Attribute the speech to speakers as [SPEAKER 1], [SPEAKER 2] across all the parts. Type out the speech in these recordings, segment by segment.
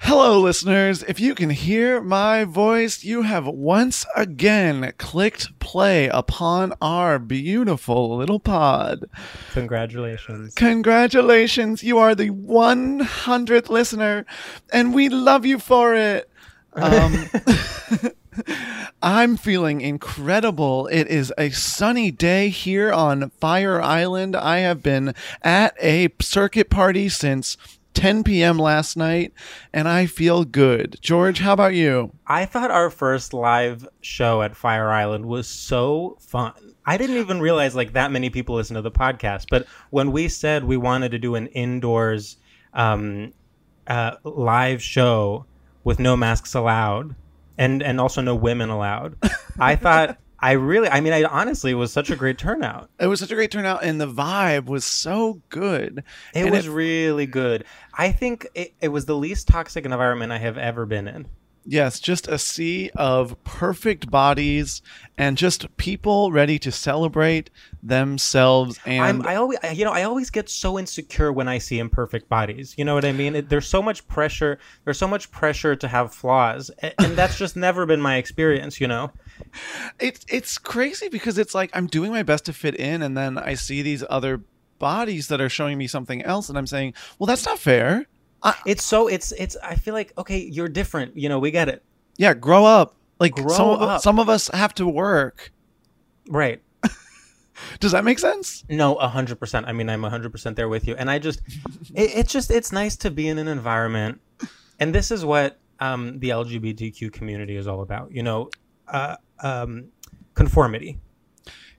[SPEAKER 1] Hello, listeners. If you can hear my voice, you have once again clicked play upon our beautiful little pod.
[SPEAKER 2] Congratulations.
[SPEAKER 1] Congratulations. You are the 100th listener, and we love you for it. Um, I'm feeling incredible. It is a sunny day here on Fire Island. I have been at a circuit party since 10 p.m. last night, and I feel good. George, how about you?
[SPEAKER 2] I thought our first live show at Fire Island was so fun. I didn't even realize like that many people listen to the podcast, but when we said we wanted to do an indoors um, uh, live show with no masks allowed and and also no women allowed, I thought I really, I mean, I honestly was such a great turnout.
[SPEAKER 1] It was such a great turnout, and the vibe was so good.
[SPEAKER 2] It and was it, really good. I think it, it was the least toxic environment I have ever been in.
[SPEAKER 1] Yes, just a sea of perfect bodies and just people ready to celebrate themselves. And
[SPEAKER 2] I'm, i always, you know, I always get so insecure when I see imperfect bodies. You know what I mean? It, there's so much pressure. There's so much pressure to have flaws, and, and that's just never been my experience. You know,
[SPEAKER 1] it's it's crazy because it's like I'm doing my best to fit in, and then I see these other bodies that are showing me something else, and I'm saying, well, that's not fair.
[SPEAKER 2] I, it's so it's it's i feel like okay you're different you know we get it
[SPEAKER 1] yeah grow up like grow some, up. some of us have to work
[SPEAKER 2] right
[SPEAKER 1] does that make sense
[SPEAKER 2] no 100% i mean i'm 100% there with you and i just it, it's just it's nice to be in an environment and this is what um, the lgbtq community is all about you know uh, um, conformity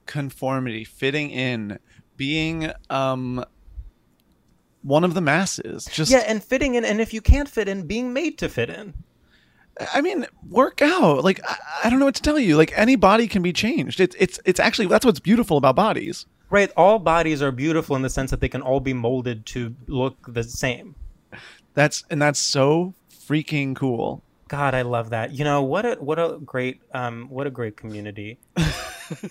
[SPEAKER 1] conformity fitting in being um one of the masses. Just
[SPEAKER 2] yeah, and fitting in, and if you can't fit in, being made to fit in.
[SPEAKER 1] I mean, work out. Like I, I, don't know what to tell you. Like any body can be changed. It's it's it's actually that's what's beautiful about bodies.
[SPEAKER 2] Right. All bodies are beautiful in the sense that they can all be molded to look the same.
[SPEAKER 1] That's and that's so freaking cool.
[SPEAKER 2] God, I love that. You know what a what a great um what a great community.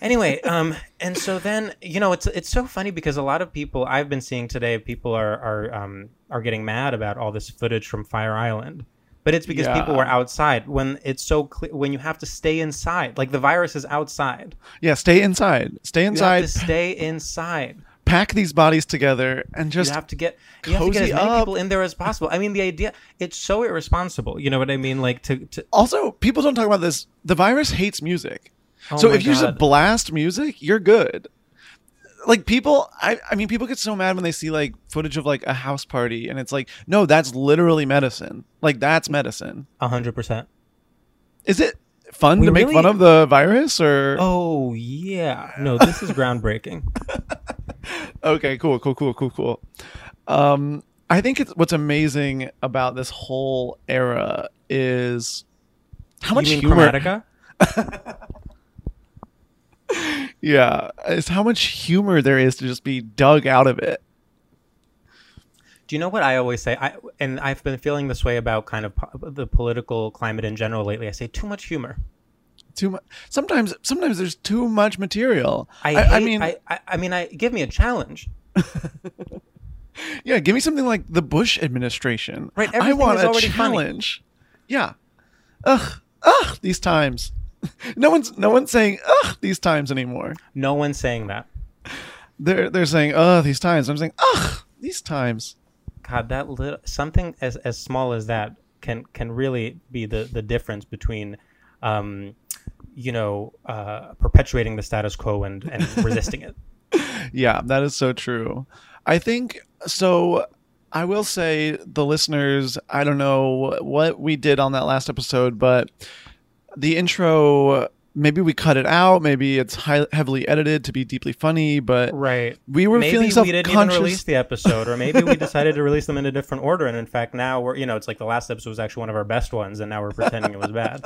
[SPEAKER 2] anyway, um, and so then you know it's it's so funny because a lot of people I've been seeing today people are are um, are getting mad about all this footage from Fire Island, But it's because
[SPEAKER 1] Yeah.
[SPEAKER 2] people were outside. When it's so clear, when you have to stay inside, like the virus is outside.
[SPEAKER 1] Yeah, stay inside. Stay
[SPEAKER 2] You
[SPEAKER 1] inside.
[SPEAKER 2] have to stay inside.
[SPEAKER 1] Pack these bodies together and
[SPEAKER 2] you
[SPEAKER 1] just
[SPEAKER 2] have to get you have to get
[SPEAKER 1] cozy
[SPEAKER 2] as many
[SPEAKER 1] up.
[SPEAKER 2] people in there as possible. I mean, the idea it's so irresponsible. You know what I mean? Like to, to
[SPEAKER 1] also people don't talk about this. The virus hates music. so
[SPEAKER 2] Oh my
[SPEAKER 1] if you just
[SPEAKER 2] God.
[SPEAKER 1] blast music, you're good. Like people I I mean people get so mad when they see like footage of like a house party and it's like, no, that's literally medicine. Like that's medicine.
[SPEAKER 2] hundred percent.
[SPEAKER 1] Is it fun
[SPEAKER 2] We
[SPEAKER 1] to make
[SPEAKER 2] really-
[SPEAKER 1] fun of the virus or
[SPEAKER 2] Oh yeah. No, this is groundbreaking.
[SPEAKER 1] Okay, cool, cool, cool, cool, cool. Um, I think it's what's amazing about this whole era is how much
[SPEAKER 2] you mean
[SPEAKER 1] humor.
[SPEAKER 2] Chromatica?
[SPEAKER 1] Yeah, is how much humor there is to just be dug out of it.
[SPEAKER 2] Do you know what I always say? I and I've been feeling this way about kind of po- the political climate in general lately. I say too much humor.
[SPEAKER 1] Too much. Sometimes, sometimes there's too much material.
[SPEAKER 2] I,
[SPEAKER 1] I, I
[SPEAKER 2] hate-
[SPEAKER 1] mean,
[SPEAKER 2] I, I, I mean, I give me a challenge.
[SPEAKER 1] yeah, give me something like the Bush administration.
[SPEAKER 2] Right,
[SPEAKER 1] I
[SPEAKER 2] everything
[SPEAKER 1] want
[SPEAKER 2] is
[SPEAKER 1] a
[SPEAKER 2] already funny.
[SPEAKER 1] challenge. Yeah. Ugh. Ugh. These times. no one's no one's saying ugh these times anymore.
[SPEAKER 2] No one's saying that.
[SPEAKER 1] they're they're saying, "Oh, these times." I'm saying, "Ugh, these times."
[SPEAKER 2] God, that little something as as small as that can can really be the the difference between, um, you know, uh, perpetuating the status quo and and resisting it.
[SPEAKER 1] Yeah, that is so true. I think so. I will say the listeners, I don't know what we did on that last episode, but the intro maybe we cut it out, maybe it's high, heavily edited to be deeply funny, but
[SPEAKER 2] Right.
[SPEAKER 1] we were
[SPEAKER 2] maybe
[SPEAKER 1] feeling
[SPEAKER 2] we didn't even
[SPEAKER 1] self-conscious.
[SPEAKER 2] release the episode, or maybe we decided to release them in a different order. And in fact, now we're you know it's like the last episode was actually one of our best ones, and now we're pretending it was bad.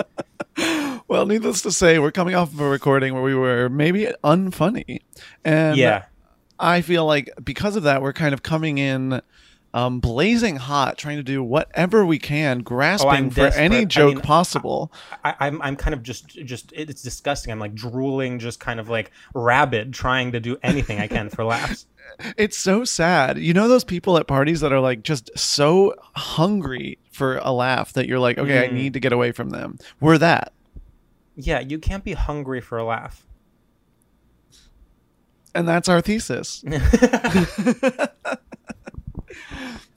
[SPEAKER 1] well, needless to say, we're coming off of a recording where we were maybe unfunny. And
[SPEAKER 2] yeah.
[SPEAKER 1] I feel like because of that, we're kind of coming in um, blazing hot, trying to do whatever we can, grasping for
[SPEAKER 2] Oh, desperate. I
[SPEAKER 1] any joke
[SPEAKER 2] mean,
[SPEAKER 1] possible.
[SPEAKER 2] I, I'm I'm kind of just just it- it's disgusting. I'm like drooling, just kind of like rabid, trying to do anything I can for laughs.
[SPEAKER 1] It's so sad. You know those people at parties that are like just so hungry for a laugh that you're like, okay,
[SPEAKER 2] Mm.
[SPEAKER 1] I need to get away from them. We're that.
[SPEAKER 2] Yeah, you can't be hungry for a laugh.
[SPEAKER 1] And that's our thesis.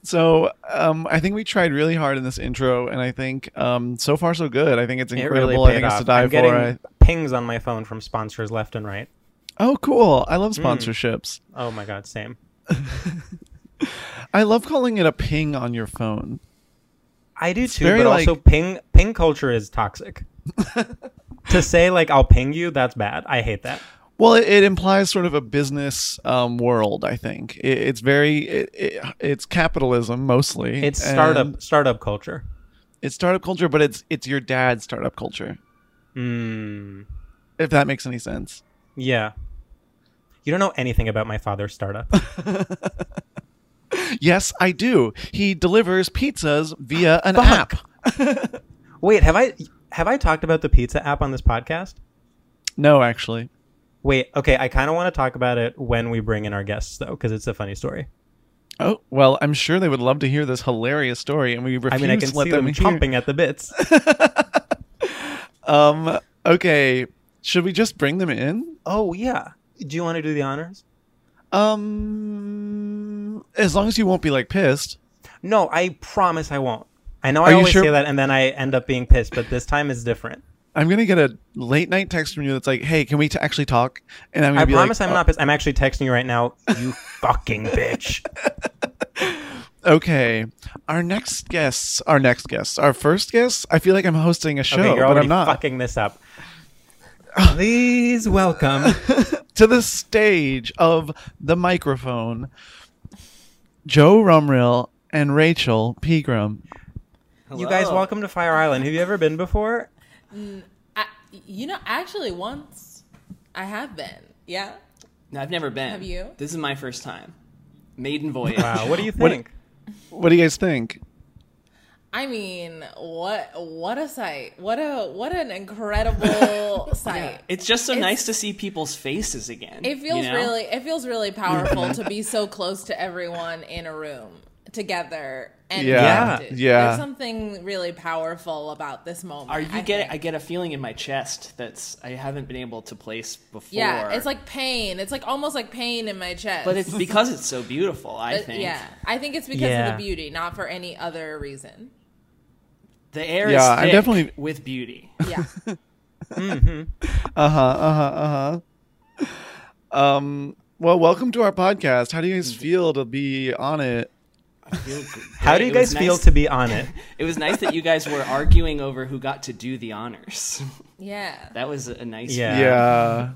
[SPEAKER 1] so um, I think we tried really hard in this intro, and I think um, so far so good. I think it's
[SPEAKER 2] It
[SPEAKER 1] incredible.
[SPEAKER 2] really
[SPEAKER 1] I
[SPEAKER 2] paid
[SPEAKER 1] think it's
[SPEAKER 2] off.
[SPEAKER 1] to die
[SPEAKER 2] I'm
[SPEAKER 1] for.
[SPEAKER 2] getting
[SPEAKER 1] I-
[SPEAKER 2] pings on my phone from sponsors left and right.
[SPEAKER 1] Oh, cool! I love
[SPEAKER 2] Hmm.
[SPEAKER 1] sponsorships.
[SPEAKER 2] Oh my god, same.
[SPEAKER 1] I love calling it a ping on your phone.
[SPEAKER 2] I do too,
[SPEAKER 1] very,
[SPEAKER 2] but
[SPEAKER 1] like-
[SPEAKER 2] also ping ping culture is toxic. to say like I'll ping you, that's bad. I hate that.
[SPEAKER 1] Well, it, it implies sort of a business um, world. I think it, it's very it, it, it's capitalism mostly.
[SPEAKER 2] It's
[SPEAKER 1] and
[SPEAKER 2] startup startup culture.
[SPEAKER 1] It's startup culture, but it's it's your dad's startup culture.
[SPEAKER 2] Mm,
[SPEAKER 1] If that makes any sense.
[SPEAKER 2] yeah. You don't know anything about my father's startup.
[SPEAKER 1] Yes, I do. He delivers pizzas via an app.
[SPEAKER 2] Wait, have I have I talked about the pizza app on this podcast?
[SPEAKER 1] No, actually.
[SPEAKER 2] Wait, okay, I kind of want to talk about it when we bring in our guests though cuz it's a funny story.
[SPEAKER 1] Oh well, I'm sure they would love to hear this hilarious story, and we
[SPEAKER 2] I
[SPEAKER 1] refuse
[SPEAKER 2] mean, I can
[SPEAKER 1] to let
[SPEAKER 2] see
[SPEAKER 1] them,
[SPEAKER 2] them
[SPEAKER 1] hear-
[SPEAKER 2] chomping at the bits.
[SPEAKER 1] Um. Okay. Should we just bring them in?
[SPEAKER 2] Oh yeah. Do you want to do the honors?
[SPEAKER 1] Um, as long as you won't be like pissed.
[SPEAKER 2] No, I promise I won't. I know
[SPEAKER 1] Are
[SPEAKER 2] I
[SPEAKER 1] you
[SPEAKER 2] always
[SPEAKER 1] sure?
[SPEAKER 2] say that and then I end up being pissed, but this time is different.
[SPEAKER 1] I'm gonna get a late night text from you that's like, "Hey, can we t- actually talk?" And I'm gonna
[SPEAKER 2] I
[SPEAKER 1] be
[SPEAKER 2] promise
[SPEAKER 1] like, "Uh,
[SPEAKER 2] I'm not pissed. I'm actually texting you right now. You fucking bitch.
[SPEAKER 1] Okay, our next guests, our next guests, our first guests. I feel like I'm hosting a show,
[SPEAKER 2] Okay, you're
[SPEAKER 1] but
[SPEAKER 2] already
[SPEAKER 1] I'm not.
[SPEAKER 2] fucking this up. Please welcome.
[SPEAKER 1] To the stage of the microphone, Joe Rumrill and Rachel Pegram.
[SPEAKER 2] You guys, welcome to Fire Island. Have you ever been before?
[SPEAKER 3] I, you know, actually, once I have been. Yeah.
[SPEAKER 4] No, I've never been.
[SPEAKER 3] Have you?
[SPEAKER 4] This is my first time. Maiden voyage.
[SPEAKER 2] Wow, what do you
[SPEAKER 1] What-
[SPEAKER 2] think?
[SPEAKER 1] What do you guys think?
[SPEAKER 3] I mean, what what a sight! What a what an incredible sight!
[SPEAKER 4] It's just so nice to see people's faces again.
[SPEAKER 3] It feels
[SPEAKER 4] you know?
[SPEAKER 3] really it feels really powerful to be so close to everyone in a room together and
[SPEAKER 1] Yeah.
[SPEAKER 3] connected.
[SPEAKER 1] Yeah.
[SPEAKER 3] There's something really powerful about this moment.
[SPEAKER 5] Are you
[SPEAKER 3] I
[SPEAKER 5] getting?
[SPEAKER 3] think.
[SPEAKER 5] I get a feeling in my chest that's I haven't been able to place before.
[SPEAKER 3] Yeah, it's like pain. It's like almost like pain in my chest.
[SPEAKER 5] but it's because it's so beautiful. I
[SPEAKER 3] But,
[SPEAKER 5] think.
[SPEAKER 3] Yeah, I think it's because
[SPEAKER 5] Yeah.
[SPEAKER 3] of the beauty, not for any other reason.
[SPEAKER 5] The air
[SPEAKER 1] Yeah,
[SPEAKER 5] is
[SPEAKER 1] I'm
[SPEAKER 5] thick
[SPEAKER 1] definitely-
[SPEAKER 5] with beauty. Mm-hmm.
[SPEAKER 3] Yeah.
[SPEAKER 1] Uh huh. Uh huh. Uh huh. Um. Well, welcome to our podcast. How do you guys
[SPEAKER 5] Mm-hmm.
[SPEAKER 1] feel to be on it?
[SPEAKER 2] How do you
[SPEAKER 5] It was
[SPEAKER 2] guys feel
[SPEAKER 5] nice-
[SPEAKER 2] to be on it?
[SPEAKER 5] It was nice that you guys were arguing over who got to do the honors.
[SPEAKER 3] Yeah.
[SPEAKER 5] That was a nice.
[SPEAKER 2] Yeah.
[SPEAKER 1] Yeah.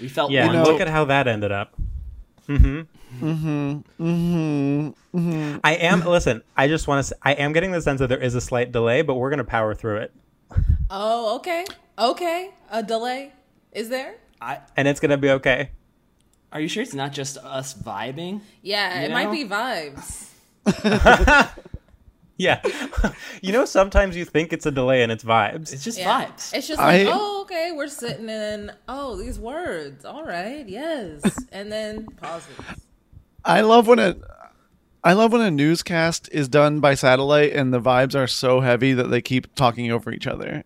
[SPEAKER 5] We felt.
[SPEAKER 2] Yeah,
[SPEAKER 5] one
[SPEAKER 2] and
[SPEAKER 5] with
[SPEAKER 2] look at how that ended up. hmm
[SPEAKER 1] Mm-hmm. Mm-hmm. Mm-hmm.
[SPEAKER 2] I am. listen, I just want to. I am getting the sense that there is a slight delay, but we're going to power through it,
[SPEAKER 3] Oh, okay. Okay. A delay is there?
[SPEAKER 5] I,
[SPEAKER 2] and it's going to be okay.
[SPEAKER 5] are you sure it's not just us vibing?
[SPEAKER 3] Yeah,
[SPEAKER 5] You
[SPEAKER 3] it might
[SPEAKER 5] know?
[SPEAKER 3] be vibes.
[SPEAKER 2] Yeah. you know, sometimes you think it's a delay and it's vibes.
[SPEAKER 5] It's just
[SPEAKER 3] Yeah.
[SPEAKER 5] vibes.
[SPEAKER 3] It's just
[SPEAKER 1] I-
[SPEAKER 3] like, oh, okay, we're sitting in. Oh, these words. All right, yes, and then pauses.
[SPEAKER 1] I love when a I love when a newscast is done by satellite and the vibes are so heavy that they keep talking over each other.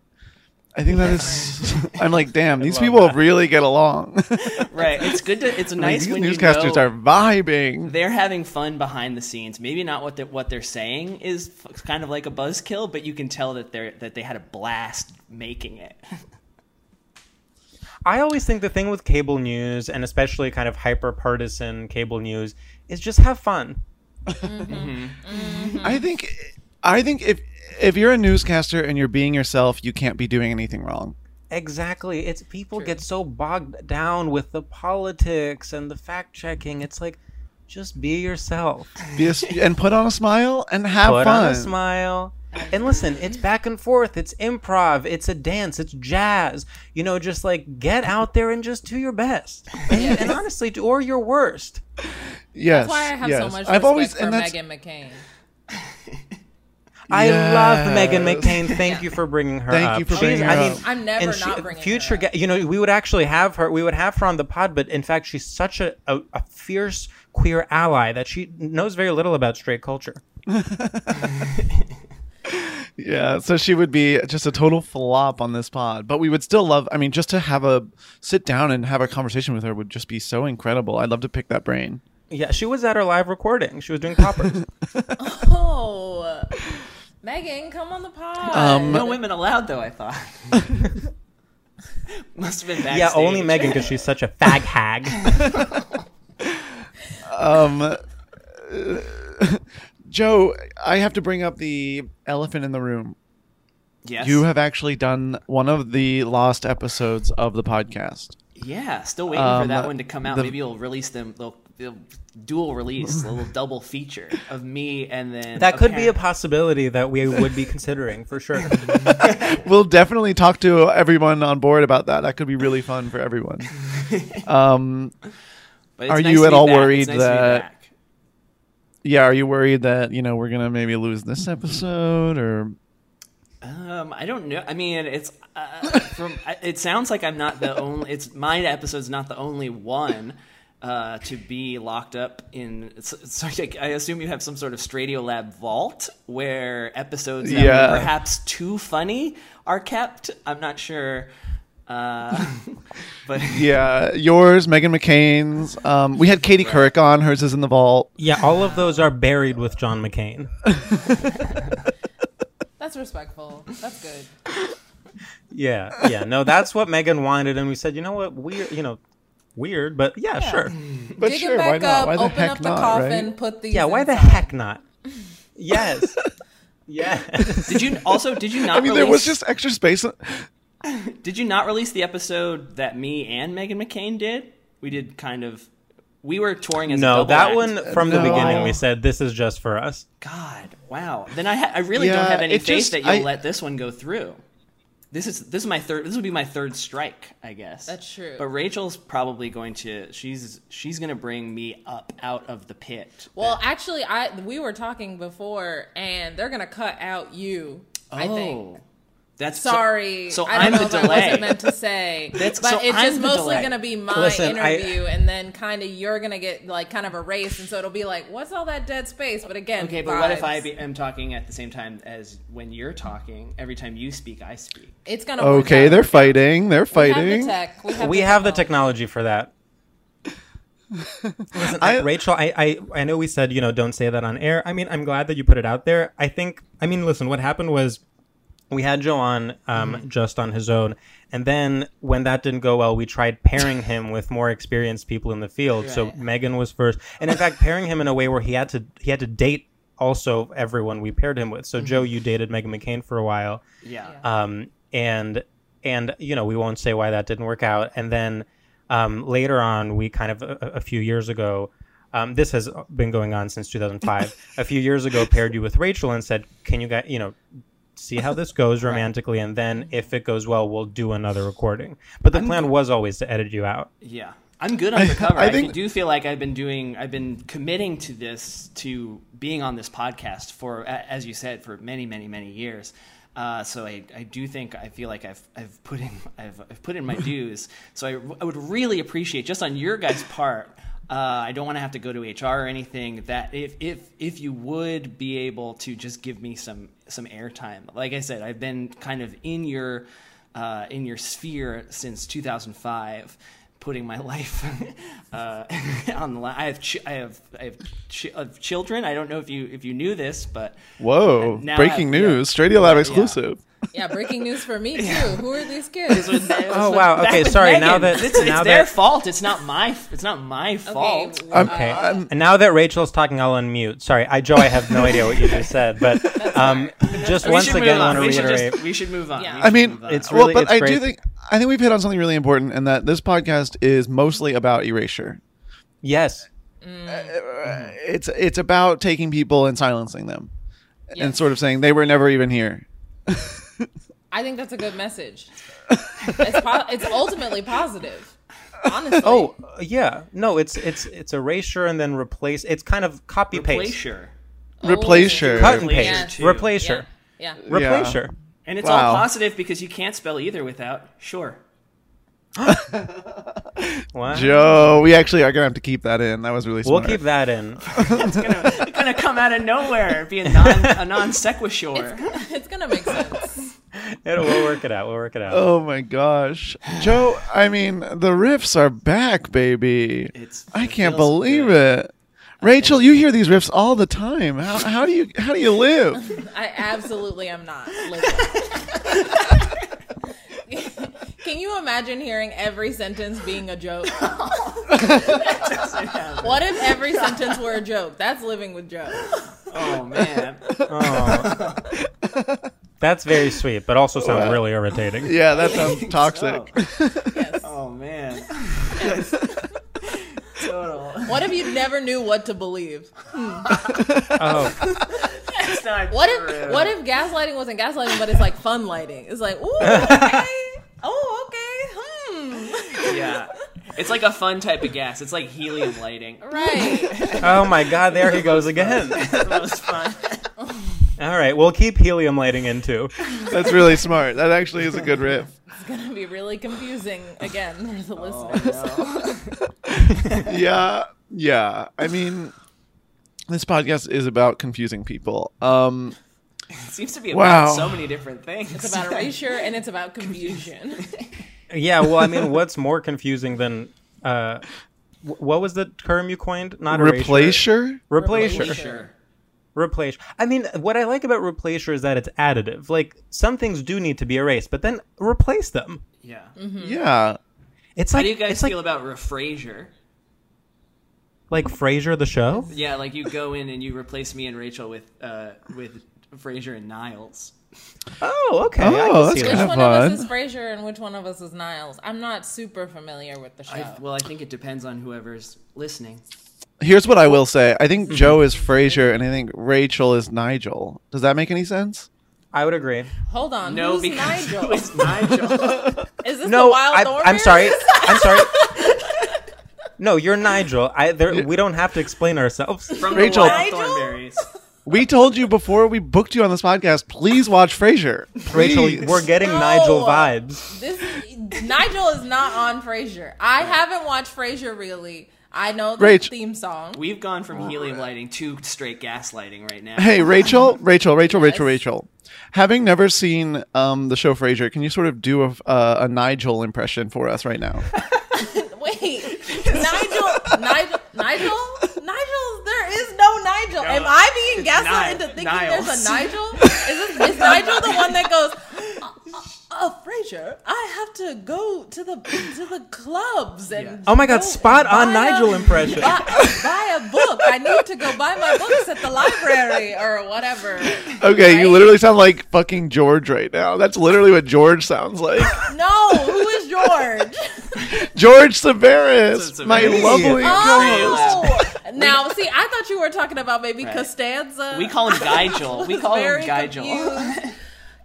[SPEAKER 1] I think that is I'm like, damn, these people really get along.
[SPEAKER 5] right. It's good to. It's
[SPEAKER 1] like,
[SPEAKER 5] nice
[SPEAKER 1] these
[SPEAKER 5] when you
[SPEAKER 1] newscasters
[SPEAKER 5] know
[SPEAKER 1] are vibing.
[SPEAKER 5] they're having fun behind the scenes. Maybe not what they're, what they're saying is f- kind of like a buzzkill, but you can tell that they're that they had a blast making it.
[SPEAKER 2] I always think the thing with cable news, and especially kind of hyper partisan cable news, is just have fun.
[SPEAKER 1] I think I think if if you're a newscaster and you're being yourself, you can't be doing anything wrong.
[SPEAKER 2] Exactly. It's people get so bogged down with the politics and the fact checking. It's like, just be yourself.
[SPEAKER 1] Be a s and put on a smile and have
[SPEAKER 2] Put
[SPEAKER 1] fun.
[SPEAKER 2] on a smile. And listen, it's back and forth. It's improv. It's a dance. It's jazz. You know, just like get out there and just do your best. And, and honestly, do- or your worst.
[SPEAKER 1] Yes.
[SPEAKER 3] That's why I have
[SPEAKER 1] yes.
[SPEAKER 3] so much.
[SPEAKER 1] I've
[SPEAKER 3] respect
[SPEAKER 1] always
[SPEAKER 3] for
[SPEAKER 1] and that's
[SPEAKER 3] Megan McCain.
[SPEAKER 2] I love Megan
[SPEAKER 1] Yes.
[SPEAKER 2] McCain. Thank you for bringing her
[SPEAKER 1] Thank
[SPEAKER 2] up.
[SPEAKER 1] you for
[SPEAKER 2] She's-
[SPEAKER 1] bringing her
[SPEAKER 2] I mean,
[SPEAKER 1] up.
[SPEAKER 3] I'm never
[SPEAKER 2] and
[SPEAKER 3] not
[SPEAKER 2] she-
[SPEAKER 3] bringing her
[SPEAKER 2] future
[SPEAKER 3] up.
[SPEAKER 2] gu- you know we would actually have her we would have her on the pod but in fact she's such a, a, a fierce queer ally that she knows very little about straight culture
[SPEAKER 1] Yeah, so she would be just a total flop on this pod, but we would still love. I mean, just to have a sit down and have a conversation with her would just be so incredible. I'd love to pick that brain.
[SPEAKER 2] yeah she was at her live recording she was doing poppers
[SPEAKER 3] Oh, Megan, come on the pod.
[SPEAKER 5] no women allowed, though. I thought. Must have been backstage.
[SPEAKER 2] yeah only megan because she's such a fag hag
[SPEAKER 1] Um, Joe, I have to bring up the elephant in the room.
[SPEAKER 5] Yes.
[SPEAKER 1] You have actually done one of the lost episodes of the podcast.
[SPEAKER 5] Yeah, still waiting for that one to come out.
[SPEAKER 1] um, the-
[SPEAKER 5] Maybe you'll release them. They'll, they'll dual release, a little double feature of me and then
[SPEAKER 2] that could be a
[SPEAKER 5] parent.
[SPEAKER 2] possibility that we would be considering for sure
[SPEAKER 1] We'll definitely talk to everyone on board about that. That could be really fun for everyone.
[SPEAKER 5] But it's
[SPEAKER 1] Are
[SPEAKER 5] nice
[SPEAKER 1] you
[SPEAKER 5] to
[SPEAKER 1] at
[SPEAKER 5] be
[SPEAKER 1] all
[SPEAKER 5] back. It's
[SPEAKER 1] worried
[SPEAKER 5] nice to be
[SPEAKER 1] that-
[SPEAKER 5] back.
[SPEAKER 1] Yeah, are you worried that, you know, we're going to maybe lose this episode or
[SPEAKER 5] Um, I don't know. I mean, it's uh, from. I- It sounds like I'm not the only. It's my episode's not the only one uh, to be locked up in. It's, it's like, I assume you have some sort of Stradiolab vault where episodes that
[SPEAKER 1] Yeah.
[SPEAKER 5] were perhaps too funny are kept. I'm not sure. Uh, but
[SPEAKER 1] Yeah, yours, Megan McCain's. Um, we had Katie Couric on. Hers is in the vault.
[SPEAKER 2] yeah all of those are buried with john mccain
[SPEAKER 3] That's respectful.
[SPEAKER 1] Oh,
[SPEAKER 3] That's good.
[SPEAKER 2] yeah yeah no that's what megan wanted and we said you know what weird you know weird but yeah, sure
[SPEAKER 1] But
[SPEAKER 3] Dig
[SPEAKER 1] sure,
[SPEAKER 3] it
[SPEAKER 1] why
[SPEAKER 3] back
[SPEAKER 1] not?
[SPEAKER 3] up,
[SPEAKER 1] Why the
[SPEAKER 3] open
[SPEAKER 1] heck
[SPEAKER 3] up the
[SPEAKER 1] not,
[SPEAKER 3] coffin,
[SPEAKER 1] right?
[SPEAKER 3] put these.
[SPEAKER 2] yeah why the
[SPEAKER 3] inside.
[SPEAKER 2] heck not yes yes
[SPEAKER 5] did you also did you not?
[SPEAKER 1] I mean,
[SPEAKER 5] release,
[SPEAKER 1] there was just extra space.
[SPEAKER 5] Did you not release the episode that me and Megan McCain did? We did kind of. We were touring as a
[SPEAKER 2] No,
[SPEAKER 5] double
[SPEAKER 2] that
[SPEAKER 5] act.
[SPEAKER 2] one from the
[SPEAKER 1] No.
[SPEAKER 2] beginning we said this is just for us.
[SPEAKER 5] God, wow. Then I, ha- I really
[SPEAKER 1] Yeah,
[SPEAKER 5] don't have any
[SPEAKER 1] it
[SPEAKER 5] faith
[SPEAKER 1] just-
[SPEAKER 5] that you'll
[SPEAKER 1] I-
[SPEAKER 5] let this one go through. This is this is my third. This would be my third strike, I guess.
[SPEAKER 3] That's true.
[SPEAKER 5] But Rachel's probably going to. She's she's going to bring me up out of the pit.
[SPEAKER 3] Well, actually, I we were talking before, and they're gonna cut out you. I think.
[SPEAKER 5] Oh. That's so-
[SPEAKER 3] Sorry,
[SPEAKER 5] So,
[SPEAKER 3] I
[SPEAKER 5] I'm
[SPEAKER 3] don't know if
[SPEAKER 5] the
[SPEAKER 3] I
[SPEAKER 5] delay.
[SPEAKER 3] wasn't meant to say.
[SPEAKER 5] That's-
[SPEAKER 3] but
[SPEAKER 5] so
[SPEAKER 3] it's
[SPEAKER 5] I'm
[SPEAKER 3] just
[SPEAKER 5] the
[SPEAKER 3] mostly
[SPEAKER 5] delay.
[SPEAKER 3] going to be my
[SPEAKER 2] Listen, I-
[SPEAKER 3] interview, and then kind of you're going to get like kind of erased, and so it'll be like, what's all that dead space? But again,
[SPEAKER 5] Okay, but what if I
[SPEAKER 3] vibes.
[SPEAKER 5] be, am talking at the same time as when you're talking? Every time you speak, I speak.
[SPEAKER 3] It's going to
[SPEAKER 1] Okay, they're fighting. They're
[SPEAKER 3] We have the
[SPEAKER 1] fighting.
[SPEAKER 3] tech. We have
[SPEAKER 2] we
[SPEAKER 3] the
[SPEAKER 2] have the technology for that. Listen, I, Rachel, I, I I know we said you know don't say that on air. I mean, I'm glad that you put it out there. I think I mean, listen, what happened was we had Joe on um, just on his own, and then when that didn't go well, we tried pairing him with more experienced people in the field. So Megan was first, and in fact, pairing him in a way where he had to he had to date also everyone we paired him with. So Joe, you dated Megan McCain for a while,
[SPEAKER 5] Yeah.
[SPEAKER 2] um, and and you know we won't say why that didn't work out and then um, later on we kind of a, a few years ago um, this has been going on since 2005 a few years ago paired you with rachel and said can you guys you know see how this goes romantically and then if it goes well we'll do another recording but the plan was always to edit you out
[SPEAKER 5] Yeah. I'm good on the cover.
[SPEAKER 1] I
[SPEAKER 5] I,
[SPEAKER 1] think-
[SPEAKER 5] do feel like I've been doing, I've been committing to this, to being on this podcast for, a- as you said, for many, many, many years. Uh, so I, I do think I feel like I've, I've put in, I've, I've put in my dues. So I, I would really appreciate just on your guys' part. Uh, I don't want to have to go to HR or anything. That if if if you would be able to just give me some some airtime. Like I said, I've been kind of in your uh, in your sphere since 2005, putting my life uh, on the line. I have ch- I have I have, ch- I have children. I don't know if you if you knew this, but
[SPEAKER 1] Whoa!
[SPEAKER 5] Now
[SPEAKER 1] breaking
[SPEAKER 5] I- yeah.
[SPEAKER 1] news. Stradio Lab exclusive.
[SPEAKER 3] Yeah, breaking news for me too. Who are these kids?
[SPEAKER 2] oh wow okay sorry now that
[SPEAKER 5] it's, it's
[SPEAKER 2] now
[SPEAKER 5] their
[SPEAKER 2] that
[SPEAKER 5] fault. It's not my f- it's not my fault.
[SPEAKER 1] I'm-
[SPEAKER 2] Okay. and now that Rachel's talking, I'll unmute. Sorry, I Joe, I have no idea what you just said, but um, just
[SPEAKER 5] We
[SPEAKER 2] once
[SPEAKER 5] should move
[SPEAKER 2] again,
[SPEAKER 5] on.
[SPEAKER 2] want to
[SPEAKER 5] we should
[SPEAKER 2] reiterate.
[SPEAKER 5] just- we should move on. We
[SPEAKER 1] I
[SPEAKER 5] should
[SPEAKER 1] mean,
[SPEAKER 5] move on.
[SPEAKER 2] It's
[SPEAKER 1] well,
[SPEAKER 2] really-
[SPEAKER 1] but
[SPEAKER 2] it's
[SPEAKER 1] I do
[SPEAKER 2] great.
[SPEAKER 1] think I think we've hit on something really important, and that this podcast is mostly about erasure. Mm.
[SPEAKER 2] Yes.
[SPEAKER 1] It's it's about taking people and silencing them, and sort of saying they were never even here.
[SPEAKER 3] I think that's a good message. It's, po- it's ultimately positive, honestly.
[SPEAKER 2] Oh uh, yeah. No, it's it's it's erasure and then replace. It's kind of copy
[SPEAKER 5] Replace
[SPEAKER 2] paste,
[SPEAKER 5] sure. Oh,
[SPEAKER 1] Replace her.
[SPEAKER 2] cut and
[SPEAKER 5] Replace
[SPEAKER 2] paste,
[SPEAKER 5] her, too.
[SPEAKER 2] replace
[SPEAKER 3] yeah,
[SPEAKER 2] her,
[SPEAKER 3] yeah.
[SPEAKER 2] replace
[SPEAKER 1] Yeah.
[SPEAKER 2] her.
[SPEAKER 5] And it's
[SPEAKER 1] Wow.
[SPEAKER 5] all positive because you can't spell either without sure.
[SPEAKER 2] What?
[SPEAKER 1] Joe, we actually are gonna have to keep that in. That was really
[SPEAKER 2] We'll
[SPEAKER 1] smart.
[SPEAKER 2] keep that in.
[SPEAKER 5] It's gonna, it's gonna come out of nowhere, be a non a non sequitur.
[SPEAKER 3] It's gonna make sense.
[SPEAKER 2] It'll, we'll work it out. We'll work it out.
[SPEAKER 1] Oh my gosh, Joe! I mean, the riffs are back, baby.
[SPEAKER 5] It's-
[SPEAKER 1] I
[SPEAKER 5] it
[SPEAKER 1] can't
[SPEAKER 5] feels
[SPEAKER 1] believe
[SPEAKER 5] good.
[SPEAKER 1] it. Rachel, you hear these riffs all the time. How, how do you how do you live?
[SPEAKER 3] I absolutely am not. living. Can you imagine hearing every sentence being a joke? what if every sentence were a joke? That's living with jokes.
[SPEAKER 5] Oh man.
[SPEAKER 2] That's very sweet, but also sounds really irritating.
[SPEAKER 1] yeah, that sounds toxic.
[SPEAKER 5] Oh man. Total.
[SPEAKER 3] What if you never knew what to believe? Hmm.
[SPEAKER 2] Oh,
[SPEAKER 5] It's not
[SPEAKER 3] What
[SPEAKER 5] true.
[SPEAKER 3] if what if gaslighting wasn't gaslighting, but it's like fun lighting? It's like, ooh, okay, oh, okay, hmm,
[SPEAKER 5] Yeah. It's like a fun type of gas. It's like helium lighting.
[SPEAKER 3] right.
[SPEAKER 2] oh my God! There he goes again.
[SPEAKER 5] It's the most fun.
[SPEAKER 2] All right, we'll keep helium lighting in too.
[SPEAKER 1] That's really smart. That actually is a good riff.
[SPEAKER 3] It's gonna be really confusing again for the
[SPEAKER 2] Oh,
[SPEAKER 3] listeners.
[SPEAKER 1] Yeah, yeah. I mean, this podcast is about confusing people. Um,
[SPEAKER 5] It seems to be about
[SPEAKER 1] Wow.
[SPEAKER 5] so many different things.
[SPEAKER 3] It's about erasure and it's about confusion.
[SPEAKER 2] Yeah. Well, I mean, what's more confusing than uh, wh- what was the term you coined? Not erasure.
[SPEAKER 1] replacer.
[SPEAKER 2] Replacer.
[SPEAKER 5] Sure.
[SPEAKER 2] replace. I mean, what I like about replacer is that it's additive. Like some things do need to be erased, but then replace them.
[SPEAKER 5] Yeah.
[SPEAKER 3] Hmm.
[SPEAKER 1] Yeah.
[SPEAKER 2] It's
[SPEAKER 5] How
[SPEAKER 2] like
[SPEAKER 5] do you guys
[SPEAKER 2] it's like
[SPEAKER 5] feel about refrasier?
[SPEAKER 2] like Frasier the show.
[SPEAKER 5] Yeah, like you go in and you replace me and Rachel with uh with Frasier and Niles.
[SPEAKER 2] Oh, okay.
[SPEAKER 1] Oh,
[SPEAKER 2] I can
[SPEAKER 1] that's
[SPEAKER 2] see
[SPEAKER 3] Which
[SPEAKER 1] kinda
[SPEAKER 2] that.
[SPEAKER 3] one of
[SPEAKER 1] fun.
[SPEAKER 3] us is Frasier and which one of us is Niles? I'm not super familiar with the show.
[SPEAKER 5] I, well, I think it depends on whoever's listening.
[SPEAKER 1] Here's what I will say. I
[SPEAKER 3] Hmm.
[SPEAKER 1] think Joe is Frasier, and I think Rachel is Nigel. Does that make any sense?
[SPEAKER 2] I would agree.
[SPEAKER 3] Hold on,
[SPEAKER 5] No,
[SPEAKER 3] who's
[SPEAKER 5] because
[SPEAKER 3] Nigel?
[SPEAKER 5] who is Nigel?
[SPEAKER 3] Is this the
[SPEAKER 2] No,
[SPEAKER 3] Wild
[SPEAKER 2] I, I'm
[SPEAKER 3] Thornberrys?
[SPEAKER 2] sorry. I'm sorry. No, you're Nigel. I there, we don't have to explain ourselves.
[SPEAKER 5] From
[SPEAKER 1] Rachel.
[SPEAKER 5] the Wild Thornberries.
[SPEAKER 1] We told you before we booked you on this podcast, please watch Frasier.
[SPEAKER 2] Rachel,
[SPEAKER 1] Please.
[SPEAKER 2] we're getting
[SPEAKER 5] No.
[SPEAKER 2] Nigel vibes.
[SPEAKER 5] This Nigel is not on Frasier. I haven't watched Frasier really. I know the
[SPEAKER 1] Rach.
[SPEAKER 5] theme song.
[SPEAKER 3] We've gone from helium lighting to straight gaslighting right now.
[SPEAKER 1] Hey, Rachel, Rachel, Rachel, Rachel, Rachel. Having never seen um, the show Frasier, can you sort of do a, uh, a Nigel impression for us right now?
[SPEAKER 5] Wait, Nigel, Nigel, Nigel, Nigel. There is no Nigel. Am I being
[SPEAKER 3] it's
[SPEAKER 5] gaslit
[SPEAKER 3] Ni-
[SPEAKER 5] into thinking
[SPEAKER 3] Niles.
[SPEAKER 5] there's a Nigel? Is, this, is Nigel the one that goes? Oh, Frasier, I have to go to the to the clubs and
[SPEAKER 2] Oh my god, spot on
[SPEAKER 5] buy a-
[SPEAKER 2] Nigel impression.
[SPEAKER 5] buy, buy a book. I need to go buy my books at the library or whatever.
[SPEAKER 1] Okay, you literally sound like fucking George right now. That's literally what George sounds like.
[SPEAKER 5] No, who is George?
[SPEAKER 1] George Severus,
[SPEAKER 3] It's a
[SPEAKER 1] my
[SPEAKER 3] very-
[SPEAKER 1] lovely co-host.
[SPEAKER 5] Oh, now see, I thought you were talking about maybe Costanza.
[SPEAKER 3] We call him Gigel. We call him Gigel.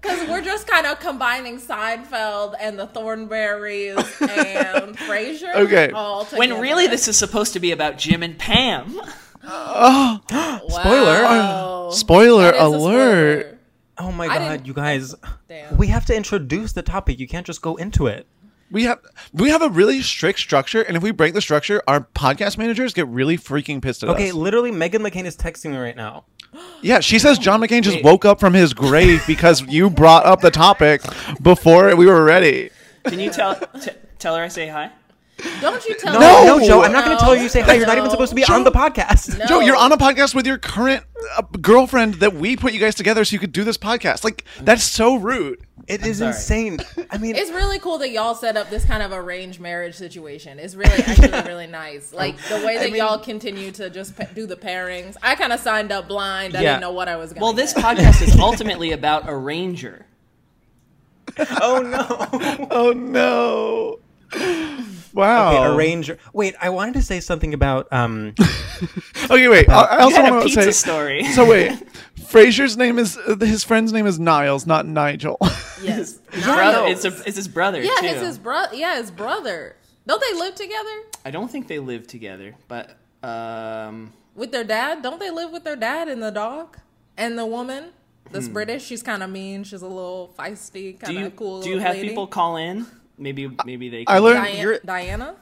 [SPEAKER 5] Because we're just kind of combining Seinfeld and the Thornberries and Frasier.
[SPEAKER 1] Okay.
[SPEAKER 5] all
[SPEAKER 3] When
[SPEAKER 5] together.
[SPEAKER 3] really this is supposed to be about Jim and Pam.
[SPEAKER 5] Wow.
[SPEAKER 2] Um,
[SPEAKER 1] Spoiler
[SPEAKER 5] That is a
[SPEAKER 1] alert.
[SPEAKER 5] spoiler.
[SPEAKER 2] Oh my
[SPEAKER 5] I
[SPEAKER 2] god,
[SPEAKER 5] didn't-
[SPEAKER 2] you guys.
[SPEAKER 5] Damn.
[SPEAKER 2] We have to introduce the topic. You can't just go into it.
[SPEAKER 1] We have we have a really strict structure, and if we break the structure, our podcast managers get really freaking pissed at
[SPEAKER 2] Okay,
[SPEAKER 1] us.
[SPEAKER 2] literally, Megan McCain is texting me right now.
[SPEAKER 1] Yeah, she says John McCain just woke up from his grave because you brought up the topic before we were ready.
[SPEAKER 3] Can you tell t- tell her I say hi?
[SPEAKER 5] Don't you
[SPEAKER 1] No!
[SPEAKER 5] tell me.
[SPEAKER 2] no, Joe, I'm not going to
[SPEAKER 5] No.
[SPEAKER 2] tell you. You say hi. You're not even supposed to be on the podcast.
[SPEAKER 5] No.
[SPEAKER 1] Joe, you're on a podcast with your current uh, girlfriend that we put you guys together so you could do this podcast. Like that's so rude.
[SPEAKER 2] It is
[SPEAKER 3] sorry.
[SPEAKER 2] insane. I mean,
[SPEAKER 5] It's really cool that y'all set up this kind of arranged marriage situation. It's really actually really
[SPEAKER 2] Um,
[SPEAKER 5] nice. Like the way that y'all continue to just pa- do the pairings. I kind of signed up blind. I
[SPEAKER 2] Yeah.
[SPEAKER 5] didn't know what I was going.
[SPEAKER 3] Well, this podcast is ultimately about a ranger.
[SPEAKER 2] oh no.
[SPEAKER 1] Oh no. Wow.
[SPEAKER 2] Okay, a ranger. Wait, I wanted to say something about um.
[SPEAKER 1] Okay, wait.
[SPEAKER 2] Uh,
[SPEAKER 1] I, I
[SPEAKER 3] You
[SPEAKER 1] also
[SPEAKER 3] had a
[SPEAKER 1] want to say.
[SPEAKER 3] pizza story.
[SPEAKER 1] So wait, Frasier's name is uh, his friend's name is Niles, not Nigel.
[SPEAKER 5] yes.
[SPEAKER 3] Brother, it's, a, it's his brother
[SPEAKER 5] Yeah,
[SPEAKER 3] too.
[SPEAKER 5] it's his brother. Yeah, his brother. Don't they live together
[SPEAKER 3] I don't think they live together, but um,
[SPEAKER 5] with their dad? Don't they live with their dad and the dog and the woman? That's
[SPEAKER 2] Hmm.
[SPEAKER 5] British. She's kind of mean. She's a little feisty,
[SPEAKER 3] do
[SPEAKER 5] kind
[SPEAKER 3] you
[SPEAKER 5] of cool.
[SPEAKER 3] do you
[SPEAKER 5] little
[SPEAKER 3] have
[SPEAKER 5] lady.
[SPEAKER 3] people call in? Maybe maybe they.
[SPEAKER 1] I
[SPEAKER 3] can-
[SPEAKER 1] learned-
[SPEAKER 5] Dian-
[SPEAKER 2] You're-
[SPEAKER 5] Diana.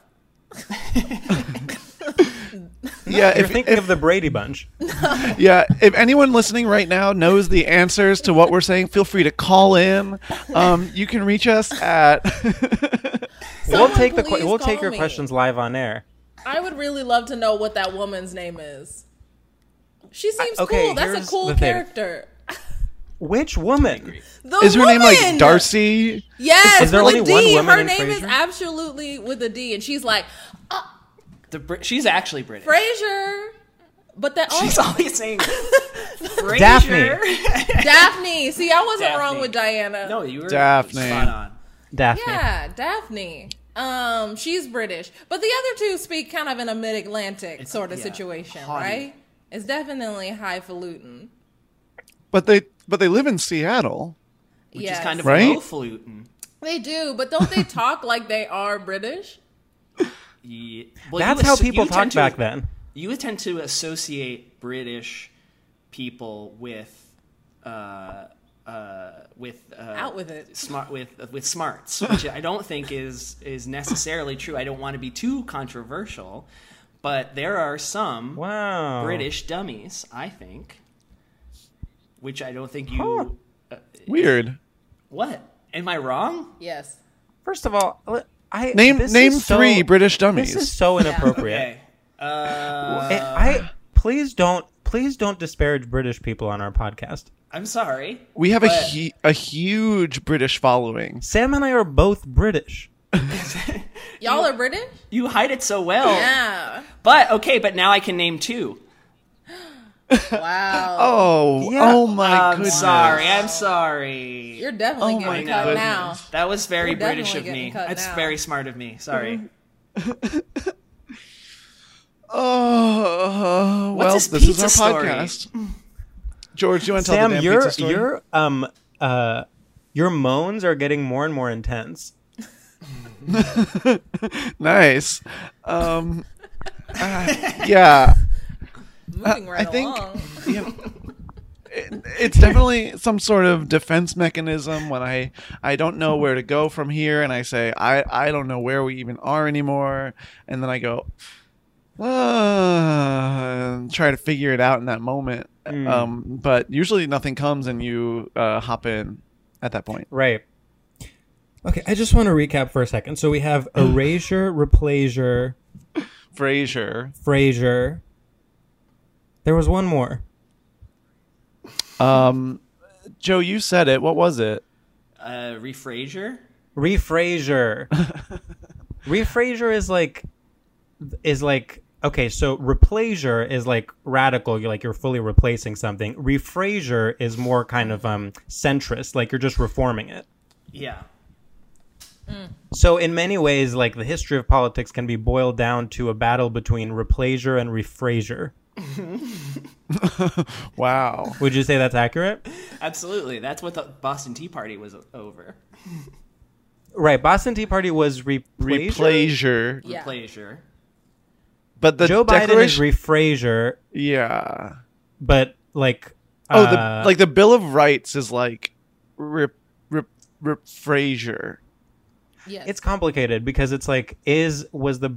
[SPEAKER 1] yeah,
[SPEAKER 2] You're
[SPEAKER 1] if,
[SPEAKER 2] thinking of the Brady Bunch.
[SPEAKER 1] yeah. If anyone listening right now knows the answers to what we're saying, feel free to call in. Um, you can reach us at.
[SPEAKER 2] we'll take the que-
[SPEAKER 5] please
[SPEAKER 2] we'll take
[SPEAKER 5] call
[SPEAKER 2] your
[SPEAKER 5] me.
[SPEAKER 2] questions live on air.
[SPEAKER 5] I would really love to know what that woman's name is. She seems
[SPEAKER 2] okay,
[SPEAKER 5] cool. That's
[SPEAKER 2] here's
[SPEAKER 5] a cool
[SPEAKER 2] the thing.
[SPEAKER 5] character.
[SPEAKER 2] Which woman?
[SPEAKER 5] The
[SPEAKER 1] is her name like
[SPEAKER 5] woman!
[SPEAKER 1] Darcy?
[SPEAKER 5] Yes,
[SPEAKER 2] Is there
[SPEAKER 5] with
[SPEAKER 2] only
[SPEAKER 5] a
[SPEAKER 2] one
[SPEAKER 5] D.
[SPEAKER 2] woman
[SPEAKER 5] Her
[SPEAKER 2] in
[SPEAKER 5] name is
[SPEAKER 2] Frasier?
[SPEAKER 5] absolutely with a D, and she's like
[SPEAKER 3] the Brit- she's actually British.
[SPEAKER 5] Frasier. But that
[SPEAKER 3] She's
[SPEAKER 5] also
[SPEAKER 3] always saying Ranger.
[SPEAKER 2] Daphne.
[SPEAKER 5] Daphne. See, I wasn't wrong
[SPEAKER 3] Daphne.
[SPEAKER 5] with Diana.
[SPEAKER 3] No, you were
[SPEAKER 1] Daphne.
[SPEAKER 3] spot on.
[SPEAKER 2] Daphne.
[SPEAKER 5] Yeah, Daphne. Um, she's British, but the other two speak kind of in a mid-Atlantic sort of
[SPEAKER 3] yeah,
[SPEAKER 5] situation,
[SPEAKER 3] haughty.
[SPEAKER 5] right? It's definitely highfalutin.
[SPEAKER 1] But they but they live in Seattle.
[SPEAKER 3] Which is kind of
[SPEAKER 1] Right?
[SPEAKER 3] low falutin.
[SPEAKER 5] they do, but don't they talk like they are British?
[SPEAKER 3] Yeah. Well,
[SPEAKER 2] That's
[SPEAKER 3] you
[SPEAKER 2] how
[SPEAKER 3] asso-
[SPEAKER 2] people
[SPEAKER 3] you
[SPEAKER 2] talk
[SPEAKER 3] tend to-
[SPEAKER 2] back then.
[SPEAKER 3] You tend to associate British people with uh, uh, with uh,
[SPEAKER 5] Out with it.
[SPEAKER 3] smart with uh, with smarts, which I don't think is is necessarily true. I don't want to be too controversial, but there are some
[SPEAKER 2] Wow.
[SPEAKER 3] British dummies, I think, which I don't think you.
[SPEAKER 1] Weird.
[SPEAKER 3] What am I wrong?
[SPEAKER 5] Yes.
[SPEAKER 2] First of all, l- I
[SPEAKER 1] Name
[SPEAKER 2] this
[SPEAKER 1] name
[SPEAKER 2] is so-
[SPEAKER 1] three British dummies.
[SPEAKER 2] This is so inappropriate.
[SPEAKER 3] Okay. Uh,
[SPEAKER 2] And I please don't please don't disparage British people on our podcast.
[SPEAKER 3] I'm sorry.
[SPEAKER 1] we have a
[SPEAKER 3] but-
[SPEAKER 1] hu- a huge British following.
[SPEAKER 2] Sam and I are both British.
[SPEAKER 5] Y'all are British?
[SPEAKER 3] You hide it so well.
[SPEAKER 5] Yeah.
[SPEAKER 3] But okay, but now I can name two.
[SPEAKER 5] Wow.
[SPEAKER 1] Oh,
[SPEAKER 2] Yeah.
[SPEAKER 1] oh my
[SPEAKER 3] I'm
[SPEAKER 1] goodness.
[SPEAKER 3] sorry. I'm sorry.
[SPEAKER 5] You're definitely
[SPEAKER 1] Oh
[SPEAKER 5] getting
[SPEAKER 1] my
[SPEAKER 5] cut
[SPEAKER 1] goodness.
[SPEAKER 5] now.
[SPEAKER 3] That was very
[SPEAKER 5] You're
[SPEAKER 3] British
[SPEAKER 5] definitely
[SPEAKER 3] of
[SPEAKER 5] getting
[SPEAKER 3] me.
[SPEAKER 5] cut
[SPEAKER 3] That's
[SPEAKER 5] now.
[SPEAKER 3] very smart of me. Sorry.
[SPEAKER 1] Oh, well,
[SPEAKER 3] his
[SPEAKER 1] this is
[SPEAKER 3] pizza
[SPEAKER 1] our
[SPEAKER 3] story?
[SPEAKER 1] podcast. George, do you want to tell
[SPEAKER 2] Sam,
[SPEAKER 1] the damn
[SPEAKER 2] your
[SPEAKER 1] pizza story?
[SPEAKER 2] your um uh your moans are getting more and more intense.
[SPEAKER 1] nice. Um, uh, yeah, Uh,
[SPEAKER 5] Moving right
[SPEAKER 1] I think-
[SPEAKER 5] along.
[SPEAKER 1] yeah. it, it's definitely some sort of defense mechanism when I I don't know where to go from here, and I say I I don't know where we even are anymore, and then I go. Uh, and try to figure it out in that moment.
[SPEAKER 2] Mm.
[SPEAKER 1] Um, but usually nothing comes and you uh, hop in at that point.
[SPEAKER 2] Right. Okay, I just want to recap for a second. So we have erasure, replaysure,
[SPEAKER 1] Frasier.
[SPEAKER 2] Frasier. There was one more.
[SPEAKER 1] Um, Joe, you said it. What was it?
[SPEAKER 5] Uh, Refrasier?
[SPEAKER 2] Refrasier. Refrasier is like is like okay, so replaysure is like radical, you're like you're fully replacing something. Refrasier is more kind of um centrist, like you're just reforming it.
[SPEAKER 5] Yeah.
[SPEAKER 2] So in many ways, like the history of politics can be boiled down to a battle between replaysure and refrasier.
[SPEAKER 1] wow.
[SPEAKER 2] Would you say that's accurate?
[SPEAKER 5] Absolutely. That's what the Boston Tea Party was over.
[SPEAKER 2] Right. Boston Tea Party was re-
[SPEAKER 1] Replaysure.
[SPEAKER 5] Yeah. Replaysure.
[SPEAKER 1] But the
[SPEAKER 2] Joe Biden is
[SPEAKER 1] Declaration-
[SPEAKER 2] refrasier,
[SPEAKER 1] Yeah.
[SPEAKER 2] but like
[SPEAKER 1] Oh, the
[SPEAKER 2] uh,
[SPEAKER 1] like the Bill of Rights is like rip rip rip Frasier.
[SPEAKER 6] Yes.
[SPEAKER 2] it's complicated because it's like is was the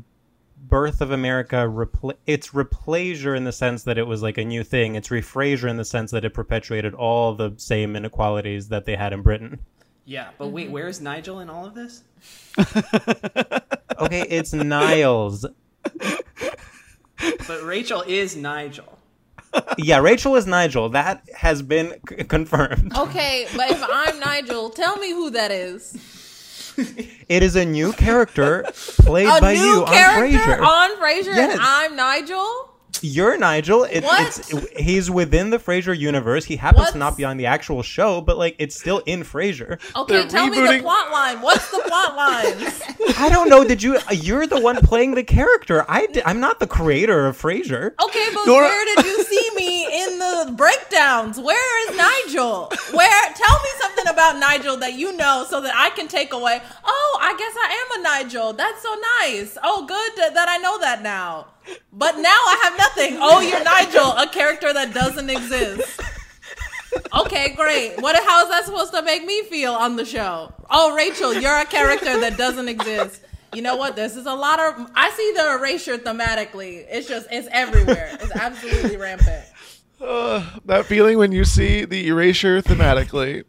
[SPEAKER 2] birth of America repl- it's replaysure in the sense that it was like a new thing. It's refrasier in the sense that it perpetuated all the same inequalities that they had in Britain.
[SPEAKER 5] Yeah, but wait, where is Nigel in all of this?
[SPEAKER 2] Okay, it's Niles.
[SPEAKER 5] But Rachel is Nigel.
[SPEAKER 2] Yeah, Rachel is Nigel. That has been c- confirmed.
[SPEAKER 6] Okay, but if I'm Nigel, tell me who that is.
[SPEAKER 2] It is a new character played
[SPEAKER 6] A
[SPEAKER 2] by
[SPEAKER 6] new
[SPEAKER 2] you
[SPEAKER 6] character
[SPEAKER 2] on Frasier.
[SPEAKER 6] on Frasier,
[SPEAKER 2] Yes.
[SPEAKER 6] and I'm Nigel.
[SPEAKER 2] You're Nigel. It,
[SPEAKER 6] What?
[SPEAKER 2] It's, he's within the Frasier universe. He happens
[SPEAKER 6] What?
[SPEAKER 2] to not be on the actual show, but like it's still in Frasier.
[SPEAKER 6] Okay,
[SPEAKER 1] They're
[SPEAKER 6] tell me
[SPEAKER 1] rebooting-
[SPEAKER 6] the plot line. What's the plot lines?
[SPEAKER 2] I don't know. Did you? You're the one playing the character. I di- I'm not the creator of Frasier.
[SPEAKER 6] Okay, but
[SPEAKER 1] Nora-
[SPEAKER 6] where did you see me in the breakdowns? Where is Nigel? Where? Tell me something about Nigel that you know, so that I can take away. Oh, I guess I am a Nigel. That's so nice. Oh, good that- that I know that now. But now I have nothing. Oh, you're Nigel, a character that doesn't exist. Okay, great. What? How is that supposed to make me feel on the show? Oh, Rachel, you're a character that doesn't exist. You know what? This is a lot of. I see the erasure thematically. It's just it's everywhere. It's absolutely rampant.
[SPEAKER 1] That feeling when you see the erasure thematically.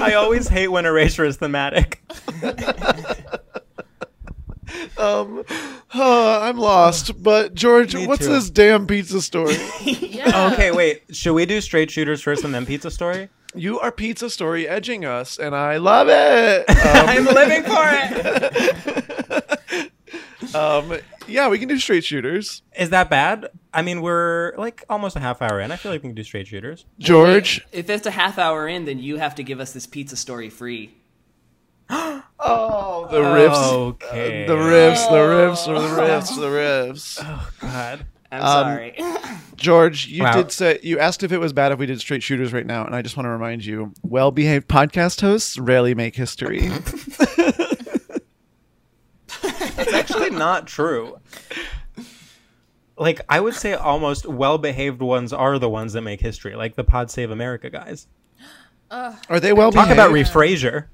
[SPEAKER 2] I always hate when erasure is thematic.
[SPEAKER 1] Uh, I'm lost. But George,
[SPEAKER 2] Me
[SPEAKER 1] what's
[SPEAKER 2] too.
[SPEAKER 1] this damn pizza story?
[SPEAKER 6] Yeah.
[SPEAKER 2] Okay, wait. Should we do straight shooters first and then pizza story?
[SPEAKER 1] you are pizza story edging us, and I love it. Uh,
[SPEAKER 2] I'm living for it.
[SPEAKER 1] Um, yeah, we can do straight shooters.
[SPEAKER 2] Is that bad? I mean, we're like almost a half hour in. I feel like we can do straight shooters.
[SPEAKER 1] George,
[SPEAKER 5] If it's a half hour in, then you have to give us this pizza story free.
[SPEAKER 1] oh, the riffs,
[SPEAKER 2] Okay.
[SPEAKER 1] the riffs, the riffs, the riffs, the riffs.
[SPEAKER 2] Oh,
[SPEAKER 1] Um,
[SPEAKER 2] God.
[SPEAKER 5] Oh. I'm sorry.
[SPEAKER 1] George, you
[SPEAKER 2] Wow.
[SPEAKER 1] did say you asked if it was bad if we did straight shooters right now, and I just want to remind you: well-behaved podcast hosts rarely make history.
[SPEAKER 2] It's actually not true. Like I would say, almost well-behaved ones are the ones that make history, like the Pod Save America guys.
[SPEAKER 1] Are they well?
[SPEAKER 2] Talk about refrasier.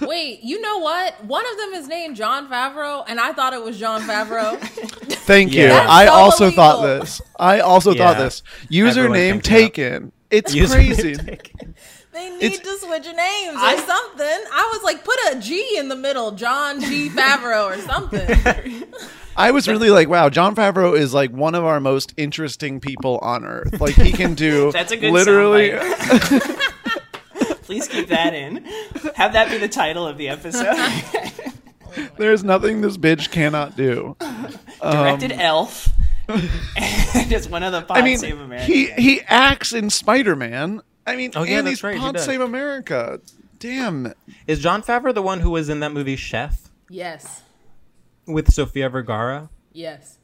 [SPEAKER 6] Wait, you know what? One of them is named John Favreau, and I thought it was John Favreau.
[SPEAKER 1] Thank you.
[SPEAKER 2] Yeah.
[SPEAKER 1] I
[SPEAKER 6] That's so
[SPEAKER 1] also thought
[SPEAKER 6] illegal.
[SPEAKER 1] this. I also thought
[SPEAKER 2] Yeah.
[SPEAKER 1] this.
[SPEAKER 2] Everyone
[SPEAKER 1] Username
[SPEAKER 2] thinks that.
[SPEAKER 1] taken. It's
[SPEAKER 2] Username
[SPEAKER 1] crazy.
[SPEAKER 2] taken.
[SPEAKER 6] They need
[SPEAKER 1] It's-
[SPEAKER 6] to switch names or
[SPEAKER 5] I-
[SPEAKER 6] something. I was like, put a G in the middle, John G. Favreau or something.
[SPEAKER 1] I was really like, wow, John Favreau is like one of our most interesting people on earth. Like he can do
[SPEAKER 5] That's a good
[SPEAKER 1] literally
[SPEAKER 5] Please keep that in. Have that be the title of the episode.
[SPEAKER 1] there's nothing this bitch cannot do.
[SPEAKER 5] Directed Elf. and it's one of the Pod
[SPEAKER 1] I mean,
[SPEAKER 5] Save America.
[SPEAKER 1] he
[SPEAKER 5] guys.
[SPEAKER 1] he acts in Spider-Man. I mean,
[SPEAKER 2] Oh, yeah,
[SPEAKER 1] and
[SPEAKER 2] that's
[SPEAKER 1] he's
[SPEAKER 2] right, he
[SPEAKER 1] Pod
[SPEAKER 2] does.
[SPEAKER 1] Save America. Damn.
[SPEAKER 2] Is John Favreau the one who was in that movie Chef
[SPEAKER 6] yes.
[SPEAKER 2] with Sofia Vergara?
[SPEAKER 6] Yes.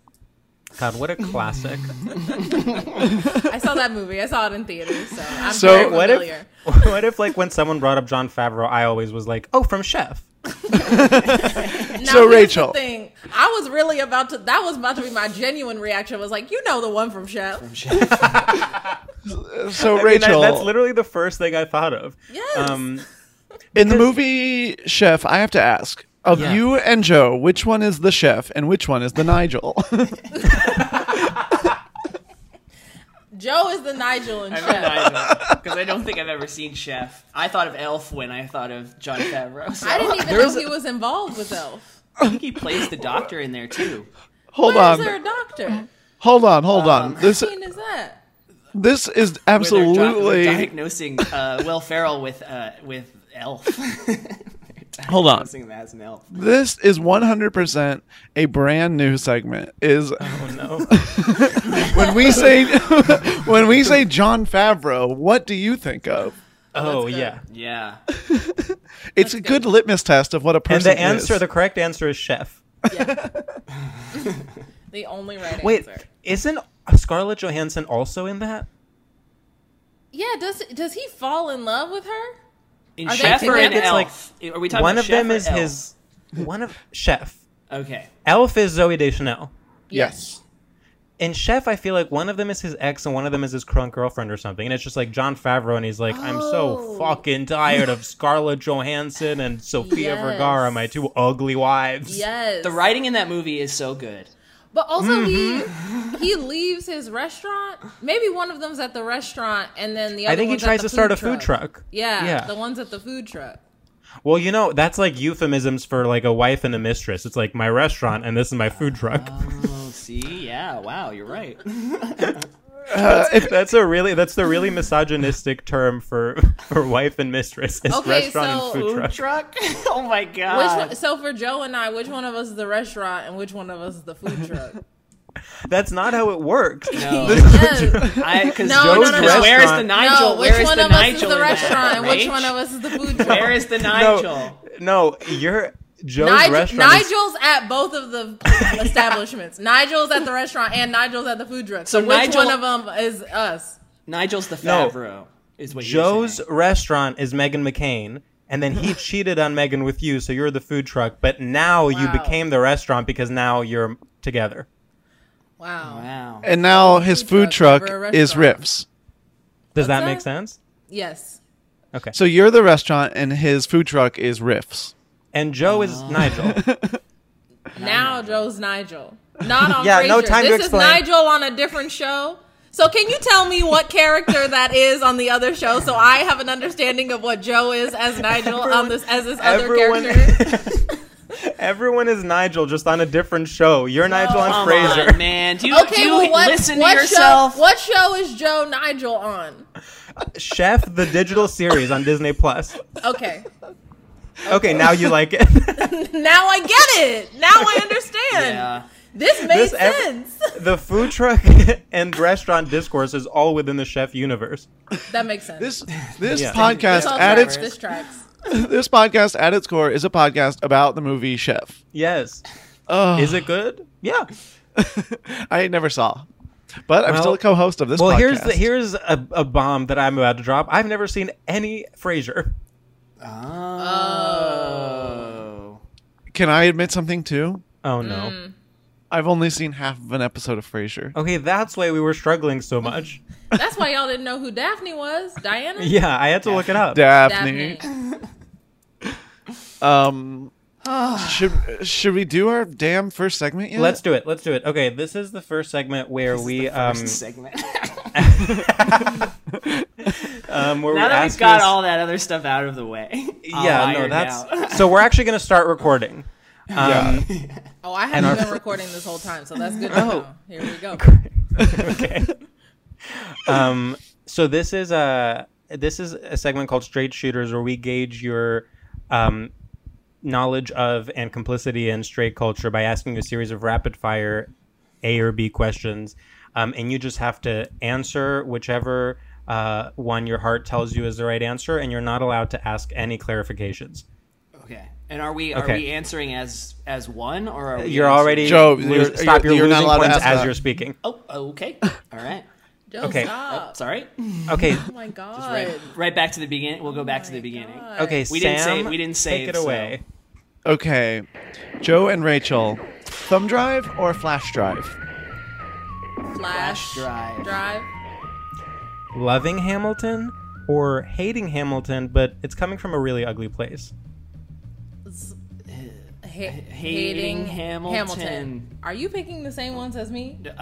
[SPEAKER 2] God, what a classic!
[SPEAKER 6] I saw that movie. I saw it in theaters, so I'm
[SPEAKER 1] So
[SPEAKER 6] very
[SPEAKER 2] what
[SPEAKER 6] familiar.
[SPEAKER 2] if what if like when someone brought up John Favreau, I always was like, oh, from Chef.
[SPEAKER 6] Now,
[SPEAKER 1] So,
[SPEAKER 6] here's the
[SPEAKER 1] Rachel.
[SPEAKER 6] thing. I was really about to. That was about to be my genuine reaction. Was like, you know, the one from Chef.
[SPEAKER 1] So,
[SPEAKER 4] I mean, that-
[SPEAKER 1] Rachel,
[SPEAKER 4] that's literally the first thing I thought of.
[SPEAKER 2] Yes.
[SPEAKER 4] Um,
[SPEAKER 1] in the movie Chef, I have to ask of
[SPEAKER 4] Yeah.
[SPEAKER 1] you and Joe, which one is the chef and which one is the Nigel?
[SPEAKER 2] Joe is the Nigel and
[SPEAKER 5] I'm
[SPEAKER 2] Chef.
[SPEAKER 5] Nigel because I don't think I've ever seen Chef. I thought of Elf when I thought of John Favreau. so-
[SPEAKER 2] I didn't even
[SPEAKER 5] There's
[SPEAKER 2] know he was involved with Elf.
[SPEAKER 5] I think he plays the doctor in there too.
[SPEAKER 1] hold
[SPEAKER 2] Why
[SPEAKER 1] on,
[SPEAKER 2] Is there Um, a doctor?
[SPEAKER 1] hold on, hold on. This
[SPEAKER 2] What scene is that?
[SPEAKER 1] this is
[SPEAKER 5] Where they're dri-
[SPEAKER 1] absolutely.
[SPEAKER 5] diagnosing uh, Will Ferrell with uh, with Elf. They're
[SPEAKER 1] Hold on.
[SPEAKER 5] diagnosing him as an elf.
[SPEAKER 1] This is 100% a brand new segment. Is
[SPEAKER 4] Oh,
[SPEAKER 1] when we say when we say John Favreau, what do you think of?
[SPEAKER 4] oh yeah.
[SPEAKER 5] Yeah.
[SPEAKER 1] It's a good litmus test of what a
[SPEAKER 4] And
[SPEAKER 1] person
[SPEAKER 4] the answer,
[SPEAKER 1] is.
[SPEAKER 4] the correct answer is chef.
[SPEAKER 2] The only right
[SPEAKER 4] Wait,
[SPEAKER 2] answer.
[SPEAKER 4] isn't Scarlett Johansson also in that?
[SPEAKER 2] Yeah, does does he fall in love with her?
[SPEAKER 5] In
[SPEAKER 2] Are they
[SPEAKER 5] Chef or in
[SPEAKER 2] together?
[SPEAKER 5] Elf? Are we talking
[SPEAKER 4] one
[SPEAKER 5] about
[SPEAKER 4] of
[SPEAKER 5] Chef
[SPEAKER 4] them
[SPEAKER 5] or
[SPEAKER 4] is
[SPEAKER 5] Elf?
[SPEAKER 4] his. One of chef.
[SPEAKER 5] Okay.
[SPEAKER 4] Elf is Zoe Deschanel.
[SPEAKER 1] yes.
[SPEAKER 4] In Chef, I feel like one of them is his ex and one of them is his current girlfriend or something. And it's just like John Favreau, and he's like, I'm so fucking tired of Scarlett Johansson and Sofia
[SPEAKER 2] Yes.
[SPEAKER 4] Vergara, my two ugly wives.
[SPEAKER 2] Yes.
[SPEAKER 5] The writing in that movie is so good.
[SPEAKER 2] But also
[SPEAKER 4] Mm-hmm.
[SPEAKER 2] he he leaves his restaurant. Maybe one of them's at the restaurant, and then the other.
[SPEAKER 4] I think he
[SPEAKER 2] one's at
[SPEAKER 4] tries
[SPEAKER 2] the
[SPEAKER 4] to start a food truck.
[SPEAKER 2] Yeah,
[SPEAKER 4] Yeah.
[SPEAKER 2] the ones at the food truck.
[SPEAKER 4] Well, you know, that's like euphemisms for like a wife and a mistress. It's like my restaurant and this is my food truck.
[SPEAKER 5] Oh, see, yeah, wow, you're right.
[SPEAKER 4] that's a really that's the really misogynistic term for for wife and mistress. Is
[SPEAKER 2] Okay,
[SPEAKER 4] restaurant and
[SPEAKER 2] so-
[SPEAKER 4] food truck.
[SPEAKER 5] Truck. Oh my
[SPEAKER 2] Which
[SPEAKER 5] god.
[SPEAKER 2] one, so for Joe and I, which one of us is the restaurant and which one of us is the food truck?
[SPEAKER 4] That's not how it works.
[SPEAKER 5] No.
[SPEAKER 2] Yes.
[SPEAKER 5] I, cause
[SPEAKER 2] No,
[SPEAKER 5] Joe's
[SPEAKER 2] no, no, no.
[SPEAKER 5] Where's the
[SPEAKER 4] Restaurant.
[SPEAKER 5] Nigel?
[SPEAKER 2] no, which
[SPEAKER 5] Where's
[SPEAKER 2] one
[SPEAKER 5] the
[SPEAKER 2] of
[SPEAKER 5] Nigel?
[SPEAKER 2] us is
[SPEAKER 5] in
[SPEAKER 2] the
[SPEAKER 5] that,
[SPEAKER 2] restaurant and which
[SPEAKER 5] Rach?
[SPEAKER 2] one of us is the food truck?
[SPEAKER 5] Where is the Nigel?
[SPEAKER 4] No, no, you're Joe's
[SPEAKER 2] Nigel,
[SPEAKER 4] restaurant. is-
[SPEAKER 2] Nigel's at both of the establishments. Nigel's at the restaurant and Nigel's at the food truck. So,
[SPEAKER 5] So
[SPEAKER 2] which
[SPEAKER 5] Nigel-
[SPEAKER 2] one of them is us?
[SPEAKER 5] Nigel's the
[SPEAKER 4] No.
[SPEAKER 5] Favreau. Is what
[SPEAKER 4] Joe's
[SPEAKER 5] You're saying.
[SPEAKER 4] restaurant is Megan McCain, and then he cheated on Megan with you, so you're the food truck. But now you
[SPEAKER 2] Wow.
[SPEAKER 4] became the restaurant because now you're together.
[SPEAKER 2] Wow.
[SPEAKER 5] Wow.
[SPEAKER 1] And now his food
[SPEAKER 2] Food
[SPEAKER 1] truck
[SPEAKER 2] truck over a
[SPEAKER 1] is
[SPEAKER 2] restaurant.
[SPEAKER 1] Riffs.
[SPEAKER 4] Does that
[SPEAKER 2] that?
[SPEAKER 4] make sense?
[SPEAKER 2] Yes.
[SPEAKER 1] So you're the restaurant and his food truck is Riffs.
[SPEAKER 4] And Joe is
[SPEAKER 5] Oh.
[SPEAKER 4] Nigel.
[SPEAKER 2] Now Joe's Nigel. Not on
[SPEAKER 4] Yeah,
[SPEAKER 2] Frasier.
[SPEAKER 4] no time to
[SPEAKER 2] this
[SPEAKER 4] explain.
[SPEAKER 2] is Nigel on a different show. So can you tell me what character that is on the other show so I have an understanding of what Joe is as Nigel on this as this other
[SPEAKER 4] everyone-
[SPEAKER 2] character?
[SPEAKER 4] Everyone is Nigel, just on a different show. You're Nigel on
[SPEAKER 5] Come
[SPEAKER 4] Frasier.
[SPEAKER 5] on, man. Do you, do
[SPEAKER 2] Okay,
[SPEAKER 5] you
[SPEAKER 2] well, what,
[SPEAKER 5] listen
[SPEAKER 2] what
[SPEAKER 5] to yourself?
[SPEAKER 2] Show, what show is Joe Nigel on?
[SPEAKER 4] Chef, the digital series on Disney Plus.
[SPEAKER 2] Okay.
[SPEAKER 4] Okay, now you like it.
[SPEAKER 2] Now I get it. Now I understand.
[SPEAKER 5] Yeah.
[SPEAKER 2] This made
[SPEAKER 4] This ev-
[SPEAKER 2] sense.
[SPEAKER 4] the food truck and restaurant discourse is all within the chef universe.
[SPEAKER 2] that makes sense.
[SPEAKER 1] This this
[SPEAKER 4] Yeah.
[SPEAKER 2] This
[SPEAKER 1] podcast
[SPEAKER 2] all
[SPEAKER 1] at
[SPEAKER 2] tracks.
[SPEAKER 1] its
[SPEAKER 2] This tracks.
[SPEAKER 1] this podcast at its core is a podcast about the movie Chef.
[SPEAKER 4] Yes. is it good? Yeah.
[SPEAKER 1] I never saw, but I'm
[SPEAKER 4] Well-
[SPEAKER 1] still a co-host of this.
[SPEAKER 4] Well,
[SPEAKER 1] podcast.
[SPEAKER 4] here's the, here's a, a bomb that I'm about to drop. I've never seen any Frasier.
[SPEAKER 5] Oh.
[SPEAKER 1] Can I admit something too?
[SPEAKER 4] Oh no.
[SPEAKER 2] Mm.
[SPEAKER 1] I've only seen half of an episode of Frasier.
[SPEAKER 4] Okay, that's why we were struggling so much.
[SPEAKER 2] That's why y'all didn't know who Daphne was. Diana?
[SPEAKER 4] yeah, I had to look it up.
[SPEAKER 1] Daphne.
[SPEAKER 2] Daphne.
[SPEAKER 1] Um, should should we do our damn first segment yet?
[SPEAKER 4] Let's do it. Let's do it. Okay, this is the first segment where we um,
[SPEAKER 5] segment.
[SPEAKER 4] um where we
[SPEAKER 5] now that
[SPEAKER 4] ask
[SPEAKER 5] we've got
[SPEAKER 4] this-
[SPEAKER 5] all that other stuff out of the way. all
[SPEAKER 4] yeah no
[SPEAKER 5] ironed out.
[SPEAKER 4] that's so we're actually gonna start recording. Um,
[SPEAKER 2] Oh, I
[SPEAKER 4] our-
[SPEAKER 2] haven't been recording this whole time, so that's good
[SPEAKER 5] Oh.
[SPEAKER 2] to know. Here we go.
[SPEAKER 4] okay. um, so this is a this is a segment called Straight Shooters, where we gauge your um, knowledge of and complicity in straight culture by asking you a series of rapid fire A or B questions, um, and you just have to answer whichever uh, one your heart tells you is the right answer, and you're not allowed to ask any clarifications.
[SPEAKER 5] Okay. And are we are
[SPEAKER 4] Okay.
[SPEAKER 5] we answering as as one or are we
[SPEAKER 4] You're
[SPEAKER 5] answering-
[SPEAKER 4] already
[SPEAKER 1] Joe,
[SPEAKER 4] lo-
[SPEAKER 1] you're-
[SPEAKER 4] stop. You're,
[SPEAKER 1] you're- you're not
[SPEAKER 4] losing
[SPEAKER 1] allowed to
[SPEAKER 4] points
[SPEAKER 1] ask
[SPEAKER 4] as
[SPEAKER 1] that.
[SPEAKER 4] you're speaking.
[SPEAKER 5] Oh, okay. All right. Oh,
[SPEAKER 2] Joe,
[SPEAKER 4] Okay.
[SPEAKER 2] stop.
[SPEAKER 5] Sorry.
[SPEAKER 4] Okay.
[SPEAKER 2] Oh my god. Oh,
[SPEAKER 5] Right, right back to the beginning. We'll go back to the beginning.
[SPEAKER 4] Okay.
[SPEAKER 5] We
[SPEAKER 4] Sam,
[SPEAKER 5] didn't say- we didn't
[SPEAKER 4] Take
[SPEAKER 5] save,
[SPEAKER 4] it
[SPEAKER 5] so-
[SPEAKER 4] away.
[SPEAKER 1] Okay, Joe and Rachel, thumb drive or flash drive?
[SPEAKER 2] Flash
[SPEAKER 5] Flash drive.
[SPEAKER 2] drive.
[SPEAKER 4] loving Hamilton or hating Hamilton, but it's coming from a really ugly place.
[SPEAKER 2] Ha-
[SPEAKER 5] hating Hamilton.
[SPEAKER 2] Are you picking the same ones as me?
[SPEAKER 5] Uh,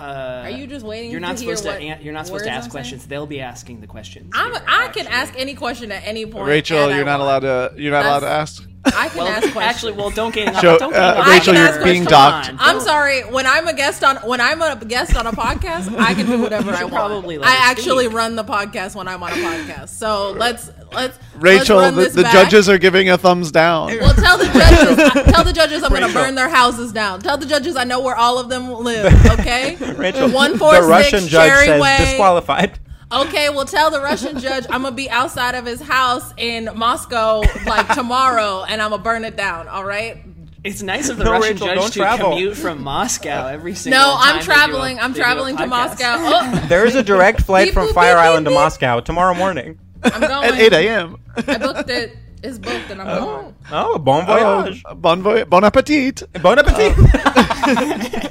[SPEAKER 2] Are you just waiting
[SPEAKER 5] You're not
[SPEAKER 2] to hear
[SPEAKER 5] supposed
[SPEAKER 2] what
[SPEAKER 5] to. an- you're not supposed to
[SPEAKER 2] words
[SPEAKER 5] ask
[SPEAKER 2] I'm
[SPEAKER 5] questions. They'll be asking the questions.
[SPEAKER 2] I'm, I can ask any question at any point.
[SPEAKER 1] Rachel,
[SPEAKER 2] and I
[SPEAKER 1] you're not
[SPEAKER 2] will.
[SPEAKER 1] allowed to. You're not allowed to
[SPEAKER 2] That's-
[SPEAKER 1] ask.
[SPEAKER 2] I can ask questions.
[SPEAKER 5] Actually, well, don't gain up.
[SPEAKER 1] Joe-
[SPEAKER 5] don't
[SPEAKER 1] uh,
[SPEAKER 5] gain up.
[SPEAKER 1] Rachel,
[SPEAKER 5] I can
[SPEAKER 1] you're
[SPEAKER 5] ask
[SPEAKER 1] being
[SPEAKER 5] questions. Come
[SPEAKER 1] docked.
[SPEAKER 5] on.
[SPEAKER 2] I'm sorry. When I'm a guest on when I'm a guest on a podcast, I can do whatever I want.
[SPEAKER 5] probably let
[SPEAKER 2] I
[SPEAKER 5] her
[SPEAKER 2] actually run the podcast when I'm on a podcast. So let's let's
[SPEAKER 1] Rachel,
[SPEAKER 2] let's run
[SPEAKER 1] the,
[SPEAKER 2] this
[SPEAKER 1] the
[SPEAKER 2] back.
[SPEAKER 1] judges are giving a thumbs down.
[SPEAKER 2] Well, tell the judges. tell the judges I'm going to
[SPEAKER 4] Rachel.
[SPEAKER 2] burn their houses down. Tell the judges I know where all of them live. Okay,
[SPEAKER 4] Rachel,
[SPEAKER 2] One four
[SPEAKER 4] the Russian
[SPEAKER 2] six
[SPEAKER 4] judge
[SPEAKER 2] Cherry
[SPEAKER 4] says
[SPEAKER 2] Way.
[SPEAKER 4] disqualified.
[SPEAKER 2] Okay, well, tell the Russian judge I'm gonna be outside of his house in Moscow like tomorrow, and I'm gonna burn it down. All right.
[SPEAKER 5] It's nice of the
[SPEAKER 4] No,
[SPEAKER 5] Russian
[SPEAKER 4] Rachel,
[SPEAKER 5] judge
[SPEAKER 4] don't
[SPEAKER 5] to
[SPEAKER 4] travel.
[SPEAKER 5] commute from Moscow every single.
[SPEAKER 2] No,
[SPEAKER 5] time
[SPEAKER 2] I'm
[SPEAKER 5] they do a-
[SPEAKER 2] traveling. I'm
[SPEAKER 5] they do a
[SPEAKER 2] traveling to
[SPEAKER 5] podcast.
[SPEAKER 2] Moscow. Oh,
[SPEAKER 4] There is a direct flight from
[SPEAKER 2] Beep, boop,
[SPEAKER 4] Fire
[SPEAKER 2] beep,
[SPEAKER 4] Island to
[SPEAKER 2] beep, beep.
[SPEAKER 4] Moscow tomorrow morning.
[SPEAKER 2] I'm going.
[SPEAKER 1] At 8 a.m.
[SPEAKER 2] I booked it. It's booked, and I'm going.
[SPEAKER 4] Oh, bon
[SPEAKER 1] Oh,
[SPEAKER 4] voyage.
[SPEAKER 1] bon, voy- bon appetit.
[SPEAKER 4] Bon
[SPEAKER 5] oh.
[SPEAKER 4] appetit.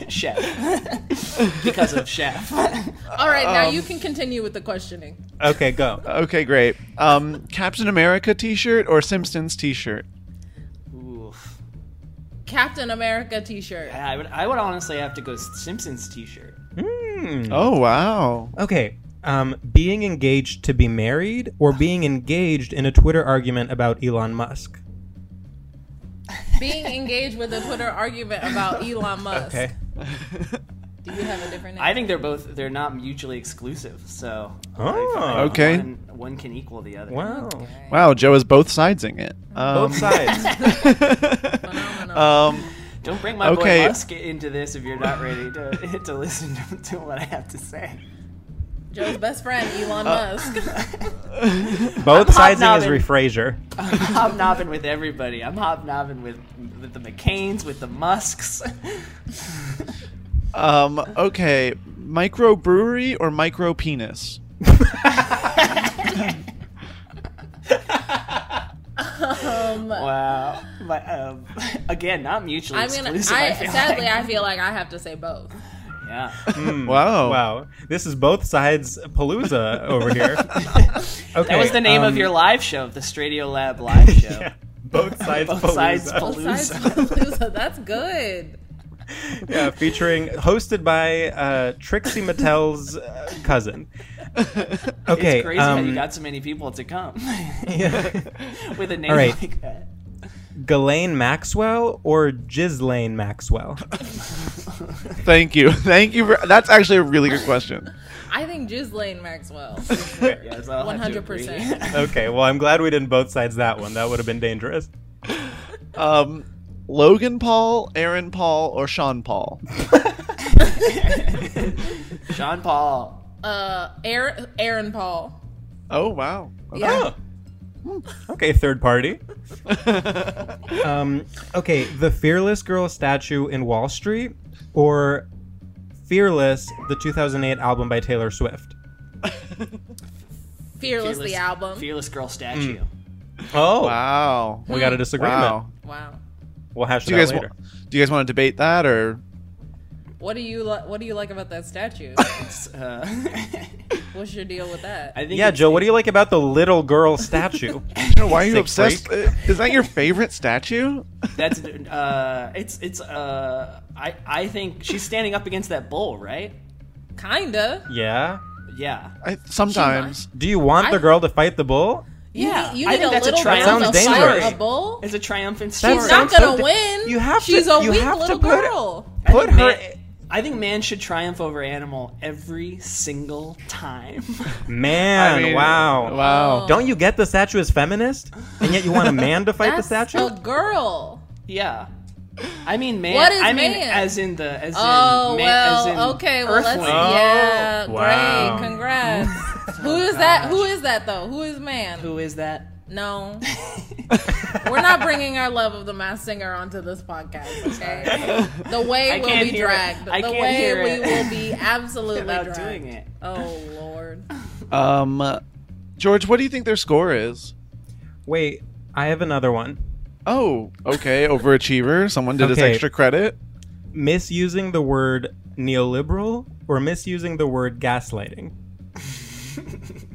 [SPEAKER 5] Chef. because of Chef.
[SPEAKER 2] All right, now
[SPEAKER 5] Um,
[SPEAKER 2] you can continue with the questioning.
[SPEAKER 4] okay, go.
[SPEAKER 1] Okay, great. Um, Captain America T-shirt or Simpsons T-shirt?
[SPEAKER 5] Oof.
[SPEAKER 2] Captain America T-shirt.
[SPEAKER 5] I would. I would honestly have to go Simpsons T-shirt.
[SPEAKER 1] Oh wow.
[SPEAKER 4] Okay. Um, being engaged to be married or being engaged in a Twitter argument about Elon Musk.
[SPEAKER 2] Being engaged with a Twitter argument about Elon Musk.
[SPEAKER 4] Okay.
[SPEAKER 2] Do you have a different? Name?
[SPEAKER 5] I think they're both. They're not mutually exclusive. So.
[SPEAKER 4] Oh.
[SPEAKER 1] Okay.
[SPEAKER 5] One, one can equal the other.
[SPEAKER 4] Wow.
[SPEAKER 1] Wow, Joe is both sidesing it. Um,
[SPEAKER 4] Both sides.
[SPEAKER 1] um,
[SPEAKER 5] Don't bring my
[SPEAKER 1] Okay.
[SPEAKER 5] boy Musk into this if you're not ready to to listen to, to what I have to say.
[SPEAKER 2] Joe's best friend Elon
[SPEAKER 5] Uh,
[SPEAKER 2] Musk.
[SPEAKER 4] Both sidesing is
[SPEAKER 5] hobnobbing.
[SPEAKER 4] rephrasure.
[SPEAKER 5] I'm hobnobbing with everybody. I'm hobnobbing with with the McCains, with the Musks.
[SPEAKER 1] um, okay, microbrewery or micro penis?
[SPEAKER 5] Wow. But, um, again, not mutually
[SPEAKER 2] I mean, I,
[SPEAKER 5] exclusive. I feel
[SPEAKER 2] sadly,
[SPEAKER 5] like.
[SPEAKER 2] I feel like I have to say both.
[SPEAKER 5] yeah.
[SPEAKER 1] Wow.
[SPEAKER 4] Wow. This is both sides palooza over here. Okay.
[SPEAKER 5] That was the name
[SPEAKER 4] um,
[SPEAKER 5] of your live show, the Stradio Lab live show.
[SPEAKER 4] Yeah. Both sides
[SPEAKER 5] Both
[SPEAKER 4] palooza.
[SPEAKER 5] sides palooza.
[SPEAKER 2] Besides Palooza, that's good.
[SPEAKER 4] yeah, featuring hosted by uh, Trixie Mattel's uh, cousin. Okay.
[SPEAKER 5] it's crazy how
[SPEAKER 4] um,
[SPEAKER 5] you got so many people to come
[SPEAKER 4] yeah.
[SPEAKER 5] with a name
[SPEAKER 4] All right.
[SPEAKER 5] like that.
[SPEAKER 4] Ghislaine Maxwell or Ghislaine Maxwell?
[SPEAKER 1] Thank you. Thank you. For, that's actually a really good question.
[SPEAKER 2] I think Ghislaine Maxwell.
[SPEAKER 5] Yeah, so I'll
[SPEAKER 2] One
[SPEAKER 5] have to
[SPEAKER 2] hundred
[SPEAKER 5] agree.
[SPEAKER 2] percent.
[SPEAKER 4] Okay, well, I'm glad we didn't both sides that one. That would have been dangerous.
[SPEAKER 1] Um, Logan Paul, Aaron Paul, or Sean Paul?
[SPEAKER 5] Sean Paul.
[SPEAKER 2] Uh, Aaron, Aaron Paul.
[SPEAKER 1] Oh wow.
[SPEAKER 2] Yeah.
[SPEAKER 4] Okay, third party. um, okay, the Fearless Girl statue in Wall Street or Fearless, the 2008 album by Taylor Swift?
[SPEAKER 2] Fearless, the album.
[SPEAKER 5] Fearless Girl statue.
[SPEAKER 4] Oh,
[SPEAKER 1] Wow.
[SPEAKER 4] we got a disagreement.
[SPEAKER 1] Wow.
[SPEAKER 2] wow.
[SPEAKER 4] We'll hash
[SPEAKER 1] Do
[SPEAKER 4] it
[SPEAKER 1] you
[SPEAKER 4] out
[SPEAKER 1] guys
[SPEAKER 4] later.
[SPEAKER 1] want? Do you guys want to debate that or?
[SPEAKER 2] What do you li- What do you like about that statue?
[SPEAKER 5] It's, uh,
[SPEAKER 2] What's your deal with that?
[SPEAKER 5] I think
[SPEAKER 4] yeah, Joe, what do you like about the little girl statue?
[SPEAKER 1] Joe, why are you
[SPEAKER 4] Sick
[SPEAKER 1] obsessed? Is that your favorite statue?
[SPEAKER 5] That's uh, it's it's uh, I I think she's standing up against that bull, right?
[SPEAKER 2] Kinda.
[SPEAKER 4] yeah.
[SPEAKER 5] Yeah.
[SPEAKER 1] I, sometimes.
[SPEAKER 4] Do you want
[SPEAKER 2] I-
[SPEAKER 4] the girl to fight the bull?
[SPEAKER 5] Yeah,
[SPEAKER 2] You, you
[SPEAKER 5] I
[SPEAKER 2] need
[SPEAKER 5] think
[SPEAKER 2] a
[SPEAKER 5] that's a
[SPEAKER 2] little
[SPEAKER 5] triumph.
[SPEAKER 2] girl
[SPEAKER 4] Sounds
[SPEAKER 2] to fight
[SPEAKER 4] dangerous.
[SPEAKER 2] A bull.
[SPEAKER 5] It's a triumphant story.
[SPEAKER 2] She's not
[SPEAKER 4] sounds so
[SPEAKER 2] gonna
[SPEAKER 4] da-
[SPEAKER 2] win.
[SPEAKER 4] you have to-
[SPEAKER 2] She's a
[SPEAKER 4] you
[SPEAKER 2] weak
[SPEAKER 4] have to
[SPEAKER 2] little
[SPEAKER 4] put it-
[SPEAKER 2] girl.
[SPEAKER 5] I think
[SPEAKER 4] Put her.
[SPEAKER 5] man- I think man should triumph over animal every single time.
[SPEAKER 4] Man,
[SPEAKER 1] I mean,
[SPEAKER 4] wow.
[SPEAKER 1] Wow.
[SPEAKER 4] Don't you get the statue is feminist? And yet you want a man to fight the
[SPEAKER 2] That's
[SPEAKER 4] statue?
[SPEAKER 2] a girl.
[SPEAKER 5] yeah. I mean man.
[SPEAKER 2] What is
[SPEAKER 5] I mean
[SPEAKER 2] man?
[SPEAKER 5] as in the as
[SPEAKER 2] Oh
[SPEAKER 5] in man, as in
[SPEAKER 2] well, okay. Well, let's.
[SPEAKER 5] earthling.
[SPEAKER 2] Yeah,
[SPEAKER 4] Oh, wow.
[SPEAKER 2] Uh, great. Congrats. Who is that? Who is that though? Who is man?
[SPEAKER 5] Who is that?
[SPEAKER 2] No, we're not bringing our love of the mass singer onto this podcast. Okay, the way
[SPEAKER 5] I
[SPEAKER 2] will
[SPEAKER 5] can't
[SPEAKER 2] be
[SPEAKER 5] hear it.
[SPEAKER 2] dragged.
[SPEAKER 5] I
[SPEAKER 2] the
[SPEAKER 5] can't
[SPEAKER 2] way
[SPEAKER 5] hear
[SPEAKER 2] we
[SPEAKER 5] it.
[SPEAKER 2] will be absolutely
[SPEAKER 5] Without
[SPEAKER 2] dragged.
[SPEAKER 5] doing it.
[SPEAKER 2] Oh lord.
[SPEAKER 1] Um, George, what do you think their score is?
[SPEAKER 4] Wait, I have another one.
[SPEAKER 1] Oh, okay, overachiever. Someone did his
[SPEAKER 4] Okay.
[SPEAKER 1] extra credit.
[SPEAKER 4] Misusing the word neoliberal or misusing the word gaslighting?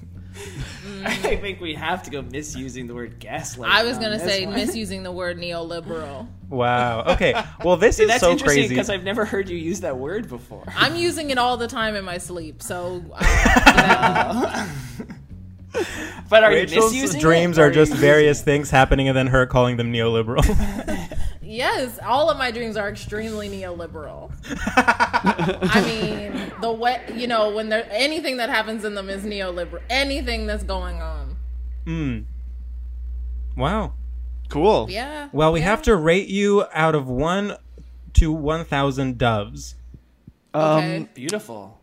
[SPEAKER 5] I think we have to go misusing the word gaslight.
[SPEAKER 2] I was
[SPEAKER 5] on
[SPEAKER 2] gonna
[SPEAKER 5] Oh, this
[SPEAKER 2] say
[SPEAKER 5] one.
[SPEAKER 2] misusing the word neoliberal.
[SPEAKER 4] Wow. Okay. Well, this
[SPEAKER 5] See,
[SPEAKER 4] is
[SPEAKER 5] that's
[SPEAKER 4] so
[SPEAKER 5] interesting
[SPEAKER 4] crazy.
[SPEAKER 5] because I've never heard you use that word before.
[SPEAKER 2] I'm using it all the time in my sleep, so
[SPEAKER 5] But are
[SPEAKER 4] Rachel's
[SPEAKER 5] you misusing
[SPEAKER 4] dreams
[SPEAKER 5] it, or
[SPEAKER 4] are just
[SPEAKER 5] you
[SPEAKER 4] various things happening, and then her calling them neoliberal.
[SPEAKER 2] Yes, all of my dreams are extremely neoliberal. I mean, the way you know when there anything that happens in them is neoliberal. Anything that's going on,
[SPEAKER 4] Hmm. Wow.
[SPEAKER 1] Cool.
[SPEAKER 2] yeah.
[SPEAKER 4] Well, we have to rate you out of one to one thousand doves.
[SPEAKER 1] Okay.
[SPEAKER 5] Um, Beautiful.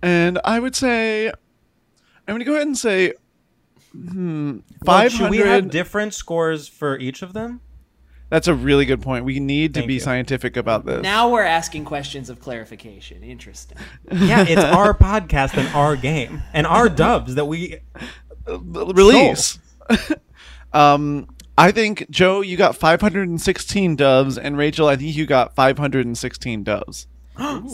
[SPEAKER 1] And I would say, I'm going to go ahead and say, hmm,
[SPEAKER 4] Well,
[SPEAKER 1] 500.
[SPEAKER 4] should we have different scores for each of them?
[SPEAKER 1] That's a really good point. We need to
[SPEAKER 4] Thank
[SPEAKER 1] be
[SPEAKER 4] you.
[SPEAKER 1] scientific about this.
[SPEAKER 5] Now we're asking questions of clarification. Interesting.
[SPEAKER 4] Yeah, it's our podcast and our game and our doves that we
[SPEAKER 1] release. um, I think Joe, you got 516 doves, and Rachel, I think you got 516 doves.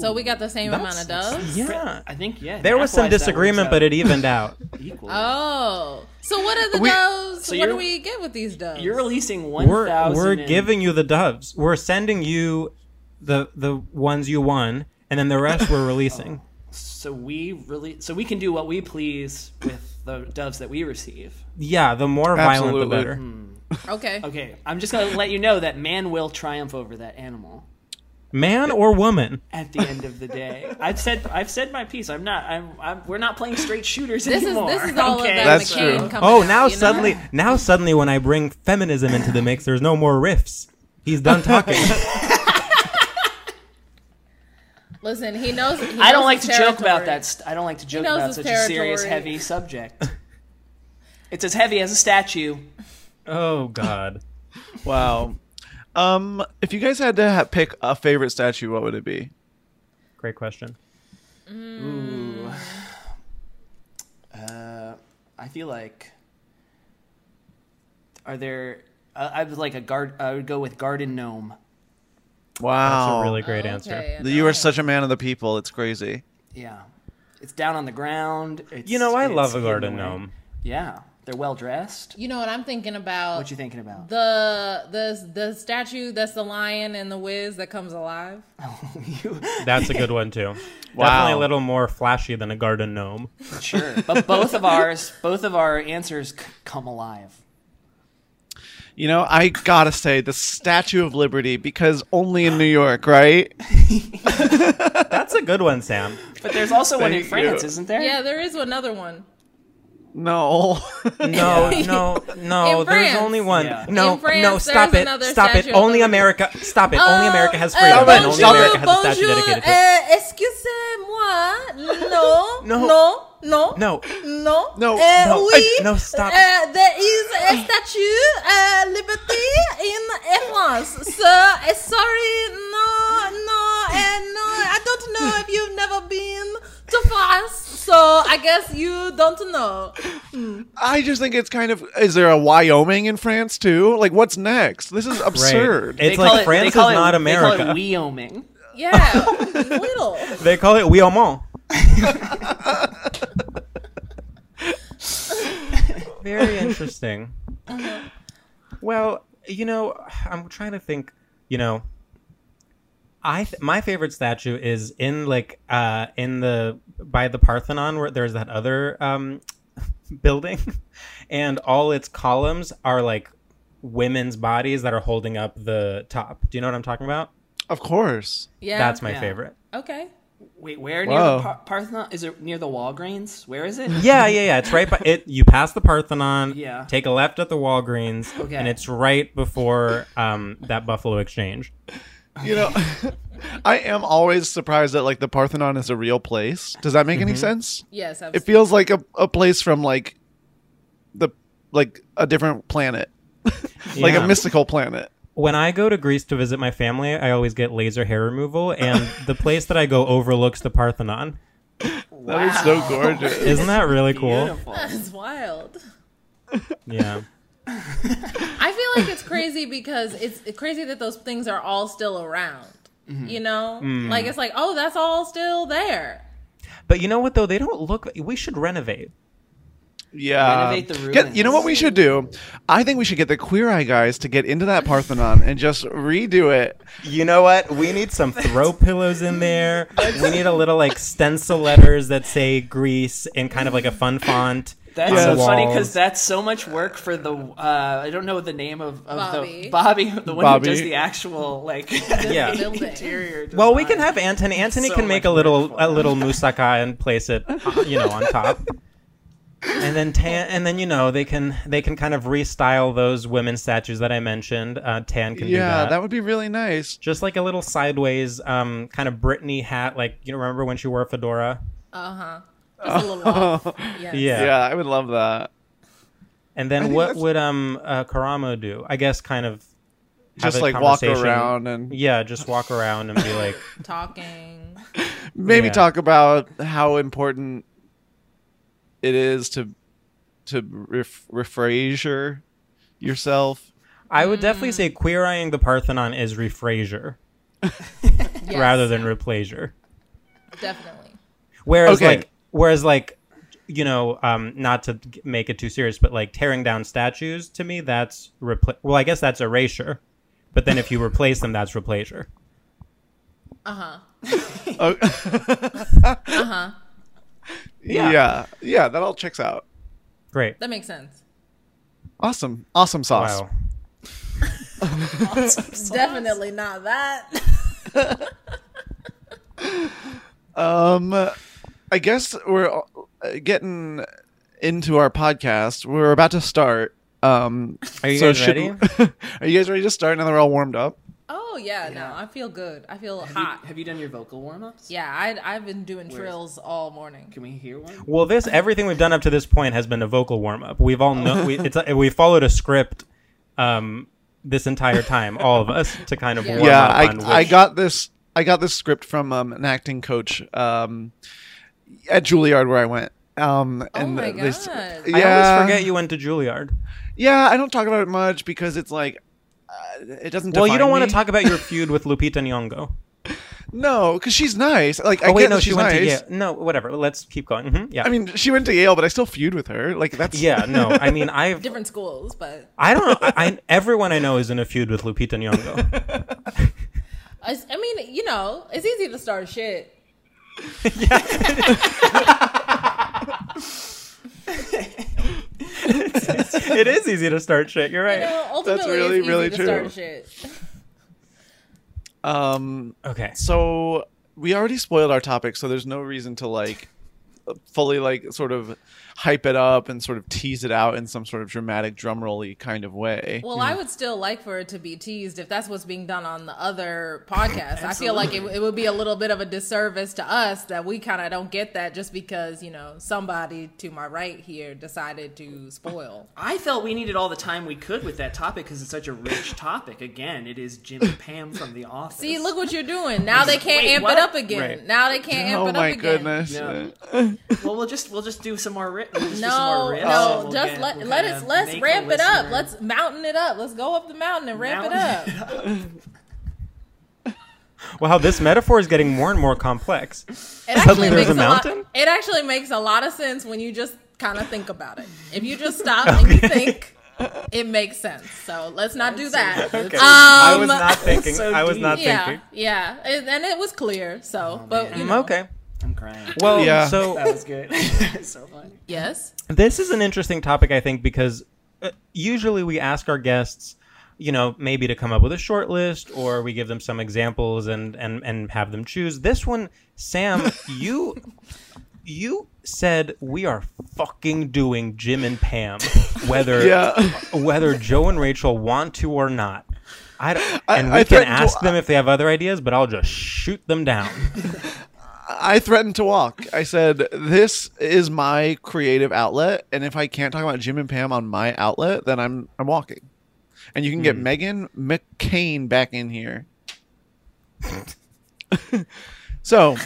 [SPEAKER 2] So we got the same amount of doves.
[SPEAKER 4] yeah.
[SPEAKER 5] I think yeah.
[SPEAKER 4] There was some
[SPEAKER 5] math-wise, that works
[SPEAKER 4] disagreement,
[SPEAKER 5] out
[SPEAKER 4] but it evened out.
[SPEAKER 5] equally.
[SPEAKER 2] Oh, so what are the
[SPEAKER 1] We-
[SPEAKER 2] doves?
[SPEAKER 5] So
[SPEAKER 2] what do
[SPEAKER 5] you're-
[SPEAKER 2] we get with these doves?
[SPEAKER 5] You're releasing one
[SPEAKER 4] we're
[SPEAKER 5] thousand.
[SPEAKER 4] we're giving you the doves. We're sending you the the ones you won, and then the rest we're releasing.
[SPEAKER 5] Oh. So we really, so we can do what we please with the doves that we receive.
[SPEAKER 4] Yeah, the more violent, the
[SPEAKER 1] Absolutely. Mm.
[SPEAKER 4] better.
[SPEAKER 2] okay.
[SPEAKER 5] Okay, I'm just gonna let you know that man will triumph over that animal
[SPEAKER 4] Man or woman?
[SPEAKER 5] at the end of the day. I've said, I've said my piece. I'm not, I'm, I'm we're not playing straight shooters
[SPEAKER 2] This is
[SPEAKER 5] anymore.
[SPEAKER 2] this is all
[SPEAKER 5] okay?
[SPEAKER 2] of that
[SPEAKER 1] That's
[SPEAKER 2] McCain
[SPEAKER 1] true.
[SPEAKER 2] coming.
[SPEAKER 4] Oh,
[SPEAKER 2] out,
[SPEAKER 4] now
[SPEAKER 2] you know?
[SPEAKER 4] suddenly, now suddenly, when I bring feminism into the mix, there's no more riffs. He's done talking.
[SPEAKER 2] listen, he knows. he
[SPEAKER 5] I
[SPEAKER 2] knows
[SPEAKER 5] don't like to
[SPEAKER 2] his
[SPEAKER 5] joke about
[SPEAKER 2] territory.
[SPEAKER 5] that. st- I don't like to joke
[SPEAKER 2] knows
[SPEAKER 5] about
[SPEAKER 2] his
[SPEAKER 5] such a serious,
[SPEAKER 2] territory.
[SPEAKER 5] heavy subject. it's as heavy as a statue.
[SPEAKER 4] oh God.
[SPEAKER 1] Wow. um, if you guys had to ha- pick a favorite statue, what would it be?
[SPEAKER 4] Great question.
[SPEAKER 5] Uh, I feel like are there? Uh, I was like a guard. I would go with garden gnome.
[SPEAKER 4] That's
[SPEAKER 1] Wow.
[SPEAKER 4] a really great
[SPEAKER 2] Okay,
[SPEAKER 4] answer.
[SPEAKER 2] and
[SPEAKER 1] You are such a man of the people. It's crazy.
[SPEAKER 5] Yeah, it's down on the ground. It's,
[SPEAKER 4] You know, I
[SPEAKER 5] it's
[SPEAKER 4] love a
[SPEAKER 5] hidden
[SPEAKER 4] garden
[SPEAKER 5] away.
[SPEAKER 4] gnome.
[SPEAKER 5] Yeah, they're well dressed.
[SPEAKER 2] You know what I'm thinking about?
[SPEAKER 5] What you thinking about?
[SPEAKER 2] The the the statue that's the lion and the whiz that comes alive.
[SPEAKER 5] You-
[SPEAKER 4] That's a good one too. Definitely a
[SPEAKER 1] Wow.
[SPEAKER 4] little more flashy than a garden gnome.
[SPEAKER 5] sure, but both of ours, both of our answers c- come alive.
[SPEAKER 1] You know, I gotta say the Statue of Liberty because only in New York, right?
[SPEAKER 4] That's a good one, Sam.
[SPEAKER 5] But there's also one in
[SPEAKER 1] Thank you.
[SPEAKER 5] France, isn't there?
[SPEAKER 2] Yeah, there is another one.
[SPEAKER 1] No.
[SPEAKER 4] No, no, no. There's
[SPEAKER 2] In France.
[SPEAKER 4] only one.
[SPEAKER 5] Yeah.
[SPEAKER 4] No,
[SPEAKER 2] In France,
[SPEAKER 4] no. Stop
[SPEAKER 2] there's
[SPEAKER 4] it.
[SPEAKER 2] another
[SPEAKER 4] Stop it.
[SPEAKER 2] Statue of
[SPEAKER 4] Only
[SPEAKER 2] Liberty.
[SPEAKER 4] America. Stop it. only
[SPEAKER 2] Uh,
[SPEAKER 4] America has
[SPEAKER 2] uh,
[SPEAKER 4] freedom, and only
[SPEAKER 2] bonjour,
[SPEAKER 4] America has a statue
[SPEAKER 2] bonjour,
[SPEAKER 4] dedicated to it.
[SPEAKER 2] uh, excusez-moi. No,
[SPEAKER 4] No.
[SPEAKER 2] no, no,
[SPEAKER 4] No.
[SPEAKER 2] no,
[SPEAKER 1] No,
[SPEAKER 2] uh,
[SPEAKER 4] no,
[SPEAKER 2] oui.
[SPEAKER 4] I- no, stop.
[SPEAKER 2] Uh, there is a statue, uh, liberty in Air France. So uh, sorry, no, no, uh, no. I don't know if you've never been to France, so I guess you don't know.
[SPEAKER 1] I just think it's kind of is there a Wyoming in France too? Like what's next? This is absurd.
[SPEAKER 4] It's
[SPEAKER 5] They call
[SPEAKER 4] like
[SPEAKER 5] it-
[SPEAKER 4] France
[SPEAKER 5] they
[SPEAKER 4] is
[SPEAKER 5] call it-
[SPEAKER 4] not
[SPEAKER 5] They
[SPEAKER 4] America.
[SPEAKER 5] call it Wyoming.
[SPEAKER 2] Yeah, little.
[SPEAKER 4] They call it Wiomont. Very interesting.
[SPEAKER 5] Uh-huh.
[SPEAKER 4] Well, you know, I'm trying to think. You know, I th- my favorite statue is in like uh in the by the Parthenon where there's that other um building, and all its columns are like women's bodies that are holding up the top. Do you know what I'm talking about?
[SPEAKER 1] Of course.
[SPEAKER 2] Yeah,
[SPEAKER 4] That's my
[SPEAKER 5] Yeah.
[SPEAKER 4] favorite.
[SPEAKER 2] okay.
[SPEAKER 5] Wait, where near
[SPEAKER 1] Whoa.
[SPEAKER 5] the Par- Parthenon? Is it near the Walgreens? Where is it?
[SPEAKER 4] Yeah, yeah, yeah. It's right by it. You pass the Parthenon.
[SPEAKER 5] Yeah.
[SPEAKER 4] Take a left at the Walgreens,
[SPEAKER 5] Okay.
[SPEAKER 4] and it's right before um, that Buffalo Exchange.
[SPEAKER 1] You know, I am always surprised that like the Parthenon is a real place. Does that make any
[SPEAKER 4] Mm-hmm.
[SPEAKER 1] sense?
[SPEAKER 2] Yes,
[SPEAKER 1] It feels like a, a place from like the like a different planet. like
[SPEAKER 4] Yeah.
[SPEAKER 1] a mystical planet.
[SPEAKER 4] When I go to Greece to visit my family, I always get laser hair removal, and the place that I go overlooks the Parthenon.
[SPEAKER 1] That is so gorgeous.
[SPEAKER 4] Isn't that really cool?
[SPEAKER 5] Beautiful.
[SPEAKER 2] That's wild.
[SPEAKER 4] Yeah.
[SPEAKER 2] I feel like it's crazy because it's crazy that those things are all still around. You know?
[SPEAKER 4] Mm.
[SPEAKER 2] Like it's like, oh, that's all still there.
[SPEAKER 4] But you know what though? They don't look. We should renovate.
[SPEAKER 1] Yeah.
[SPEAKER 2] Renovate the
[SPEAKER 1] Get- you know what we should do? I think we should get the Queer Eye guys to get into that Parthenon and just redo it.
[SPEAKER 4] You know what? We need some throw pillows in there. We need a little like stencil letters that say Greece in kind of like a fun font.
[SPEAKER 2] That's
[SPEAKER 4] on
[SPEAKER 2] so
[SPEAKER 4] the
[SPEAKER 2] funny
[SPEAKER 4] walls.
[SPEAKER 2] because that's so much work for the uh, I don't know the name of, of
[SPEAKER 5] Bobby.
[SPEAKER 2] the Bobby, the one
[SPEAKER 4] Bobby.
[SPEAKER 2] who does the actual like
[SPEAKER 4] Yeah.
[SPEAKER 2] interior.
[SPEAKER 4] Well, we can have Anton. Anthony
[SPEAKER 2] So
[SPEAKER 4] can make a little a little moussaka and place it, uh, you know, on top. And then tan, and then you know oh, they can they can kind of restyle those women statues that I mentioned. Uh, tan can do
[SPEAKER 1] Yeah,
[SPEAKER 4] that.
[SPEAKER 1] that. would be really nice.
[SPEAKER 4] Just like a little sideways, um, kind of Britney hat. Like you remember when she wore a fedora?
[SPEAKER 5] Uh huh. Just a little off. Yes.
[SPEAKER 4] Yeah.
[SPEAKER 1] Yeah, I would love that.
[SPEAKER 4] And
[SPEAKER 1] I
[SPEAKER 4] then
[SPEAKER 1] think
[SPEAKER 4] what
[SPEAKER 1] that's-
[SPEAKER 4] would um uh, Karamo do? I guess kind of have
[SPEAKER 1] Just,
[SPEAKER 4] a
[SPEAKER 1] like, walk
[SPEAKER 4] conversation.
[SPEAKER 1] around and-
[SPEAKER 4] yeah, just walk around and be like,
[SPEAKER 5] Talking.
[SPEAKER 1] Maybe
[SPEAKER 4] Yeah.
[SPEAKER 1] talk about how important it is to to ref- refrasier yourself.
[SPEAKER 4] I would definitely
[SPEAKER 5] Mm.
[SPEAKER 4] say queer eyeing the Parthenon is refrasier
[SPEAKER 5] Yes,
[SPEAKER 4] rather than replaser.
[SPEAKER 5] definitely.
[SPEAKER 4] Whereas
[SPEAKER 1] Okay.
[SPEAKER 4] like whereas like you know um not to g- make it too serious, but like tearing down statues to me that's repla- well I guess that's erasure, but then if you replace them that's replaser.
[SPEAKER 5] Uh huh.
[SPEAKER 1] Oh,
[SPEAKER 5] Uh huh.
[SPEAKER 1] yeah. yeah, that all checks out.
[SPEAKER 4] Great.
[SPEAKER 5] That makes sense.
[SPEAKER 1] Awesome, awesome sauce.
[SPEAKER 4] Wow.
[SPEAKER 5] Definitely not that.
[SPEAKER 1] Um, I guess we're uh, getting into our podcast. We're about to start. Um,
[SPEAKER 4] Are you
[SPEAKER 1] so
[SPEAKER 4] guys
[SPEAKER 1] should-
[SPEAKER 4] ready?
[SPEAKER 1] are you guys ready to start now that we're all warmed up?
[SPEAKER 5] Oh yeah, no, I feel good. I feel
[SPEAKER 2] Have
[SPEAKER 5] hot.
[SPEAKER 2] you, have you done your vocal warm ups?
[SPEAKER 5] Yeah, I I've been doing
[SPEAKER 2] Where is-
[SPEAKER 5] trills all morning.
[SPEAKER 2] Can we hear one?
[SPEAKER 4] Well, this everything we've done up to this point has been a vocal warm up. We've all know we, it's we followed a script um, this entire time, all of us, to kind of warm
[SPEAKER 1] yeah,
[SPEAKER 4] up
[SPEAKER 1] I,
[SPEAKER 4] on which,
[SPEAKER 1] I got this. I got this script from um, an acting coach um, at Juilliard where I went. Um, and
[SPEAKER 5] Oh my
[SPEAKER 1] they s-
[SPEAKER 5] God. I always
[SPEAKER 4] I
[SPEAKER 1] yeah,
[SPEAKER 4] always forget you went to Juilliard.
[SPEAKER 1] Yeah, I don't talk about it much because it's like uh, it doesn't.
[SPEAKER 4] Well, you
[SPEAKER 1] define
[SPEAKER 4] don't want
[SPEAKER 1] me.
[SPEAKER 4] to talk about your feud with Lupita Nyong'o.
[SPEAKER 1] No, because she's nice. Like, I
[SPEAKER 4] Oh wait,
[SPEAKER 1] get
[SPEAKER 4] no,
[SPEAKER 1] that
[SPEAKER 4] she
[SPEAKER 1] she's
[SPEAKER 4] went
[SPEAKER 1] nice.
[SPEAKER 4] to Yale. No, whatever. Let's keep going. Mhm, yeah,
[SPEAKER 1] I mean, she went to Yale, but I still feud with her. Like that's
[SPEAKER 4] yeah, no. I mean, I've
[SPEAKER 5] Different schools, but
[SPEAKER 4] I don't know. I, I- everyone I know is in a feud with Lupita Nyong'o.
[SPEAKER 5] I, I mean, you know, it's easy to start shit.
[SPEAKER 4] it is easy to start shit. You're
[SPEAKER 5] You
[SPEAKER 4] right.
[SPEAKER 5] know, ultimately,
[SPEAKER 1] really,
[SPEAKER 5] it's easy
[SPEAKER 1] really
[SPEAKER 5] to
[SPEAKER 1] true.
[SPEAKER 5] start shit.
[SPEAKER 1] Um,
[SPEAKER 4] Okay.
[SPEAKER 1] so we already spoiled our topic, so there's no reason to like fully like sort of hype it up and sort of tease it out in some sort of dramatic drumrolly kind of way.
[SPEAKER 5] Well, I would still like for it to be teased if that's what's being done on the other podcast. I feel like it, it would be a little bit of a disservice to us that we kind of don't get that just because, you know, somebody to my right here decided to spoil.
[SPEAKER 2] I felt we needed all the time we could with that topic because it's such a rich topic. Again, it is Jimmy Pam from The Office.
[SPEAKER 5] See, look what you're doing. Now they can't
[SPEAKER 2] Wait,
[SPEAKER 5] amp
[SPEAKER 2] what?
[SPEAKER 5] it up again.
[SPEAKER 4] Right.
[SPEAKER 5] Now they can't amp
[SPEAKER 1] oh
[SPEAKER 5] it
[SPEAKER 1] my
[SPEAKER 5] up again.
[SPEAKER 1] goodness!
[SPEAKER 2] Yeah. Well, we'll just we'll just do some more. Ri- we'll just do some
[SPEAKER 5] No,
[SPEAKER 2] more
[SPEAKER 5] no,
[SPEAKER 2] riffs and we'll
[SPEAKER 5] just
[SPEAKER 2] get-
[SPEAKER 5] let
[SPEAKER 2] we'll
[SPEAKER 5] let
[SPEAKER 2] kinda
[SPEAKER 5] us let's
[SPEAKER 2] make the
[SPEAKER 5] ramp it up.
[SPEAKER 2] listener-
[SPEAKER 5] Let's mountain it up. Let's go up the mountain and ramp
[SPEAKER 2] Mountain
[SPEAKER 5] it up.
[SPEAKER 4] Wow, this metaphor is getting more and more complex.
[SPEAKER 5] It
[SPEAKER 4] Suddenly there's a
[SPEAKER 5] lot-
[SPEAKER 4] mountain?
[SPEAKER 5] it actually makes a lot of sense when you just kind of think about it. If you just stop and you think, it makes sense. So let's not do that. Um,
[SPEAKER 4] I was not thinking.
[SPEAKER 2] so
[SPEAKER 4] I was
[SPEAKER 2] deep.
[SPEAKER 4] not
[SPEAKER 5] yeah,
[SPEAKER 4] thinking.
[SPEAKER 5] yeah, It- and it was clear.
[SPEAKER 2] Oh,
[SPEAKER 5] So, but you
[SPEAKER 4] Mm,
[SPEAKER 5] know,
[SPEAKER 4] okay.
[SPEAKER 2] I'm crying.
[SPEAKER 4] Well,
[SPEAKER 1] Yeah.
[SPEAKER 4] so
[SPEAKER 2] That was good. so funny.
[SPEAKER 5] yes,
[SPEAKER 4] this is an interesting topic, I think, because uh, usually we ask our guests, you know, maybe to come up with a short list, or we give them some examples and and and have them choose. This one, Sam, you you said we are fucking doing Jim and Pam, whether
[SPEAKER 1] Yeah.
[SPEAKER 4] whether Joe and Rachel want to or not. I don't, and we
[SPEAKER 1] I
[SPEAKER 4] can
[SPEAKER 1] threatened to-
[SPEAKER 4] ask them if they have other ideas, but I'll just shoot them down.
[SPEAKER 1] I threatened to walk. I said, "This is my creative outlet, and if I can't talk about Jim and Pam on my outlet, then I'm I'm walking." And you can get Megan McCain back in here. so,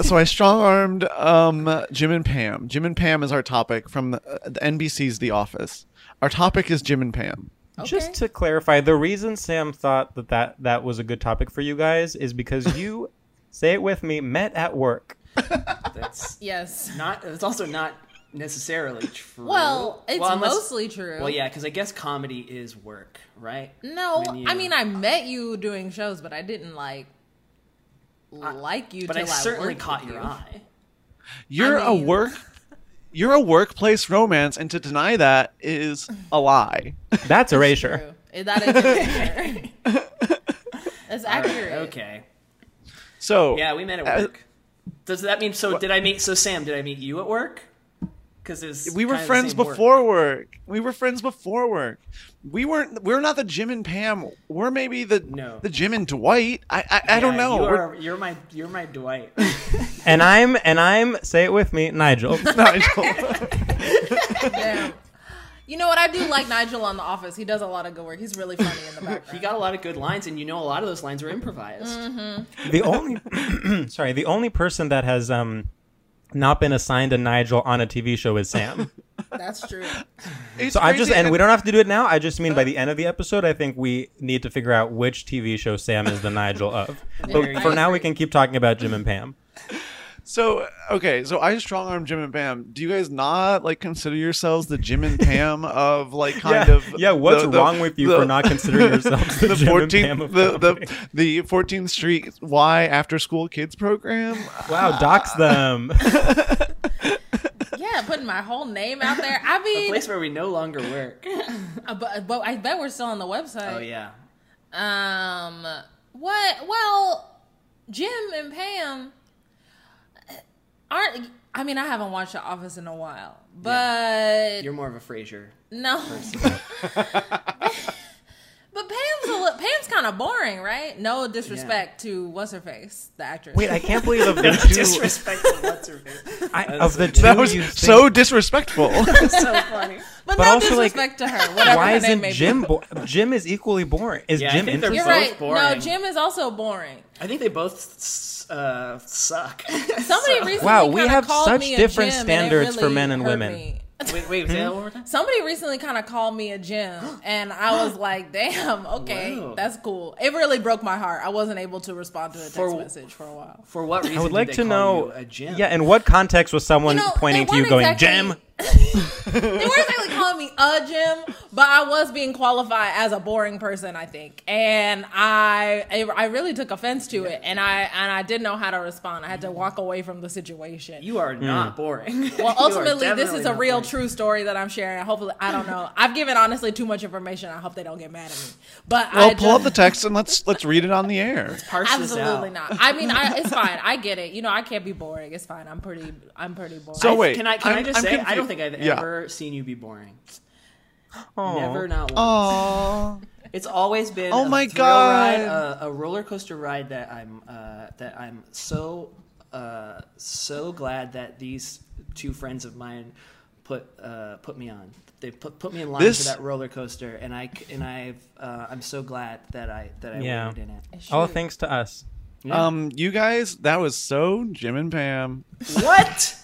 [SPEAKER 1] so I strong armed um, Jim and Pam. Jim and Pam is our topic from the, uh, the NBC's The Office. Our topic is Jim and Pam.
[SPEAKER 4] Just to clarify, the reason Sam thought that, that that was a good topic for you guys is because you, say it with me, met at work.
[SPEAKER 2] That's
[SPEAKER 5] yes.
[SPEAKER 2] not. It's also not necessarily true.
[SPEAKER 5] Well, it's mostly true.
[SPEAKER 2] Well, yeah, because I guess comedy is work, right?
[SPEAKER 5] No,
[SPEAKER 2] When you-
[SPEAKER 5] I mean I met you doing shows, but I didn't like like you.
[SPEAKER 2] but I
[SPEAKER 5] till
[SPEAKER 2] certainly
[SPEAKER 5] worked
[SPEAKER 2] caught
[SPEAKER 5] with
[SPEAKER 2] your
[SPEAKER 5] you.
[SPEAKER 2] eye.
[SPEAKER 1] You're a work you're a workplace romance and to deny that is a lie.
[SPEAKER 4] That's erasure.
[SPEAKER 5] Is that accurate? That's
[SPEAKER 2] All right,
[SPEAKER 5] accurate.
[SPEAKER 2] okay.
[SPEAKER 1] So
[SPEAKER 2] Yeah, we met at
[SPEAKER 1] uh,
[SPEAKER 2] work. Does that mean so? Did I meet so Sam? Did I meet you at work? Because
[SPEAKER 1] we were friends before work. We were friends before work. We weren't. We're not the Jim and Pam. We're maybe the the Jim and Dwight. I I, I don't know.
[SPEAKER 2] You
[SPEAKER 1] We're-
[SPEAKER 2] are, you're my you're my Dwight.
[SPEAKER 4] And I'm and I'm say it with me, Nigel.
[SPEAKER 1] Nigel.
[SPEAKER 5] Damn. You know what? I do like Nigel on The Office. He does a lot of good work. He's really funny in the background.
[SPEAKER 2] he got a lot of good lines, and you know a lot of those lines were improvised.
[SPEAKER 5] Mm-hmm.
[SPEAKER 4] The only sorry, the only person that has um not been assigned a Nigel on a TV show is Sam.
[SPEAKER 5] That's true.
[SPEAKER 1] It's
[SPEAKER 4] so I just
[SPEAKER 1] crazy,
[SPEAKER 4] and we don't have to do it now. I just mean
[SPEAKER 5] Uh.
[SPEAKER 4] by the end of the episode, I think we need to figure out which TV show Sam is the Nigel of.
[SPEAKER 2] There you
[SPEAKER 4] But for
[SPEAKER 2] go.
[SPEAKER 4] now, we can keep talking about Jim and Pam.
[SPEAKER 1] So okay, so I strong arm Jim and Pam. Do you guys not like consider yourselves the Jim and Pam of like kind
[SPEAKER 4] Yeah,
[SPEAKER 1] of
[SPEAKER 4] yeah, what's wrong with you for not considering yourselves the Jim and Pam of
[SPEAKER 1] the the the Fourteenth Street Y after school kids program?
[SPEAKER 5] Ah.
[SPEAKER 4] Wow, dox them.
[SPEAKER 5] Yeah, putting my whole name out there. I
[SPEAKER 2] A
[SPEAKER 5] mean,
[SPEAKER 2] place where we no longer work.
[SPEAKER 5] uh, but, but I bet we're still on the website.
[SPEAKER 2] Oh yeah.
[SPEAKER 5] Um, what? Well, Jim and Pam aren't. I mean, I haven't watched The Office in a while, but
[SPEAKER 2] You're more of a Frasier.
[SPEAKER 5] no. but Pam's a li- Pam's kind of boring, right? No disrespect to what's her face, the actress.
[SPEAKER 4] Wait, I can't believe of the two,
[SPEAKER 2] Disrespectful. What's her face?
[SPEAKER 4] I, of the two
[SPEAKER 1] That was
[SPEAKER 4] you think-
[SPEAKER 1] so disrespectful.
[SPEAKER 2] so funny.
[SPEAKER 5] but,
[SPEAKER 4] but
[SPEAKER 5] no
[SPEAKER 4] also, like,
[SPEAKER 5] disrespect to her. Whatever
[SPEAKER 4] Why
[SPEAKER 5] her name
[SPEAKER 4] isn't
[SPEAKER 5] may be.
[SPEAKER 4] Jim? Bo- Jim is equally boring. Is
[SPEAKER 2] Yeah, I
[SPEAKER 4] Jim
[SPEAKER 2] think they're
[SPEAKER 4] interesting?
[SPEAKER 5] You're
[SPEAKER 2] both
[SPEAKER 5] right. No,
[SPEAKER 2] boring.
[SPEAKER 5] Jim is also boring.
[SPEAKER 2] I think they both s- uh, suck.
[SPEAKER 5] Somebody
[SPEAKER 2] So-
[SPEAKER 5] recently
[SPEAKER 4] Wow, we
[SPEAKER 5] kinda
[SPEAKER 4] have
[SPEAKER 5] called
[SPEAKER 4] such
[SPEAKER 5] me a
[SPEAKER 4] different
[SPEAKER 5] Jim, and it
[SPEAKER 4] standards for
[SPEAKER 5] really
[SPEAKER 4] men and
[SPEAKER 5] hurt
[SPEAKER 4] women.
[SPEAKER 5] me.
[SPEAKER 2] Wait, wait, say that
[SPEAKER 5] Hmm?
[SPEAKER 2] one more time.
[SPEAKER 5] Somebody recently kind of called me a gym, and I was like, "Damn, okay,
[SPEAKER 2] Whoa.
[SPEAKER 5] that's cool." It really broke my heart. I wasn't able to respond to a text
[SPEAKER 2] For-
[SPEAKER 5] message for a while.
[SPEAKER 2] For what reason?
[SPEAKER 4] I would like
[SPEAKER 2] did
[SPEAKER 4] to
[SPEAKER 2] they call
[SPEAKER 4] know.
[SPEAKER 2] you a gym.
[SPEAKER 4] Yeah, in what context was someone
[SPEAKER 5] You know,
[SPEAKER 4] pointing
[SPEAKER 5] they
[SPEAKER 4] to you,
[SPEAKER 5] weren't
[SPEAKER 4] going
[SPEAKER 5] exactly-
[SPEAKER 4] Jim?
[SPEAKER 5] They weren't exactly calling me a gym, but I was being qualified as a boring person, I think, and I I- I really took offense to it, and I and I didn't know how to respond. I had to walk away from the situation.
[SPEAKER 2] you are not boring.
[SPEAKER 5] Well, ultimately, this is a real true story that I'm sharing. Hopefully, I don't know. I've given honestly too much information. I hope they don't get mad at me. But I
[SPEAKER 1] well, pull
[SPEAKER 5] just-
[SPEAKER 1] up the text and let's let's read it on the air.
[SPEAKER 5] Absolutely not. I mean, I, it's fine. I get it. You know, I can't be boring. It's fine. I'm pretty. I'm pretty boring.
[SPEAKER 1] So
[SPEAKER 5] I-
[SPEAKER 1] wait,
[SPEAKER 2] Can I? Can i
[SPEAKER 1] I'm-
[SPEAKER 2] just
[SPEAKER 1] I'm
[SPEAKER 2] say? I don't
[SPEAKER 1] confused.
[SPEAKER 2] think I've
[SPEAKER 1] Yeah.
[SPEAKER 2] ever seen you be boring.
[SPEAKER 5] Oh.
[SPEAKER 2] Never, not once.
[SPEAKER 1] Aw.
[SPEAKER 2] It's always been.
[SPEAKER 1] Oh
[SPEAKER 2] a
[SPEAKER 1] my
[SPEAKER 2] thrill
[SPEAKER 1] God.
[SPEAKER 2] Ride, a, a roller coaster ride that I'm uh, that I'm so uh, so glad that these two friends of mine put uh, put me on. They put put me in line
[SPEAKER 1] This-
[SPEAKER 2] for that roller coaster, and I c- and I've uh, I'm so glad that I that I
[SPEAKER 4] Yeah.
[SPEAKER 2] waited in it.
[SPEAKER 4] All thanks to us.
[SPEAKER 1] Um, you guys, that was so Jim and Pam.
[SPEAKER 2] What?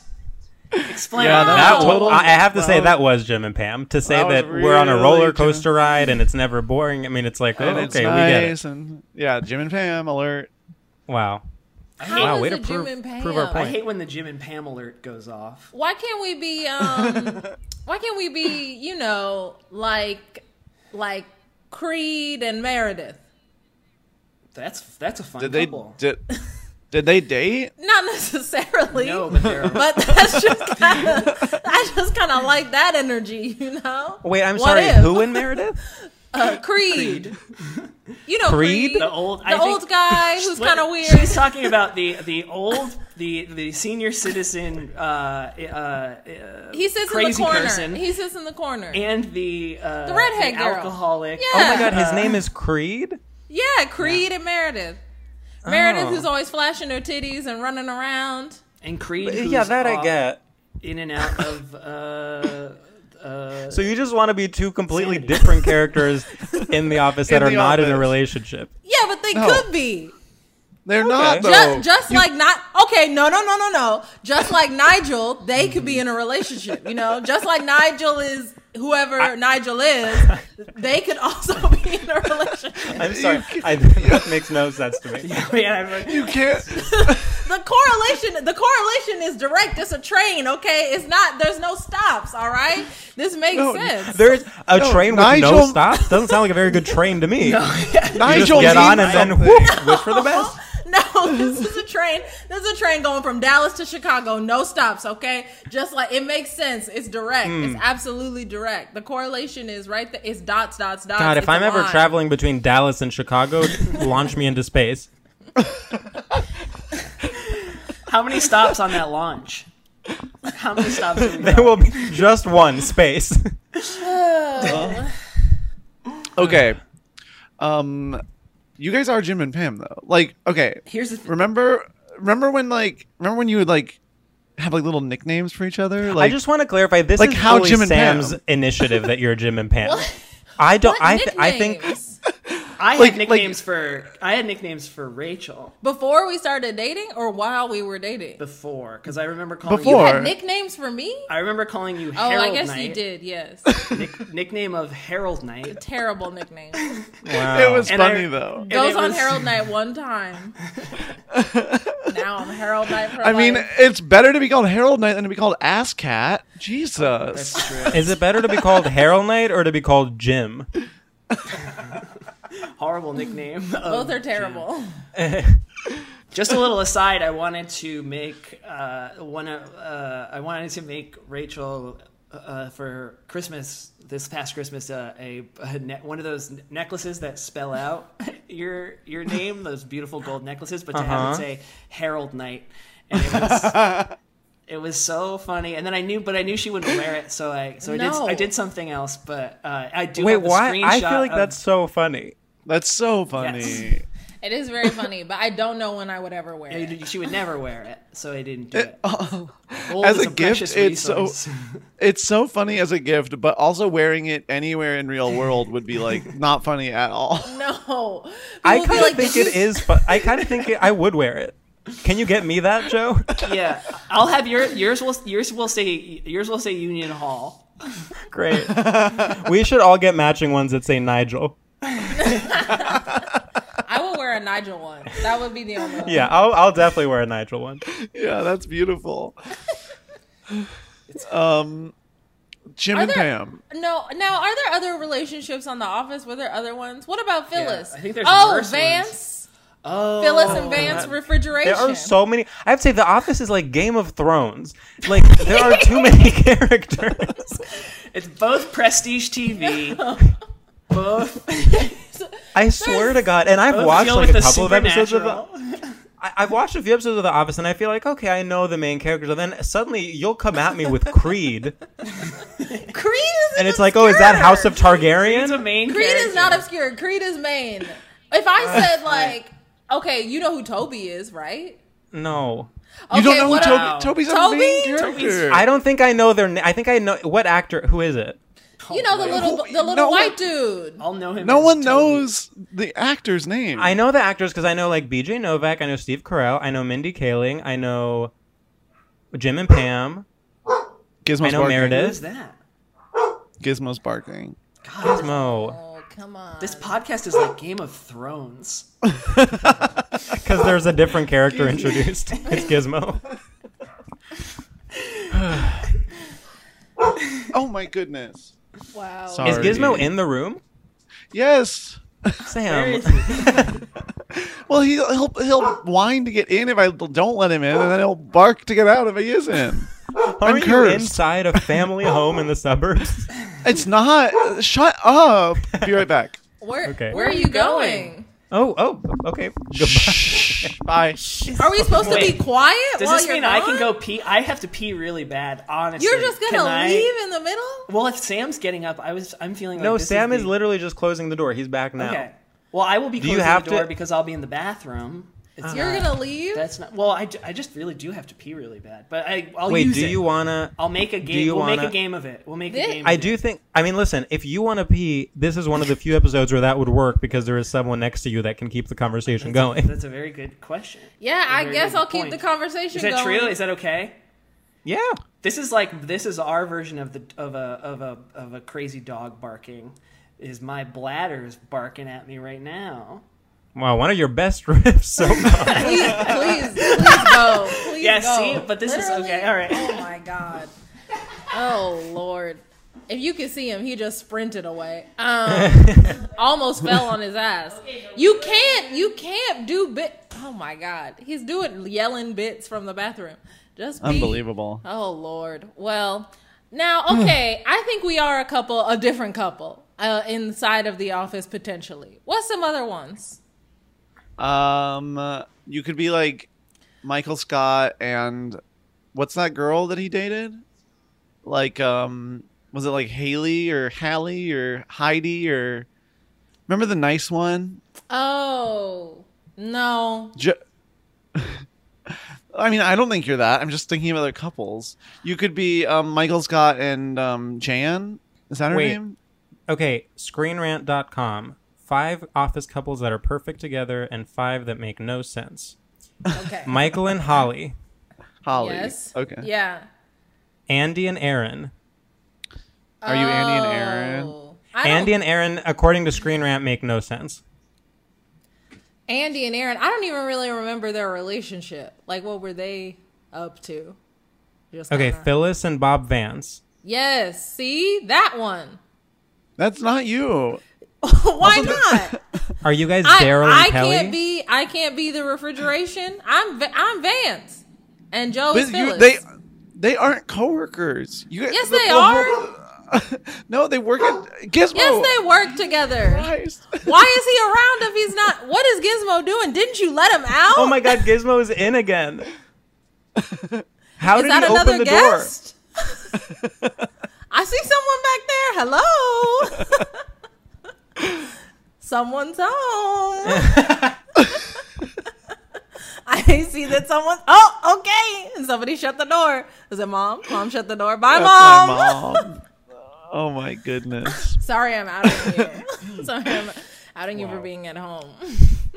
[SPEAKER 2] Explain.
[SPEAKER 1] Yeah, that
[SPEAKER 4] That
[SPEAKER 1] was
[SPEAKER 4] wa-
[SPEAKER 1] total-
[SPEAKER 4] I I have to say
[SPEAKER 1] that
[SPEAKER 4] that was Jim and Pam. To say
[SPEAKER 1] that
[SPEAKER 4] that,
[SPEAKER 1] was
[SPEAKER 4] we're on a roller
[SPEAKER 1] really Jim and-
[SPEAKER 4] coaster ride and it's never boring. I mean, it's like
[SPEAKER 1] And
[SPEAKER 4] oh,
[SPEAKER 1] it's
[SPEAKER 4] okay, we get it.
[SPEAKER 1] nice and yeah, Jim and Pam alert.
[SPEAKER 4] Wow.
[SPEAKER 5] How
[SPEAKER 4] wow,
[SPEAKER 5] is
[SPEAKER 4] way to
[SPEAKER 5] it Jim
[SPEAKER 4] prove-
[SPEAKER 5] and
[SPEAKER 4] prove our
[SPEAKER 5] Pam?
[SPEAKER 2] I
[SPEAKER 4] point.
[SPEAKER 2] hate when the Jim and Pam alert goes off.
[SPEAKER 5] Why can't we be? Um, why can't we be? You know, like, like Creed and Meredith.
[SPEAKER 2] That's that's a fun
[SPEAKER 1] Did they
[SPEAKER 2] couple.
[SPEAKER 1] did, did they date?
[SPEAKER 5] Not necessarily.
[SPEAKER 2] no, but they're
[SPEAKER 5] But that's just kind of, I just kind of like that energy, you know.
[SPEAKER 4] Wait, I'm
[SPEAKER 5] What
[SPEAKER 4] sorry.
[SPEAKER 5] if?
[SPEAKER 4] Who in Meredith?
[SPEAKER 5] Uh, Creed. You know
[SPEAKER 4] Creed?
[SPEAKER 5] Creed,
[SPEAKER 2] the old I
[SPEAKER 5] the
[SPEAKER 2] think-
[SPEAKER 5] old guy who's
[SPEAKER 2] What-
[SPEAKER 5] kind of weird.
[SPEAKER 2] She's talking about the the old the the senior citizen uh, uh, uh,
[SPEAKER 5] He sits in the
[SPEAKER 2] crazy
[SPEAKER 5] corner.
[SPEAKER 2] person.
[SPEAKER 5] He sits in the corner.
[SPEAKER 2] and the uh,
[SPEAKER 5] The redhead girl.
[SPEAKER 2] alcoholic.
[SPEAKER 5] Yeah.
[SPEAKER 4] Oh my God, his
[SPEAKER 2] Uh,
[SPEAKER 4] name is Creed.
[SPEAKER 5] yeah, Creed and Meredith. Meredith,
[SPEAKER 4] Oh.
[SPEAKER 5] who's always flashing her titties and running around.
[SPEAKER 2] and Creed. Who's
[SPEAKER 4] Yeah, that I
[SPEAKER 2] off
[SPEAKER 4] get.
[SPEAKER 2] In and out of. Uh, uh,
[SPEAKER 4] So you just want to be two completely different characters in the office that
[SPEAKER 1] In
[SPEAKER 4] are
[SPEAKER 1] the
[SPEAKER 4] not in a
[SPEAKER 1] office.
[SPEAKER 4] relationship.
[SPEAKER 5] Yeah, but they
[SPEAKER 1] No.
[SPEAKER 5] could be.
[SPEAKER 1] They're
[SPEAKER 4] Ju-
[SPEAKER 1] not though.
[SPEAKER 5] Just, just like not okay, no, no, no, no, no. Just like Nigel, they could be in a relationship. You know, just like Nigel is whoever Nigel is, they could also be in a relationship.
[SPEAKER 4] I'm sorry. I, that makes no sense to me.
[SPEAKER 5] Oh,
[SPEAKER 1] you can't.
[SPEAKER 5] the correlation the correlation is direct. It's a train, okay? It's not there's no stops, all right? This makes sense.
[SPEAKER 4] There's a
[SPEAKER 5] No,
[SPEAKER 4] train with no
[SPEAKER 5] Nigel-
[SPEAKER 4] stop. Doesn't sound like a very good train to me. You just
[SPEAKER 1] Nigel
[SPEAKER 4] get on
[SPEAKER 1] means
[SPEAKER 4] and then whoop, wish for the best.
[SPEAKER 5] No, Oh, this is a train. This is a train going from Dallas to Chicago. No stops, okay? Just like it makes sense. It's direct.
[SPEAKER 4] Hmm.
[SPEAKER 5] It's absolutely direct. The correlation is right there. It's dots, dots, dots.
[SPEAKER 4] God, if
[SPEAKER 5] It's a
[SPEAKER 4] I'm ever
[SPEAKER 5] line.
[SPEAKER 4] traveling between Dallas and Chicago, launch me into space.
[SPEAKER 2] How many stops on that launch? How many stops? do we
[SPEAKER 4] There will be just one space.
[SPEAKER 1] Okay. Um, you guys are Jim and Pam though. Like, okay.
[SPEAKER 2] Here's the
[SPEAKER 1] remember. Remember when like remember when you would like have like little nicknames for each other? Like
[SPEAKER 4] I just want to clarify this
[SPEAKER 1] like
[SPEAKER 4] is
[SPEAKER 1] how
[SPEAKER 4] fully
[SPEAKER 1] Jim and
[SPEAKER 4] Sam's
[SPEAKER 1] Pam.
[SPEAKER 4] initiative that you're Jim and Pam. I don't. I th- I think
[SPEAKER 2] I had
[SPEAKER 4] Like- like-
[SPEAKER 2] nicknames for I had nicknames for Rachel
[SPEAKER 5] Before we started dating or while we were dating?
[SPEAKER 2] before because I remember calling
[SPEAKER 5] You had
[SPEAKER 2] You,
[SPEAKER 5] nicknames for me?
[SPEAKER 2] I remember calling you
[SPEAKER 5] Oh,
[SPEAKER 2] Uh, Harold
[SPEAKER 5] I guess
[SPEAKER 2] Knight.
[SPEAKER 5] you did, yes.
[SPEAKER 2] Nick, nickname of Harold Knight.
[SPEAKER 5] Terrible nickname.
[SPEAKER 1] It was
[SPEAKER 2] And I-
[SPEAKER 1] funny, though.
[SPEAKER 2] and
[SPEAKER 5] Goes
[SPEAKER 2] it
[SPEAKER 5] on
[SPEAKER 2] was-
[SPEAKER 5] Harold Knight one time. now I'm Harold Knight for
[SPEAKER 1] I mean,
[SPEAKER 5] life.
[SPEAKER 1] it's better to be called Harold Knight than to be called Ass Cat. Jesus.
[SPEAKER 4] is it better to be called Harold Knight or to be called Jim?
[SPEAKER 2] Horrible nickname.
[SPEAKER 5] both are terrible.
[SPEAKER 2] Just a little aside, I wanted to make uh, one. of- Uh, I wanted to make Rachel uh, for Christmas this past Christmas uh, a, a ne- one of those necklaces that spell out your your name, those beautiful gold necklaces, but to have
[SPEAKER 4] Uh-huh.
[SPEAKER 2] it say Harold Knight, and it was. It was so funny, and then I knew, but I knew she wouldn't wear it, so I, so I did,
[SPEAKER 4] No.
[SPEAKER 2] I did something else. But uh, I do
[SPEAKER 4] Wait,
[SPEAKER 2] have the
[SPEAKER 4] why? I feel
[SPEAKER 2] screenshot
[SPEAKER 4] like
[SPEAKER 2] of-
[SPEAKER 4] that's so funny.
[SPEAKER 1] That's so funny.
[SPEAKER 5] It is very funny, but I don't know when I would ever wear it.
[SPEAKER 2] Yeah, She would never wear it, so I didn't do it.
[SPEAKER 4] oh.
[SPEAKER 2] Gold
[SPEAKER 1] as
[SPEAKER 2] is
[SPEAKER 1] a, gift,
[SPEAKER 2] precious
[SPEAKER 1] it's so
[SPEAKER 2] resource.
[SPEAKER 1] it's so funny as a gift, but also wearing it anywhere in real world would be like not funny at all.
[SPEAKER 5] No.
[SPEAKER 4] I
[SPEAKER 5] People be
[SPEAKER 4] kind of
[SPEAKER 5] like,
[SPEAKER 4] think
[SPEAKER 5] "Did
[SPEAKER 4] it is. Fu- I kind of think it, I would wear it. Can you get me that, Joe?
[SPEAKER 2] yeah, I'll have your yours will yours will say yours will say Union Hall.
[SPEAKER 4] Great. We should all get matching ones that say Nigel.
[SPEAKER 5] I would wear a Nigel one. That would be the only one.
[SPEAKER 4] Yeah, I'll, I'll definitely wear a Nigel one.
[SPEAKER 1] yeah, that's beautiful. um, Jim
[SPEAKER 5] Are
[SPEAKER 1] and
[SPEAKER 5] there-
[SPEAKER 1] Pam.
[SPEAKER 5] No, now are there other relationships on The Office? Were there other ones? What about Phyllis?
[SPEAKER 2] I think there's
[SPEAKER 5] oh
[SPEAKER 2] worse
[SPEAKER 5] Vance.
[SPEAKER 2] Oh,
[SPEAKER 5] Phyllis and Vance refrigeration.
[SPEAKER 4] There are so many. I have to say, The Office is like Game of Thrones. Like there are too many characters.
[SPEAKER 2] It's both prestige TV. both.
[SPEAKER 4] I swear to God, and I've
[SPEAKER 2] Both
[SPEAKER 4] watched
[SPEAKER 2] deal
[SPEAKER 4] like
[SPEAKER 2] with
[SPEAKER 4] a
[SPEAKER 2] the
[SPEAKER 4] couple of episodes of. The,
[SPEAKER 2] supernatural.
[SPEAKER 4] I, I've watched a few episodes of The Office, and I feel like okay, I know the main characters, and then suddenly you'll come at me with Creed,
[SPEAKER 5] Creed is
[SPEAKER 4] and it's like, oh, is that House of Targaryen?
[SPEAKER 2] It's a main
[SPEAKER 5] Creed is not obscure. Creed is main. If I said like, okay, you know who Toby is, right?
[SPEAKER 4] No.
[SPEAKER 5] You don't Okay, know who what Toby-
[SPEAKER 1] about- Toby's not the main Toby? character. Toby's-
[SPEAKER 4] I don't think I know their. Na- I think I know what actor. Who is it?
[SPEAKER 5] you know the little the little
[SPEAKER 1] no
[SPEAKER 5] white dude.
[SPEAKER 2] I'll know him.
[SPEAKER 1] No one knows the actor's name.
[SPEAKER 4] I know the actors because I know like B.J. Novak. I know Steve Carell. I know Mindy Kaling. I know Jim and Pam.
[SPEAKER 1] Gizmo's
[SPEAKER 4] I know
[SPEAKER 1] barking.
[SPEAKER 4] Meredith.
[SPEAKER 2] that.
[SPEAKER 1] Gizmo's barking.
[SPEAKER 4] Gizmo.
[SPEAKER 2] This podcast is like Game of Thrones.
[SPEAKER 4] Because there's a different character introduced. It's Gizmo.
[SPEAKER 1] Oh my goodness.
[SPEAKER 5] Wow.
[SPEAKER 1] Sorry.
[SPEAKER 4] Is Gizmo in the room?
[SPEAKER 1] Yes.
[SPEAKER 4] Sam.
[SPEAKER 1] Well, he, he'll he'll whine to get in if I don't let him in, and then he'll bark to get out if he is in. I'm
[SPEAKER 4] Aren't you
[SPEAKER 1] cursed.
[SPEAKER 4] inside a family home in the suburbs?
[SPEAKER 1] It's not. Shut up. Be right back.
[SPEAKER 5] Where
[SPEAKER 4] Okay.
[SPEAKER 5] where are you going?
[SPEAKER 4] Oh, oh, okay. Goodbye.
[SPEAKER 1] Bye.
[SPEAKER 5] Are we supposed to
[SPEAKER 2] Wait.
[SPEAKER 5] be quiet
[SPEAKER 2] Does
[SPEAKER 5] while
[SPEAKER 2] this
[SPEAKER 5] you're
[SPEAKER 2] mean I can go pee? I have to pee really bad, honestly.
[SPEAKER 5] You're just
[SPEAKER 2] Can
[SPEAKER 5] gonna
[SPEAKER 2] I-
[SPEAKER 5] leave in the middle?
[SPEAKER 2] Well, if Sam's getting up, I was. I'm feeling. Like
[SPEAKER 4] No,
[SPEAKER 2] this
[SPEAKER 4] Sam
[SPEAKER 2] is,
[SPEAKER 4] is
[SPEAKER 2] the-
[SPEAKER 4] literally just closing the door. He's back now.
[SPEAKER 2] Okay. Well, I will be
[SPEAKER 4] Do you
[SPEAKER 2] closing
[SPEAKER 4] have
[SPEAKER 2] the door
[SPEAKER 4] to-
[SPEAKER 2] because I'll be in the bathroom. It's
[SPEAKER 5] You're
[SPEAKER 2] not-
[SPEAKER 5] gonna leave?
[SPEAKER 2] That's not. Well, I, ju- I just really do have to pee really bad, but I I'll
[SPEAKER 4] Wait,
[SPEAKER 2] use
[SPEAKER 4] do
[SPEAKER 2] it.
[SPEAKER 4] you wanna?
[SPEAKER 2] I'll make a game.
[SPEAKER 4] you
[SPEAKER 2] We'll make
[SPEAKER 4] wanna-
[SPEAKER 2] a game of it. We'll make a
[SPEAKER 5] Thi-
[SPEAKER 2] game.
[SPEAKER 4] I
[SPEAKER 2] of it.
[SPEAKER 4] do think. I mean, listen. If you want to pee, this is one of the few episodes where that would work because there is someone next to you that can keep the conversation going.
[SPEAKER 2] That's a very good question.
[SPEAKER 5] Yeah,
[SPEAKER 2] That's a
[SPEAKER 5] I
[SPEAKER 2] very
[SPEAKER 5] guess
[SPEAKER 2] good
[SPEAKER 5] I'll keep
[SPEAKER 2] point.
[SPEAKER 5] the conversation
[SPEAKER 2] Is that
[SPEAKER 5] going.
[SPEAKER 2] true? Is that okay?
[SPEAKER 4] Yeah.
[SPEAKER 2] This is like this is our version of the of a of a of a crazy dog barking. Is my bladder's barking at me right now?
[SPEAKER 4] Wow, one of your best riffs so far.
[SPEAKER 5] please, please, please go. Please
[SPEAKER 2] Yeah,
[SPEAKER 5] go.
[SPEAKER 2] see? But this is okay. All right.
[SPEAKER 5] Oh my god. Oh lord. If you could see him, he just sprinted away. Um, almost fell on his ass. You can't, you can't do bit. Oh my god, he's doing yelling bits from the bathroom. Just be-
[SPEAKER 1] Unbelievable.
[SPEAKER 5] Oh lord. Well, now okay, I think we are a couple, a different couple uh, inside of the office potentially. What's some other ones?
[SPEAKER 1] Um, uh, you could be like Michael Scott and what's that girl that he dated? Like, um, was it like Haley or Hallie or Heidi or remember the nice one?
[SPEAKER 5] Oh no,
[SPEAKER 1] Jo- I mean, I don't think you're that. I'm just thinking of other couples. You could be um, Michael Scott and um, Jan. Is that her
[SPEAKER 4] Wait.
[SPEAKER 1] name?
[SPEAKER 4] Okay, screenrant.com. Five office couples that are perfect together and five that make no sense.
[SPEAKER 5] Okay.
[SPEAKER 4] Michael and Holly,
[SPEAKER 1] Holly.
[SPEAKER 5] Yes.
[SPEAKER 1] Okay.
[SPEAKER 5] Yeah.
[SPEAKER 4] Andy and Aaron.
[SPEAKER 1] Are you Andy and
[SPEAKER 5] Oh.
[SPEAKER 1] Aaron?
[SPEAKER 5] I
[SPEAKER 4] Andy
[SPEAKER 5] don't-
[SPEAKER 4] and Aaron, according to ScreenRant, make no sense.
[SPEAKER 5] Andy and Aaron. I don't even really remember their relationship. Like, what were they up to? Just
[SPEAKER 4] Okay,
[SPEAKER 5] kinda-
[SPEAKER 4] Phyllis and Bob Vance.
[SPEAKER 5] Yes. See that one.
[SPEAKER 1] That's not you.
[SPEAKER 5] Why not?
[SPEAKER 4] Are you guys
[SPEAKER 5] I,
[SPEAKER 4] Daryl
[SPEAKER 5] I
[SPEAKER 4] and Kelly?
[SPEAKER 5] can't be. I can't be the refrigeration. I'm Va- I'm Vance, and Joe
[SPEAKER 1] But
[SPEAKER 5] is
[SPEAKER 1] you,
[SPEAKER 5] Phyllis.
[SPEAKER 1] they they aren't coworkers. You guys-
[SPEAKER 5] yes,
[SPEAKER 1] the-
[SPEAKER 5] they
[SPEAKER 1] the
[SPEAKER 5] are.
[SPEAKER 1] whole- no, they work at Gizmo.
[SPEAKER 5] Yes, they work together.
[SPEAKER 1] Christ.
[SPEAKER 4] Oh
[SPEAKER 5] Why is he around if he's not? What is Gizmo doing? Didn't you let him out?
[SPEAKER 4] Oh my god, Gizmo is in again. How
[SPEAKER 5] Is
[SPEAKER 4] did
[SPEAKER 5] that
[SPEAKER 4] he
[SPEAKER 5] another
[SPEAKER 4] open the door?
[SPEAKER 5] guest? I see someone back there. Hello. Someone's home. I see that someone. Oh, okay. And somebody shut the door. Is it mom? Mom shut the door. Bye,
[SPEAKER 1] That's
[SPEAKER 5] mom.
[SPEAKER 1] my mom. oh my goodness.
[SPEAKER 5] Sorry, I'm out of here. Sorry, I'm outing you for being at home.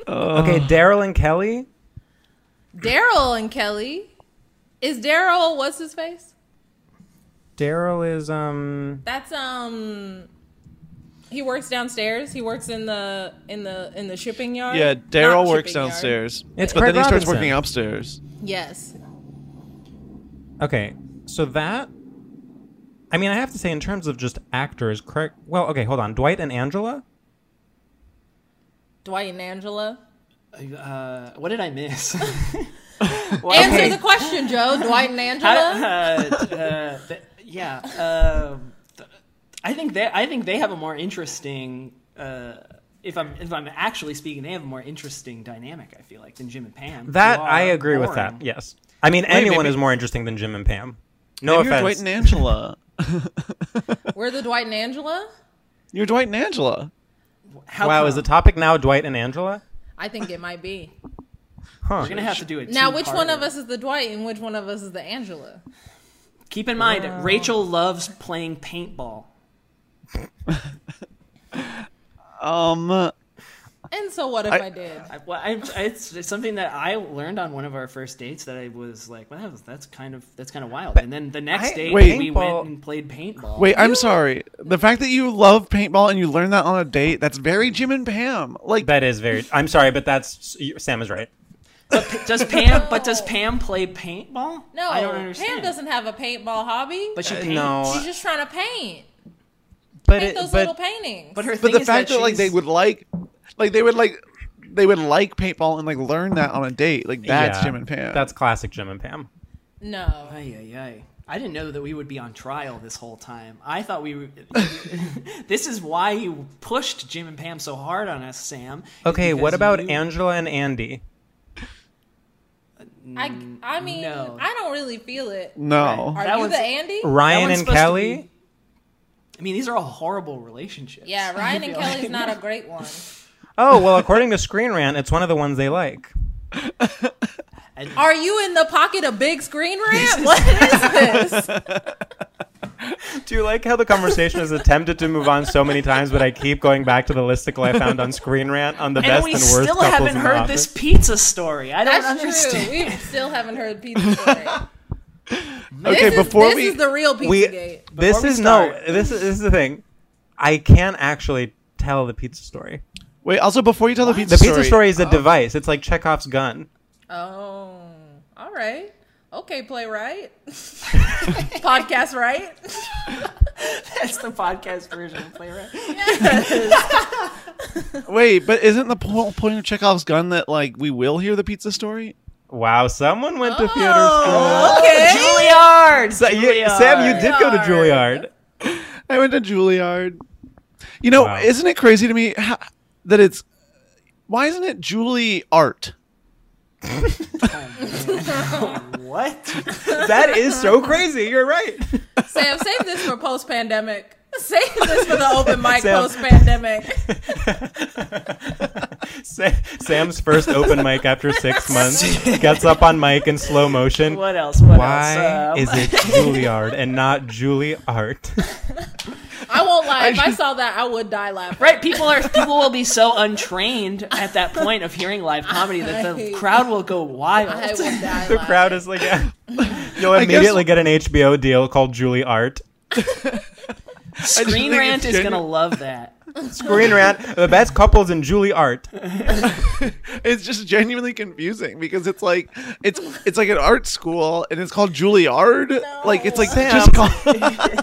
[SPEAKER 4] Okay, Daryl and Kelly.
[SPEAKER 5] Daryl and Kelly. Is Daryl? What's his face?
[SPEAKER 4] Daryl is um
[SPEAKER 5] That's um he works downstairs. He works in the in the in the shipping yard.
[SPEAKER 1] Yeah, Daryl
[SPEAKER 5] Not
[SPEAKER 1] works
[SPEAKER 5] shipping yard.
[SPEAKER 1] downstairs.
[SPEAKER 4] It's
[SPEAKER 1] but
[SPEAKER 4] Craig
[SPEAKER 1] then he starts
[SPEAKER 4] Robinson.
[SPEAKER 1] working upstairs.
[SPEAKER 5] Yes.
[SPEAKER 4] Okay, so that I mean, I have to say in terms of just actors, Craig Well, okay, hold on. Dwight and Angela?
[SPEAKER 5] Dwight and Angela.
[SPEAKER 2] Uh, what did I miss?
[SPEAKER 5] Answer the question, Joe. Dwight and
[SPEAKER 2] I-
[SPEAKER 5] Angela.
[SPEAKER 2] uh, uh, th- yeah, um, th- I think they I think they have a more interesting. Uh, if I'm if I'm actually speaking, they have a more interesting dynamic. I feel like than Jim and Pam. who
[SPEAKER 4] That
[SPEAKER 2] are
[SPEAKER 4] I agree with
[SPEAKER 2] boring.
[SPEAKER 4] that. Yes. I mean, anyone
[SPEAKER 1] maybe-
[SPEAKER 4] is more interesting than Jim and Pam. No
[SPEAKER 1] Maybe you're
[SPEAKER 4] offense.
[SPEAKER 1] Dwight and Angela.
[SPEAKER 5] We're the Dwight and Angela.
[SPEAKER 1] you're Dwight and Angela.
[SPEAKER 2] How
[SPEAKER 4] wow,
[SPEAKER 2] come?
[SPEAKER 4] is the topic now Dwight and Angela?
[SPEAKER 5] I think it might be.
[SPEAKER 4] Huh.
[SPEAKER 2] We're gonna have to do it.
[SPEAKER 5] Now, which one of us is the Dwight and which one of us is the Angela?
[SPEAKER 2] Keep in mind, Rachel loves playing paintball.
[SPEAKER 1] Um, uh,
[SPEAKER 5] And so what if I, did?
[SPEAKER 2] I, well, I, it's, it's something that I learned on one of our first dates that I was like, "Wow, that's kind of that's kind of wild." and then the next
[SPEAKER 4] I-
[SPEAKER 2] date,
[SPEAKER 1] Wait.
[SPEAKER 2] we
[SPEAKER 4] Paintball-
[SPEAKER 2] went and played paintball.
[SPEAKER 1] wait, I'm sorry. The fact that you love paintball and you learn that on a date, that's very Jim and Pam. Like,
[SPEAKER 4] That is very I'm sorry, but that's Sam is right.
[SPEAKER 2] Does Pam? But does Pam play paintball?
[SPEAKER 5] No,
[SPEAKER 2] I don't understand.
[SPEAKER 5] Pam doesn't have a paintball hobby.
[SPEAKER 2] But she
[SPEAKER 4] Uh,
[SPEAKER 2] paints.
[SPEAKER 4] no.
[SPEAKER 5] She's just trying to paint.
[SPEAKER 4] But
[SPEAKER 5] Paint
[SPEAKER 4] it,
[SPEAKER 5] those
[SPEAKER 4] but
[SPEAKER 5] little paintings.
[SPEAKER 2] But her
[SPEAKER 1] but
[SPEAKER 2] thing
[SPEAKER 1] the
[SPEAKER 2] is
[SPEAKER 1] fact that, like, they
[SPEAKER 2] she's-
[SPEAKER 1] would like, like, they would like, they would like paintball and like learn that on a date. Like, that's
[SPEAKER 4] yeah,
[SPEAKER 1] Jim and Pam.
[SPEAKER 4] That's classic Jim and Pam.
[SPEAKER 5] no.
[SPEAKER 2] Ay, ay, ay. I didn't know that we would be on trial this whole time. I thought we were. this is why you pushed Jim and Pam so hard on us, Sam. is
[SPEAKER 4] Okay, what
[SPEAKER 2] because
[SPEAKER 4] about
[SPEAKER 2] you-
[SPEAKER 4] Angela and Andy?
[SPEAKER 5] I I mean
[SPEAKER 2] Mm, no.
[SPEAKER 5] I don't really feel it.
[SPEAKER 1] no.
[SPEAKER 5] Are
[SPEAKER 2] That
[SPEAKER 5] you
[SPEAKER 2] one's-
[SPEAKER 5] the Andy?
[SPEAKER 2] That
[SPEAKER 4] Ryan
[SPEAKER 2] one's
[SPEAKER 4] and
[SPEAKER 2] supposed to
[SPEAKER 4] Kelly?
[SPEAKER 2] be- I mean, these are all horrible relationships.
[SPEAKER 5] Yeah, Ryan and Kelly's not a great one.
[SPEAKER 4] Oh, well, according to Screen Rant, it's one of the ones they like.
[SPEAKER 5] Are you in the pocket of big screen rant? What is this?
[SPEAKER 4] Do you like how the conversation has attempted to move on so many times, but I keep going back to the listicle I found on Screen Rant on the
[SPEAKER 2] And
[SPEAKER 4] best
[SPEAKER 2] we
[SPEAKER 4] and worst
[SPEAKER 2] still
[SPEAKER 4] couples
[SPEAKER 2] haven't
[SPEAKER 4] in the
[SPEAKER 2] heard
[SPEAKER 4] office?
[SPEAKER 2] this pizza story. I don't
[SPEAKER 5] That's true.
[SPEAKER 2] understand.
[SPEAKER 5] We still haven't heard pizza story.
[SPEAKER 1] Okay,
[SPEAKER 5] this
[SPEAKER 1] before
[SPEAKER 5] is, this
[SPEAKER 1] we-
[SPEAKER 5] is the real Pizzagate.
[SPEAKER 4] we
[SPEAKER 5] gate.
[SPEAKER 4] this is no this is, this is the thing i can't actually tell the pizza story
[SPEAKER 1] Wait, also before you tell the pizza
[SPEAKER 4] the pizza
[SPEAKER 1] story-
[SPEAKER 4] story is a
[SPEAKER 1] Oh.
[SPEAKER 4] device it's like chekhov's gun
[SPEAKER 5] Oh, all right. Okay, play right. podcast right.
[SPEAKER 2] That's the podcast version of Playwright.
[SPEAKER 1] Wait, but isn't the po- point of Chekhov's gun that like we will hear the pizza story?
[SPEAKER 4] Wow, someone went to theater
[SPEAKER 5] Oh, okay.
[SPEAKER 2] Juilliard.
[SPEAKER 4] Sa- you- Sam, you did go to Juilliard.
[SPEAKER 1] I went to Juilliard. You know,
[SPEAKER 4] Wow.
[SPEAKER 1] isn't it crazy to me how, that it's why isn't it Julie Art?
[SPEAKER 2] What?
[SPEAKER 4] That is so crazy. You're right.
[SPEAKER 5] Sam, save this for post pandemic. Save this for the open mic
[SPEAKER 4] Sam.
[SPEAKER 5] post pandemic.
[SPEAKER 4] Sa- Sam's first open mic after six months gets up on mic in slow motion.
[SPEAKER 2] What else? What
[SPEAKER 4] Why
[SPEAKER 2] else?
[SPEAKER 4] is
[SPEAKER 2] Um,
[SPEAKER 4] it Juilliard and not Julie Art?
[SPEAKER 5] I won't lie. If I saw that, I would die laughing.
[SPEAKER 2] Right, people are people will be so untrained at that point of hearing live comedy that the
[SPEAKER 5] I-
[SPEAKER 2] crowd will go wild.
[SPEAKER 5] I would die
[SPEAKER 4] The
[SPEAKER 5] laughing.
[SPEAKER 4] crowd is like, yeah. you'll
[SPEAKER 1] I guess-
[SPEAKER 4] immediately get an HBO deal called Julie Art.
[SPEAKER 2] Screen
[SPEAKER 1] think
[SPEAKER 2] Rant
[SPEAKER 1] it's
[SPEAKER 2] is gonna
[SPEAKER 1] genuine.
[SPEAKER 2] love that.
[SPEAKER 4] Screen rant, the best couples in Julie Art.
[SPEAKER 1] It's just genuinely confusing because it's like it's it's like an art school and it's called Juilliard. Like it's like just call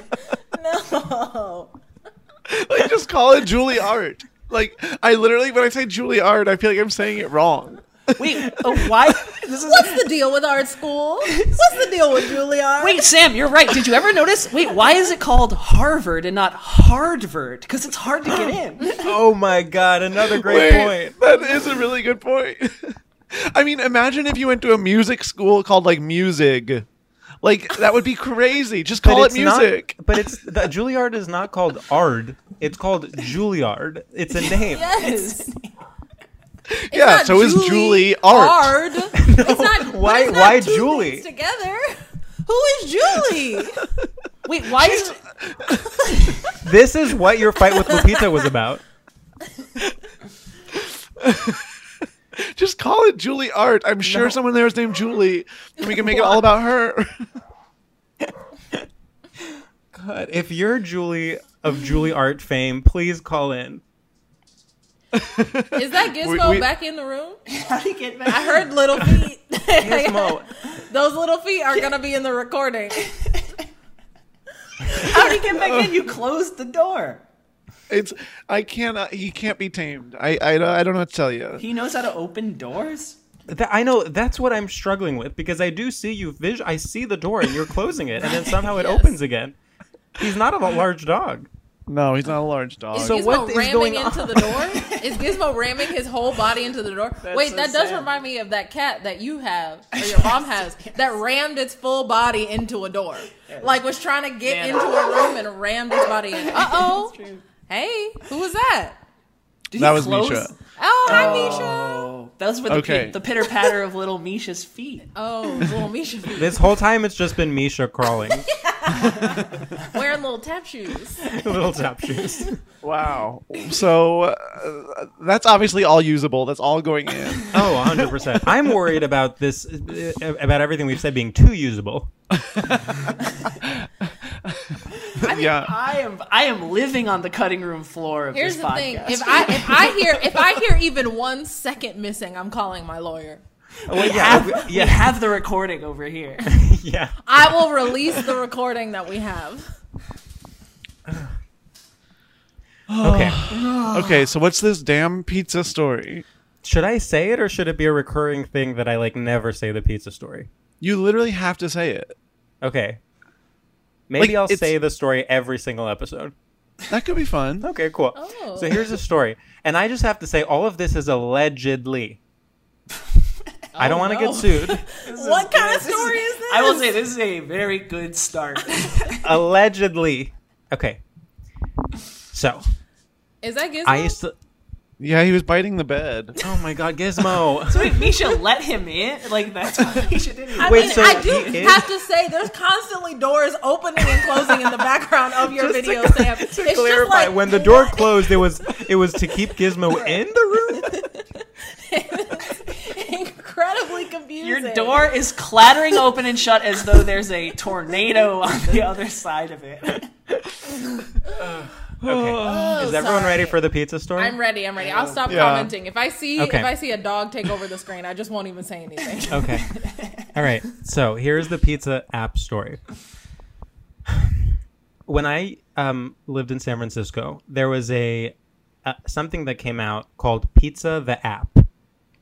[SPEAKER 5] No.
[SPEAKER 1] like just call it Juilliard. Like I literally when I say Juilliard, I feel like I'm saying it wrong.
[SPEAKER 2] Wait, uh, why? This is
[SPEAKER 5] What's the deal with art school? What's the deal with Juilliard?
[SPEAKER 2] wait, Sam, you're right. Did you ever notice? Wait, why is it called Harvard and not Harvard? Because it's hard to get in.
[SPEAKER 4] Oh my god, another great point.
[SPEAKER 1] That is a really good point. I mean, imagine if you went to a music school called like Music. Like that would be crazy. Just call it
[SPEAKER 4] it's not-
[SPEAKER 1] music.
[SPEAKER 4] but it's the Juilliard is not called Ard. It's called Juilliard. It's a name.
[SPEAKER 5] Yes.
[SPEAKER 1] yeah,
[SPEAKER 5] not
[SPEAKER 1] so is Julie art.
[SPEAKER 5] Ard.
[SPEAKER 4] Why-
[SPEAKER 5] It's not, why? It's not
[SPEAKER 4] why
[SPEAKER 5] why two
[SPEAKER 4] Julie?
[SPEAKER 5] Julie? Together. Who is Julie?
[SPEAKER 2] Wait, why is it?
[SPEAKER 4] This is what your fight with Lupita was about.
[SPEAKER 1] Just call it Julie art. I'm sure someone there is named Julie, and we can make it all about her.
[SPEAKER 4] God, if you're Julie of Julie Art fame, please call in.
[SPEAKER 5] Is that Gizmo
[SPEAKER 1] we-
[SPEAKER 5] back in the room?
[SPEAKER 2] How do you get back?
[SPEAKER 5] I heard little feet.
[SPEAKER 4] Gizmo,
[SPEAKER 5] Those little feet are gonna be in the recording.
[SPEAKER 2] How do you get back in? You
[SPEAKER 4] Oh.
[SPEAKER 2] closed the door.
[SPEAKER 1] It's I cannot. He can't be tamed. I I, don't- I don't know what to tell you.
[SPEAKER 2] He knows how to open doors.
[SPEAKER 4] That- I know that's what I'm struggling with because I do see you. Vis- I see the door and you're closing it, and then somehow Oh, it opens again. He's not a large dog.
[SPEAKER 1] No, he's not a large dog.
[SPEAKER 5] Is
[SPEAKER 4] So
[SPEAKER 5] Gizmo
[SPEAKER 4] what is
[SPEAKER 5] ramming
[SPEAKER 4] going
[SPEAKER 5] into
[SPEAKER 4] on?
[SPEAKER 5] the door? Is Gizmo ramming his whole body into the door? Wait,
[SPEAKER 2] so
[SPEAKER 5] that does
[SPEAKER 2] sad.
[SPEAKER 5] remind me of that cat that you have or your mom has that rammed its full body into a door. Like was trying to get
[SPEAKER 2] Man.
[SPEAKER 5] into a room and rammed its body in. Uh oh. Hey, who was that?
[SPEAKER 2] Did
[SPEAKER 1] that
[SPEAKER 2] he
[SPEAKER 1] was
[SPEAKER 2] close?
[SPEAKER 1] Misha.
[SPEAKER 5] Oh, hi Misha.
[SPEAKER 2] Oh, that was for the,
[SPEAKER 1] Okay.
[SPEAKER 2] pit- the pitter patter of little Misha's feet.
[SPEAKER 5] Oh, little Misha
[SPEAKER 4] This whole time it's just been Misha crawling,
[SPEAKER 5] wearing little tap shoes.
[SPEAKER 4] little tap shoes.
[SPEAKER 1] Wow. So uh, that's obviously all usable. That's all going in.
[SPEAKER 4] Oh, 100 percent. I'm worried about this, uh, about everything we've said being too usable.
[SPEAKER 1] yeah.
[SPEAKER 4] uh.
[SPEAKER 2] I am I am living on the cutting room floor of
[SPEAKER 5] Here's
[SPEAKER 2] this
[SPEAKER 5] the
[SPEAKER 2] podcast.
[SPEAKER 5] thing: if I if I hear if I hear even one second missing, I'm calling my lawyer.
[SPEAKER 4] Well,
[SPEAKER 2] we
[SPEAKER 4] yeah,
[SPEAKER 2] have,
[SPEAKER 4] we-
[SPEAKER 2] we
[SPEAKER 4] yeah,
[SPEAKER 2] have the recording over here.
[SPEAKER 4] yeah.
[SPEAKER 5] I will release the recording that we have.
[SPEAKER 4] Okay.
[SPEAKER 1] Okay, so what's this damn pizza story?
[SPEAKER 4] Should I say it or should it be a recurring thing that I like never say the pizza story?
[SPEAKER 1] You literally have to say it.
[SPEAKER 4] Okay. Maybe
[SPEAKER 1] Like,
[SPEAKER 4] I'll
[SPEAKER 1] it's-
[SPEAKER 4] say the story every single episode.
[SPEAKER 1] That could be fun.
[SPEAKER 4] Okay, cool.
[SPEAKER 5] Oh.
[SPEAKER 4] So here's the story. And I just have to say all of this is allegedly. I don't want to
[SPEAKER 5] Oh, no.
[SPEAKER 4] get sued.
[SPEAKER 5] What kind of story is, this?
[SPEAKER 2] I will say this is a very good start.
[SPEAKER 4] allegedly. Okay. So,
[SPEAKER 5] Is that Gizmo?
[SPEAKER 4] I used to
[SPEAKER 1] Yeah, he was biting the bed.
[SPEAKER 4] Oh my god, Gizmo.
[SPEAKER 2] Wait, Misha let him in? Like that's what Misha did.
[SPEAKER 5] I
[SPEAKER 4] Wait,
[SPEAKER 5] mean,
[SPEAKER 4] so
[SPEAKER 5] I do
[SPEAKER 4] he is-
[SPEAKER 5] have to say, there's constantly doors opening and closing in the background of your
[SPEAKER 4] Just to
[SPEAKER 5] video,
[SPEAKER 4] cl-
[SPEAKER 5] Sam.
[SPEAKER 4] to
[SPEAKER 5] It's just
[SPEAKER 4] clarify,
[SPEAKER 5] like-
[SPEAKER 4] when the door closed, it was it was to keep Gizmo in the room.
[SPEAKER 5] incredibly confusing.
[SPEAKER 2] Your door is clattering open and shut as though there's a tornado on the other side of it.
[SPEAKER 4] Okay.
[SPEAKER 5] Oh,
[SPEAKER 4] Is everyone
[SPEAKER 5] sorry.
[SPEAKER 4] ready for the pizza story?
[SPEAKER 5] I'm ready. I'm ready. I'll stop
[SPEAKER 4] Yeah.
[SPEAKER 5] commenting. If I see
[SPEAKER 4] Okay.
[SPEAKER 5] if I see a dog take over the screen, I just won't even say anything.
[SPEAKER 4] Okay. All right. So here's the pizza app story. When I um, lived in San Francisco, there was a uh, something that came out called Pizza the App,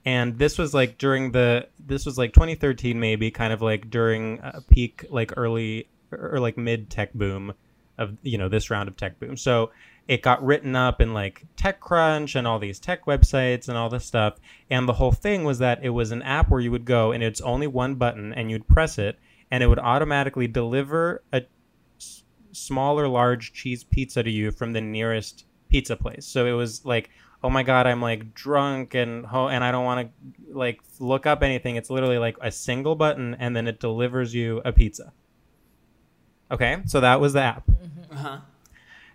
[SPEAKER 4] and this was like during the this was like 2013 maybe, kind of like during a peak like early or like mid tech boom of you know this round of tech boom. So it got written up in like TechCrunch and all these tech websites and all this stuff. And the whole thing was that it was an app where you would go and it's only one button and you'd press it and it would automatically deliver a s- small or large cheese pizza to you from the nearest pizza place. So it was like, oh my god, I'm like drunk and ho- and I don't want to like look up anything. It's literally like a single button and then it delivers you a pizza. Okay, so that was the app.
[SPEAKER 2] Uh-huh.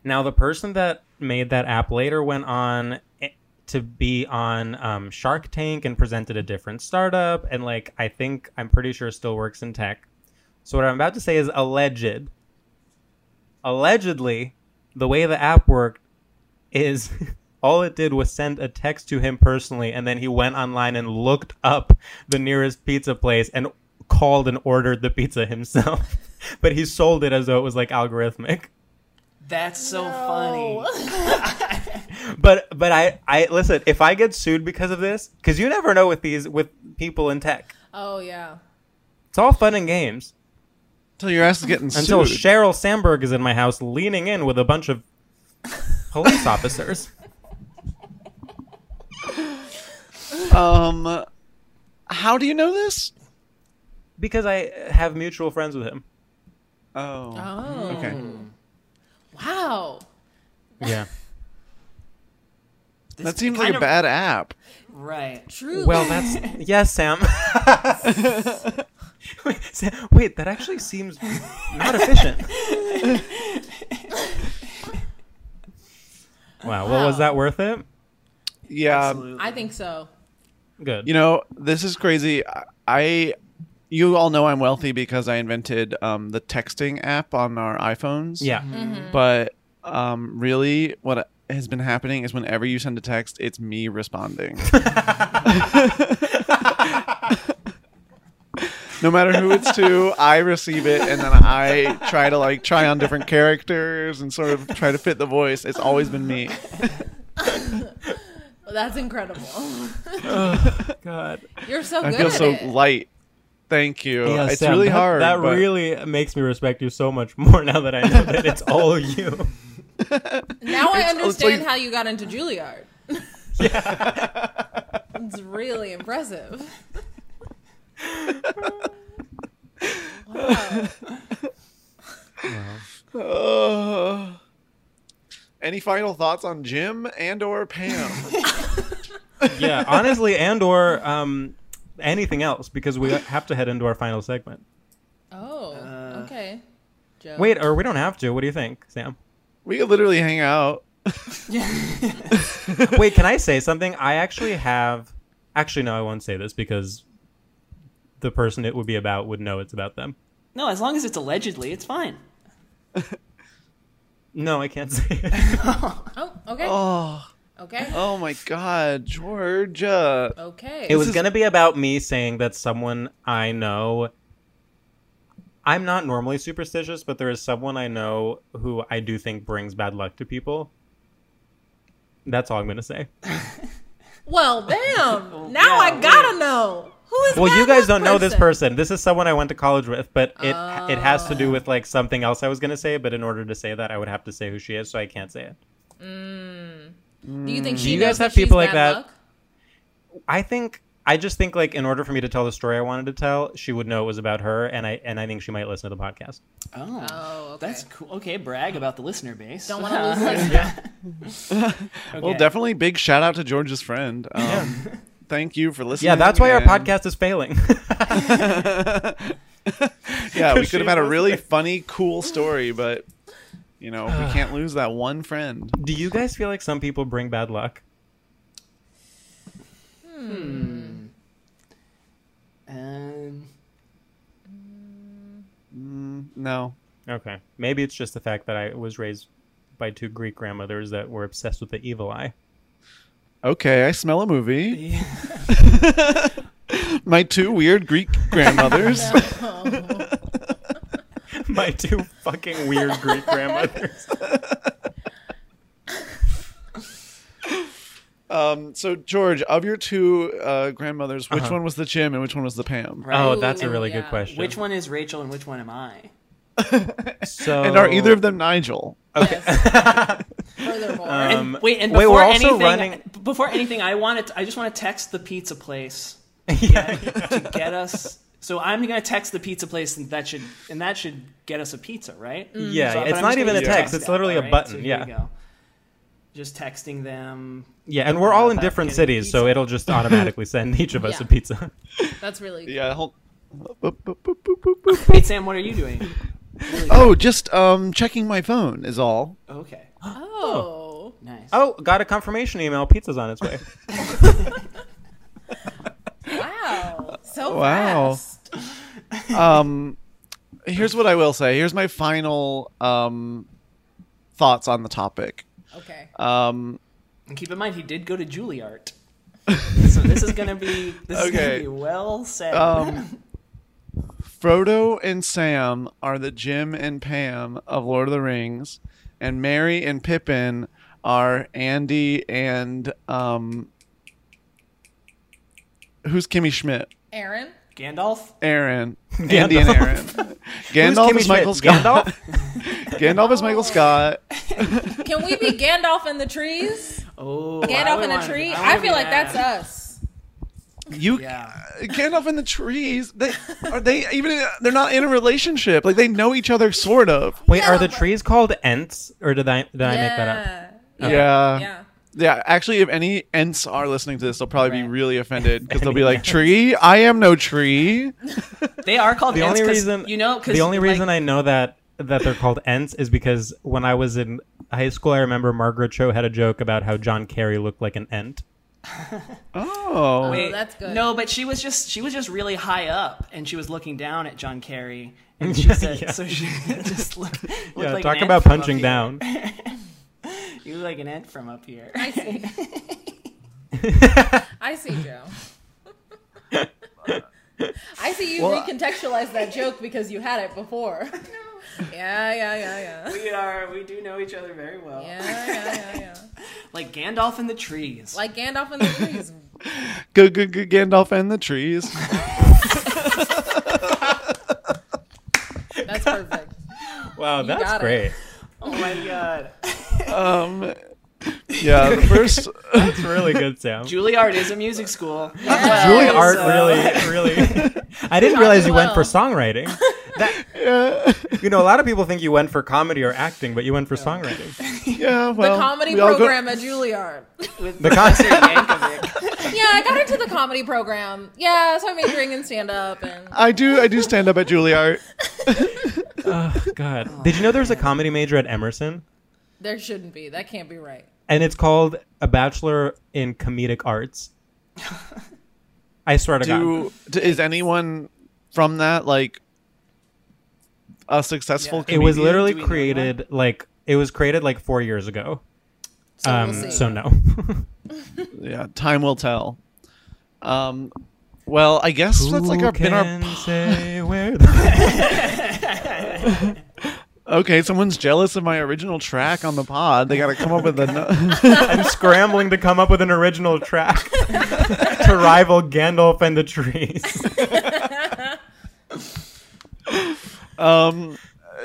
[SPEAKER 4] Now, the person that made that app later went on eh, to be on um, Shark Tank and presented a different startup, and like I think I'm pretty sure still works in tech. So what I'm about to say is alleged. Allegedly, the way the app worked is all it did was send a text to him personally, and then he went online and looked up the nearest pizza place and called and ordered the pizza himself. but he sold it as though it was like algorithmic.
[SPEAKER 2] That's so funny.
[SPEAKER 4] But but I I listen. If I get sued because of this, because you never know with these with people in tech,
[SPEAKER 5] Oh yeah.
[SPEAKER 4] it's all fun and games.
[SPEAKER 1] Until your ass is getting
[SPEAKER 4] Until
[SPEAKER 1] sued.
[SPEAKER 4] Cheryl Sandberg is in my house, leaning in with a bunch of police officers.
[SPEAKER 1] um, how do you know this?
[SPEAKER 4] Because I have mutual friends with him.
[SPEAKER 1] Oh.
[SPEAKER 5] Oh.
[SPEAKER 1] Okay.
[SPEAKER 5] Wow.
[SPEAKER 4] Yeah.
[SPEAKER 1] that seems like
[SPEAKER 2] kind
[SPEAKER 1] a
[SPEAKER 2] of-
[SPEAKER 1] bad app.
[SPEAKER 2] Right.
[SPEAKER 5] True.
[SPEAKER 4] Well, that's yes, Sam. wait, Sam. Wait, that actually seems not efficient. wow. Well, was that worth it?
[SPEAKER 1] Yeah.
[SPEAKER 5] I think so.
[SPEAKER 4] Good.
[SPEAKER 1] You know, this is crazy. I- I, you all know I'm wealthy because I invented um, the texting app on our iPhones.
[SPEAKER 4] Yeah.
[SPEAKER 5] Mm-hmm.
[SPEAKER 2] Mm-hmm.
[SPEAKER 1] But um, really, what has been happening is whenever you send a text, it's me responding. no matter who it's to, I receive it, and then I try to like try on different characters and sort of try to fit the voice. It's always been me.
[SPEAKER 5] Well, that's incredible.
[SPEAKER 4] Oh, God.
[SPEAKER 5] You're so
[SPEAKER 1] I
[SPEAKER 5] good
[SPEAKER 1] feel
[SPEAKER 5] at
[SPEAKER 1] so
[SPEAKER 5] it.
[SPEAKER 1] light. Thank you.
[SPEAKER 4] Yeah,
[SPEAKER 1] it's
[SPEAKER 4] Sam,
[SPEAKER 1] really
[SPEAKER 4] that-
[SPEAKER 1] hard.
[SPEAKER 4] That
[SPEAKER 1] but-
[SPEAKER 4] really makes me respect you so much more now that I know that it's all you.
[SPEAKER 5] now I
[SPEAKER 1] It's- it's like-
[SPEAKER 5] understand how you got into Juilliard. it's really impressive. wow.
[SPEAKER 1] Uh, any final thoughts on Jim and or Pam?
[SPEAKER 4] Yeah, honestly, and or um, anything else because we have to head into our final segment.
[SPEAKER 5] Oh, okay. Joe.
[SPEAKER 4] Wait, or we don't have to. What do you think, Sam?
[SPEAKER 1] we could literally hang out.
[SPEAKER 4] Wait, can I say something? I actually have. Actually, no, I won't say this because the person it would be about would know it's about them.
[SPEAKER 2] No, as long as it's allegedly, it's fine.
[SPEAKER 4] No, I can't say it.
[SPEAKER 5] Oh, okay.
[SPEAKER 1] Oh,
[SPEAKER 5] Okay.
[SPEAKER 1] oh my God, Georgia!
[SPEAKER 5] Okay.
[SPEAKER 4] It was
[SPEAKER 1] is-
[SPEAKER 4] going to be about me saying that someone I know. I'm not normally superstitious, but there is someone I know who I do think brings bad luck to people. That's all I'm going to say.
[SPEAKER 5] well, damn. Now I gotta know who is.
[SPEAKER 4] Oh, Well, you
[SPEAKER 5] that
[SPEAKER 4] guys
[SPEAKER 5] one
[SPEAKER 4] don't know this person. This is someone I went to college with, but it it has to do
[SPEAKER 5] Oh.
[SPEAKER 4] with like something else I was going to say, but in order to say that, I would have to say who she is, so I can't say it.
[SPEAKER 5] Do you think she
[SPEAKER 4] you guys
[SPEAKER 5] knows
[SPEAKER 4] have
[SPEAKER 5] that she's
[SPEAKER 4] people like
[SPEAKER 5] bad
[SPEAKER 4] that?
[SPEAKER 5] luck?
[SPEAKER 4] I think I just think like in order for me to tell the story I wanted to tell, she would know it was about her, and I and I think she might listen to the podcast.
[SPEAKER 2] Oh,
[SPEAKER 5] Oh, okay.
[SPEAKER 2] that's cool. Okay, brag about the listener base.
[SPEAKER 5] Don't want to lose listeners.
[SPEAKER 1] Well,
[SPEAKER 2] Okay.
[SPEAKER 1] definitely big shout out to Georgia's friend. Um, Thank you for listening.
[SPEAKER 4] Yeah, that's why our
[SPEAKER 1] and-
[SPEAKER 4] podcast is failing.
[SPEAKER 1] Yeah, we could have had a really funny, cool story, but you know
[SPEAKER 5] Uh.
[SPEAKER 1] we can't lose that one friend.
[SPEAKER 4] Do you guys feel like some people bring bad luck?
[SPEAKER 2] Uh,
[SPEAKER 1] No.
[SPEAKER 4] Okay. Maybe it's just the fact that I was raised by two Greek grandmothers that were obsessed with the evil eye.
[SPEAKER 1] Okay, I smell a movie. My two weird Greek grandmothers.
[SPEAKER 4] My two fucking weird Greek grandmothers.
[SPEAKER 1] Um, so George, of your two uh, grandmothers, which one was the Jim and which one was the Pam?
[SPEAKER 4] Oh, that's a really good question.
[SPEAKER 2] Which one is Rachel and which one am I?
[SPEAKER 4] So
[SPEAKER 1] And are either of them Nigel?
[SPEAKER 5] Furthermore,
[SPEAKER 4] Um,
[SPEAKER 2] wait, and
[SPEAKER 4] wait,
[SPEAKER 2] before
[SPEAKER 4] we're also
[SPEAKER 2] anything,
[SPEAKER 4] running-
[SPEAKER 2] before anything, I wanted I just want to text the pizza place yeah, to get us. So I'm gonna text the pizza place, and that should and that should get us a pizza, right?
[SPEAKER 4] Yeah,
[SPEAKER 2] So- but
[SPEAKER 4] it's
[SPEAKER 2] I'm
[SPEAKER 4] not
[SPEAKER 2] just
[SPEAKER 4] even
[SPEAKER 2] gonna
[SPEAKER 4] a
[SPEAKER 2] use
[SPEAKER 4] text,
[SPEAKER 2] that,
[SPEAKER 4] it's literally a
[SPEAKER 2] alright?
[SPEAKER 4] button,
[SPEAKER 2] So here
[SPEAKER 4] yeah.
[SPEAKER 2] you go. Just texting them.
[SPEAKER 4] Yeah, and we're all in
[SPEAKER 2] about
[SPEAKER 4] different
[SPEAKER 2] getting
[SPEAKER 4] cities, so it'll just automatically send each of us a pizza.
[SPEAKER 5] that's really
[SPEAKER 1] Yeah. Hold...
[SPEAKER 2] pizza. Hey Sam, what are you doing?
[SPEAKER 1] Oh, just um, checking my phone is all.
[SPEAKER 2] Okay,
[SPEAKER 5] oh.
[SPEAKER 2] nice.
[SPEAKER 4] Oh, got a confirmation email. Pizza's on its way.
[SPEAKER 5] Wow. So
[SPEAKER 1] Wow.
[SPEAKER 5] fast.
[SPEAKER 1] Um, here's what I will say. Here's my final um, thoughts on the topic.
[SPEAKER 5] Okay.
[SPEAKER 1] Um,
[SPEAKER 2] And keep in mind, he did go to Juilliard. so this is gonna be this is
[SPEAKER 1] Okay.
[SPEAKER 2] gonna be well said.
[SPEAKER 4] Um,
[SPEAKER 1] Frodo and Sam are the Jim and Pam of Lord of the Rings, and Mary and Pippin are Andy and um, who's Kimmy Schmidt?
[SPEAKER 5] Aaron.
[SPEAKER 2] Gandalf.
[SPEAKER 1] Aaron, Andy and Aaron. Gandalf
[SPEAKER 4] Kimmy
[SPEAKER 1] is Michael
[SPEAKER 4] Schmidt?
[SPEAKER 1] Scott. Gandalf is Michael Scott.
[SPEAKER 5] Can we be Gandalf in the trees? Gandalf
[SPEAKER 2] Oh, would
[SPEAKER 5] in the
[SPEAKER 2] wanna-
[SPEAKER 5] tree?
[SPEAKER 2] wanna
[SPEAKER 5] I,
[SPEAKER 2] be
[SPEAKER 5] feel like
[SPEAKER 2] that.
[SPEAKER 5] that's us.
[SPEAKER 1] You
[SPEAKER 2] Yeah.
[SPEAKER 1] Gandalf and the trees. They are they even they're not in a relationship. Like they know each other sort of.
[SPEAKER 4] Wait, are the trees called Ents, or did I did I make that up?
[SPEAKER 1] Yeah.
[SPEAKER 5] Yeah.
[SPEAKER 1] Yeah, actually, if any Ents are listening to this, they'll probably be
[SPEAKER 2] Right.
[SPEAKER 1] really offended because they'll be like, "Tree? I am no tree."
[SPEAKER 2] They are called
[SPEAKER 4] The only
[SPEAKER 2] Ents 'cause,
[SPEAKER 4] reason
[SPEAKER 2] you know 'cause,
[SPEAKER 4] the only
[SPEAKER 2] like,
[SPEAKER 4] reason I know that that they're called Ents is because when I was in high school, I remember Margaret Cho had a joke about how John Kerry looked like an Ent.
[SPEAKER 1] Oh,
[SPEAKER 2] Wait,
[SPEAKER 5] that's good.
[SPEAKER 2] No, but she was just she was just really high up, and she was looking down at John Kerry, and she said,
[SPEAKER 4] yeah.
[SPEAKER 2] so she just looked, looked
[SPEAKER 4] Yeah,
[SPEAKER 2] like an
[SPEAKER 4] talk
[SPEAKER 2] ant
[SPEAKER 4] about
[SPEAKER 2] from up
[SPEAKER 4] punching
[SPEAKER 2] here.
[SPEAKER 4] down.
[SPEAKER 2] You look like an ant from up here.
[SPEAKER 5] I see. I see, Joe. I see you recontextualize that joke because you had it before. Yeah, yeah, yeah, yeah.
[SPEAKER 2] we are. We do know each other very well.
[SPEAKER 5] Yeah, yeah, yeah, yeah.
[SPEAKER 2] Like Gandalf in the trees.
[SPEAKER 5] Like Gandalf in the trees.
[SPEAKER 1] go go go Gandalf and the trees.
[SPEAKER 5] That's perfect.
[SPEAKER 4] Wow, that's
[SPEAKER 5] got
[SPEAKER 4] great.
[SPEAKER 5] it.
[SPEAKER 2] oh my god.
[SPEAKER 1] Um, yeah, the first
[SPEAKER 4] That's really good, Sam.
[SPEAKER 2] Juilliard is a music school.
[SPEAKER 4] Julie
[SPEAKER 2] Well,
[SPEAKER 4] Art
[SPEAKER 2] so-
[SPEAKER 4] really, really. I didn't realize you went for songwriting. That, You know, a lot of people think you went for comedy or acting, but you went for songwriting.
[SPEAKER 1] yeah,
[SPEAKER 5] The
[SPEAKER 1] well,
[SPEAKER 5] comedy
[SPEAKER 1] we all go-
[SPEAKER 5] program at Juilliard.
[SPEAKER 2] with
[SPEAKER 4] The con-
[SPEAKER 2] Professor Yankovic.
[SPEAKER 5] Yeah, I got into the comedy program. Yeah, so I'm majoring in stand up and
[SPEAKER 1] I do I do stand up at Juilliard.
[SPEAKER 4] Oh, God. Did you know there's a comedy major at Emerson?
[SPEAKER 5] there shouldn't be. That can't be right.
[SPEAKER 4] And it's called a Bachelor in Comedic Arts. I swear to God.
[SPEAKER 1] Do d- is anyone from that like a successful?
[SPEAKER 2] Yeah.
[SPEAKER 4] It was
[SPEAKER 1] comedian?
[SPEAKER 4] literally
[SPEAKER 2] Do we know that?
[SPEAKER 4] created like it was created like four years ago.
[SPEAKER 5] So we'll
[SPEAKER 4] um,
[SPEAKER 5] see.
[SPEAKER 4] so no.
[SPEAKER 1] yeah. Time will tell. Um, well, I guess that's like
[SPEAKER 4] Who
[SPEAKER 1] our been our
[SPEAKER 4] can say where the-
[SPEAKER 1] Okay, someone's jealous of my original track on the pod. They got to come up with a.
[SPEAKER 4] I'm scrambling to come up with an original track to rival Gandalf and the Trees.
[SPEAKER 1] um,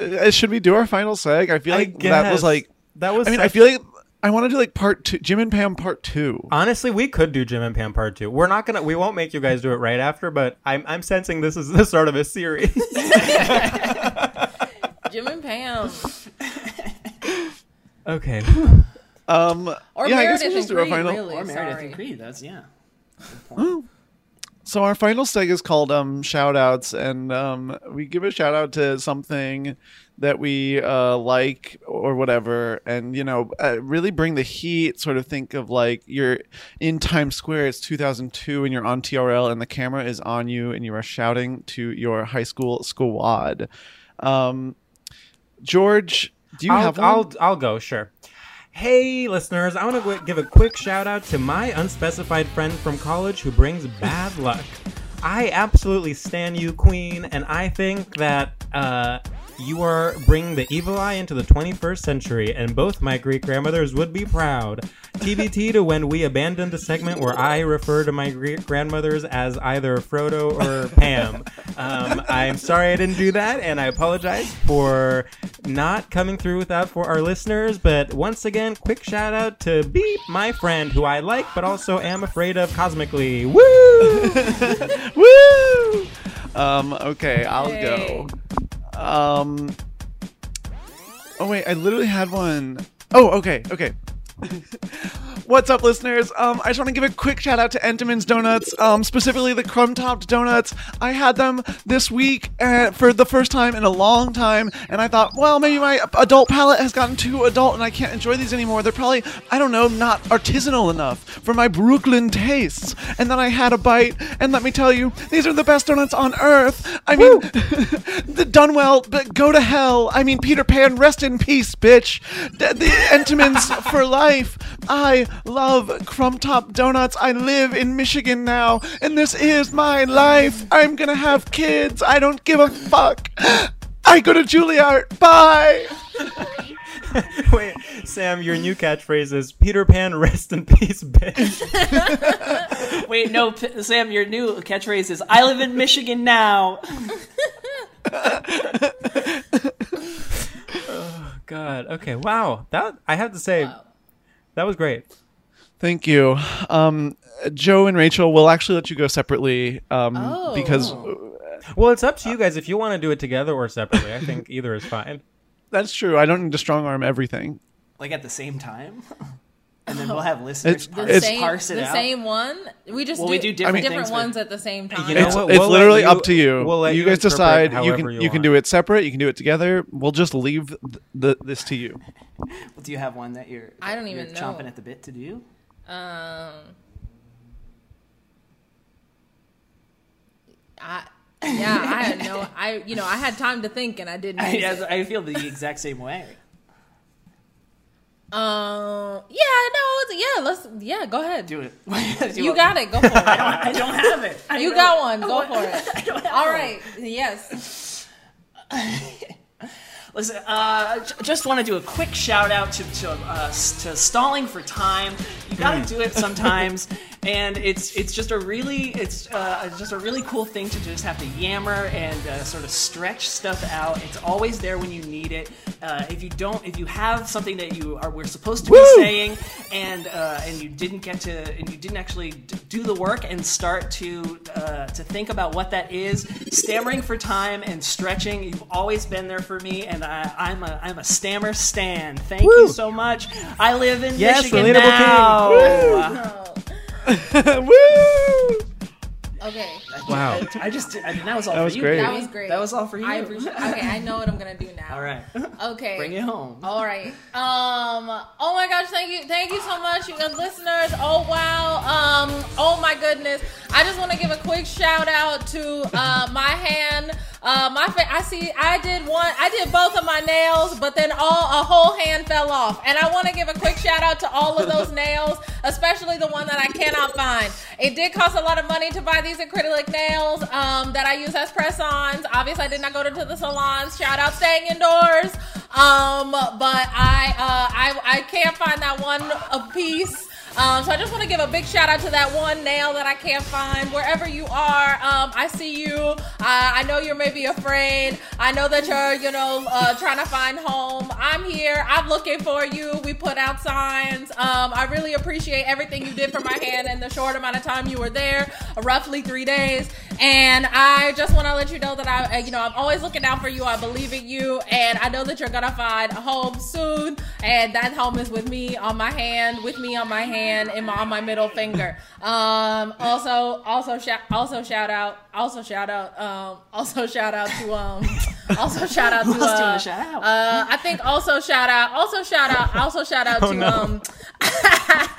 [SPEAKER 1] uh, should we do our final seg? I feel
[SPEAKER 4] I
[SPEAKER 1] like that
[SPEAKER 4] guess.
[SPEAKER 1] was like.
[SPEAKER 4] That was
[SPEAKER 1] I mean, I
[SPEAKER 4] such-
[SPEAKER 1] feel like I want to do like part two, Jim and Pam part two.
[SPEAKER 4] Honestly, we could do Jim and Pam part two. We're not gonna. We won't make you guys do it right after, but I'm I'm sensing this is the start of a series.
[SPEAKER 5] Jim and Pam.
[SPEAKER 4] okay.
[SPEAKER 1] Um,
[SPEAKER 5] Or
[SPEAKER 1] yeah, I guess
[SPEAKER 5] Meredith
[SPEAKER 1] we'll just
[SPEAKER 5] and
[SPEAKER 1] do our
[SPEAKER 5] Creed,
[SPEAKER 1] final.
[SPEAKER 5] really.
[SPEAKER 2] or Meredith
[SPEAKER 5] sorry.
[SPEAKER 2] and Creed. That's yeah.
[SPEAKER 1] So our final seg is called um shout outs and um we give a shout out to something that we uh like or whatever and you know uh, really bring the heat sort of think of like you're in Times Square it's 2002 and you're on TRL and the camera is on you and you are shouting to your high school squad. Um, George, do you
[SPEAKER 4] I'll,
[SPEAKER 1] have one?
[SPEAKER 4] I'll, I'll go, sure. Hey, listeners, I want to give a quick shout out to my unspecified friend from college who brings bad luck. I absolutely stand you, Queen, and I think that uh, you are bringing the evil eye into the 21st century, and both my Greek grandmothers would be proud. TBT to when we abandoned the segment where I refer to my Greek grandmothers as either Frodo or Pam. Um, I'm sorry I didn't do that, and I apologize for not coming through with that for our listeners. But once again, quick shout out to Beep, my friend, who I like but also am afraid of cosmically. Woo!
[SPEAKER 1] Woo! Um, okay, I'll go. Um, oh wait, I literally had one. Oh, okay, okay. What's up, listeners? Um, I just want to give a quick shout out to Entenmann's Donuts, um, specifically the crumb topped donuts. I had them this week uh, for the first time in a long time, and I thought, well, maybe my adult palate has gotten too adult and I can't enjoy these anymore. They're probably, I don't know, not artisanal enough for my Brooklyn tastes. And then I had a bite, and let me tell you, these are the best donuts on earth. I mean, the done well, but go to hell. I mean, Peter Pan, rest in peace, bitch. D- the Entenmann's for life. I love crumb top donuts. I live in Michigan now, and this is my life. I'm gonna have kids. I don't give a fuck. I go to Juilliard. Bye.
[SPEAKER 4] Wait, Sam, your new catchphrase is Peter Pan, rest in peace, bitch.
[SPEAKER 2] Wait, no, P- Sam, your new catchphrase is "I live in Michigan now."
[SPEAKER 4] oh, God. Okay. Wow. That I have to say, that was great.
[SPEAKER 1] Thank you. Um, Joe and Rachel, we'll actually let you go separately um, because
[SPEAKER 4] Well, it's up to you guys if you want to do it together or separately. I think either is fine.
[SPEAKER 1] that's true. I don't need to strong arm everything.
[SPEAKER 2] like at the same time, and then we'll have listeners
[SPEAKER 1] It's-
[SPEAKER 2] parse,
[SPEAKER 1] it's-
[SPEAKER 2] it- parse it
[SPEAKER 5] the
[SPEAKER 2] out.
[SPEAKER 5] same one. We just
[SPEAKER 2] Well,
[SPEAKER 5] do,
[SPEAKER 2] we do different
[SPEAKER 5] different
[SPEAKER 2] things, but-
[SPEAKER 5] ones at the same time.
[SPEAKER 2] You
[SPEAKER 1] it's
[SPEAKER 2] know what?
[SPEAKER 1] it's
[SPEAKER 2] We'll let
[SPEAKER 1] literally
[SPEAKER 2] you-
[SPEAKER 1] up to you.
[SPEAKER 2] we'll let
[SPEAKER 1] you
[SPEAKER 2] you
[SPEAKER 1] guys
[SPEAKER 2] interpret
[SPEAKER 1] decide. You
[SPEAKER 2] however
[SPEAKER 1] can
[SPEAKER 2] you
[SPEAKER 1] you, can do it separate. You can do it together. We'll just leave th- th- this to you.
[SPEAKER 2] Do you have one that you're?
[SPEAKER 5] I don't
[SPEAKER 2] you're
[SPEAKER 5] even know.
[SPEAKER 2] chomping at the bit to do.
[SPEAKER 5] Um, I yeah, I had no, I you know, I had time to think and I didn't.
[SPEAKER 2] I,
[SPEAKER 5] use it.
[SPEAKER 2] I feel the exact same way.
[SPEAKER 5] Um, yeah, no, it's, yeah, let's, yeah, go ahead. Do
[SPEAKER 2] it.
[SPEAKER 5] you got it. Go for it.
[SPEAKER 2] I don't have it. I
[SPEAKER 5] you
[SPEAKER 2] don't-
[SPEAKER 5] got one. Go
[SPEAKER 2] I
[SPEAKER 5] for it. All right. Yes.
[SPEAKER 2] Listen, uh, j- just want to do a quick shout out to to, uh, s- to stalling for time. You got
[SPEAKER 7] Mm.
[SPEAKER 2] to do it sometimes, and it's it's just a really it's uh, just a really cool thing to just have to yammer and uh, sort of stretch stuff out. It's always there when you need it. Uh, if you don't, if you have something that you are we're supposed to
[SPEAKER 7] Woo!
[SPEAKER 2] be saying, and uh, and you didn't get to and you didn't actually d- do the work and start to uh, to think about what that is, stammering for time and stretching. You've always been there for me, and I, I'm a I'm a stammer stand. Thank you so much. I live in
[SPEAKER 4] Yes,
[SPEAKER 2] Michigan
[SPEAKER 4] relatable king.
[SPEAKER 2] now. Oh
[SPEAKER 1] Woo!
[SPEAKER 5] Okay.
[SPEAKER 4] Wow.
[SPEAKER 2] I, I just did- I mean, that was all
[SPEAKER 4] That
[SPEAKER 2] for
[SPEAKER 4] was
[SPEAKER 2] you.
[SPEAKER 4] great.
[SPEAKER 5] That was great.
[SPEAKER 2] That was all for you.
[SPEAKER 5] I appreciate. Okay, I know what I'm gonna do now.
[SPEAKER 2] all right.
[SPEAKER 5] Okay. Uh,
[SPEAKER 2] Bring it home.
[SPEAKER 5] All right. Um. Oh my gosh. Thank you. Thank you so much, you uh, listeners. Oh wow. Um. Oh my goodness. I just want to give a quick shout out to uh, my hand. Uh, my fa- I see. I did one. I did both of my nails, but then all Oh, a whole hand fell off. And I want to give a quick shout out to all of those nails, especially the one that I cannot find. It did cost a lot of money to buy these acrylic nails um, that I use as press-ons. Obviously, I did not go to the salons. Shout out staying indoors. Um, but I, uh, I, I can't find that one uh, piece. Um, so I just want to give a big shout out to that one nail that I can't find. Wherever you are, um, I see you. Uh, I know you're maybe afraid. I know that you're, you know, uh, trying to find home. I'm here. I'm looking for you. We put out signs. Um, I really appreciate everything you did for my hand in the short amount of time you were there, roughly three days. And I just want to let you know that I, uh, you know, I'm always looking out for you. I believe in you, and I know that you're gonna find a home soon. And that home is with me um, on my hand, with me on my hand, and my, on my middle finger. Um, also, also shout, also shout out, also shout out, um, also shout out to, um, also shout out to,
[SPEAKER 7] Who else do you wanna
[SPEAKER 5] uh,
[SPEAKER 7] shout out?
[SPEAKER 5] uh, I think also shout out, also shout out, also shout out
[SPEAKER 7] Oh,
[SPEAKER 5] to,
[SPEAKER 7] no.
[SPEAKER 5] um,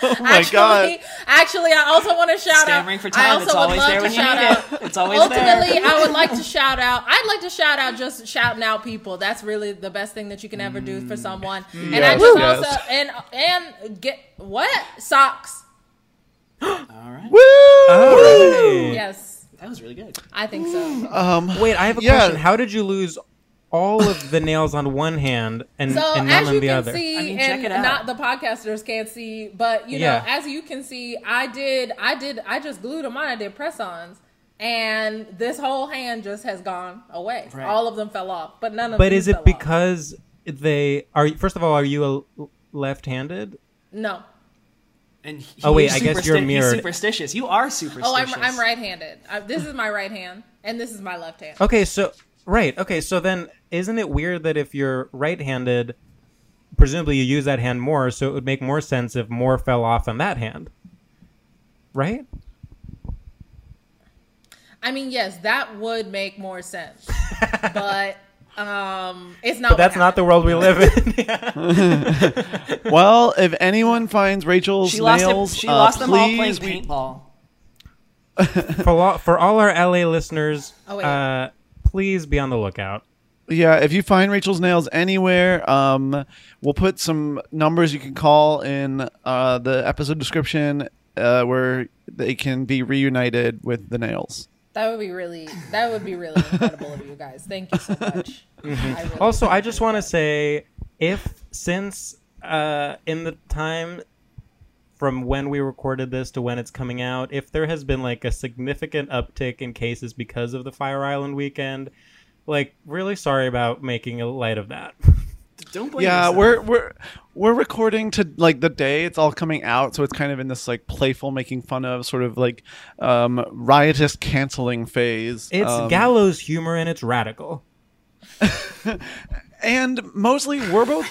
[SPEAKER 1] my
[SPEAKER 5] actually,
[SPEAKER 1] God.
[SPEAKER 5] Actually, I also want to shout
[SPEAKER 2] Stammering
[SPEAKER 5] out.
[SPEAKER 2] for
[SPEAKER 5] I
[SPEAKER 2] time.
[SPEAKER 5] also
[SPEAKER 2] It's
[SPEAKER 5] would
[SPEAKER 2] always
[SPEAKER 5] love
[SPEAKER 2] there
[SPEAKER 5] to
[SPEAKER 2] when you
[SPEAKER 5] shout
[SPEAKER 2] need
[SPEAKER 5] out.
[SPEAKER 2] it. It's always there.
[SPEAKER 5] Ultimately, I would like to shout out. I'd like to shout out just shout out people. That's really the best thing that you can ever do for someone.
[SPEAKER 2] Mm.
[SPEAKER 5] And I
[SPEAKER 1] Yes,
[SPEAKER 5] just
[SPEAKER 1] yes.
[SPEAKER 5] also and and get what socks.
[SPEAKER 1] Woo!
[SPEAKER 5] Yes,
[SPEAKER 2] that was really good.
[SPEAKER 5] I think so.
[SPEAKER 1] Um,
[SPEAKER 4] Wait, I have a
[SPEAKER 1] yeah.
[SPEAKER 4] question. How did you lose all of the nails on one hand and,
[SPEAKER 5] So
[SPEAKER 4] and none
[SPEAKER 5] as
[SPEAKER 4] on
[SPEAKER 5] you
[SPEAKER 4] the
[SPEAKER 5] can
[SPEAKER 4] other?
[SPEAKER 5] see,
[SPEAKER 2] I mean,
[SPEAKER 5] and
[SPEAKER 2] check it out.
[SPEAKER 5] not the podcasters can't see, but you
[SPEAKER 4] Yeah.
[SPEAKER 5] know, as you can see, I did, I did, I just glued them on. I did press-ons, and this whole hand just has gone away.
[SPEAKER 2] Right.
[SPEAKER 5] All of them fell off, but none of.
[SPEAKER 4] but
[SPEAKER 5] these
[SPEAKER 4] is it
[SPEAKER 5] fell off.
[SPEAKER 4] because they are? First of all, are you a left-handed?
[SPEAKER 5] No.
[SPEAKER 2] And he-
[SPEAKER 4] Oh, wait,
[SPEAKER 2] he's
[SPEAKER 4] I guess you're
[SPEAKER 2] supersti- he's
[SPEAKER 4] mirrored.
[SPEAKER 2] superstitious. You are superstitious.
[SPEAKER 5] Oh, I'm I'm right-handed. I, this is my right hand, and this is my left hand.
[SPEAKER 4] Okay, so right. Okay, so then isn't it weird that if you're right-handed, presumably you use that hand more, so it would make more sense if more fell off on that hand, right?
[SPEAKER 5] I mean, yes, that would make more sense, but um, it's not.
[SPEAKER 4] But that's not the world we live in.
[SPEAKER 1] Well, if anyone finds Rachel's
[SPEAKER 2] She lost,
[SPEAKER 1] nails,
[SPEAKER 2] it, she
[SPEAKER 1] uh,
[SPEAKER 2] lost them all playing
[SPEAKER 1] please, we-
[SPEAKER 2] paintball.
[SPEAKER 4] for, all, for all our LA listeners,
[SPEAKER 5] Oh, wait.
[SPEAKER 4] uh, please be on the lookout.
[SPEAKER 1] yeah, if you find Rachel's nails anywhere, um, we'll put some numbers you can call in uh, the episode description uh, where they can be reunited with the nails.
[SPEAKER 5] That would be really. That would be really incredible of you guys. Thank you so much. I really
[SPEAKER 4] Also, I just want to say if since uh, in the time from when we recorded this to when it's coming out, if there has been like a significant uptick in cases because of the Fire Island weekend, like really sorry about making a light of that.
[SPEAKER 2] Don't blame
[SPEAKER 1] Yeah,
[SPEAKER 2] yourself.
[SPEAKER 1] we're
[SPEAKER 4] uh-huh.
[SPEAKER 1] we're we're recording to like the day it's all coming out, so it's kind of in this like playful making fun of sort of like um, riotous canceling phase.
[SPEAKER 4] It's
[SPEAKER 1] Um,
[SPEAKER 4] gallows humor and it's radical.
[SPEAKER 1] and mostly we're both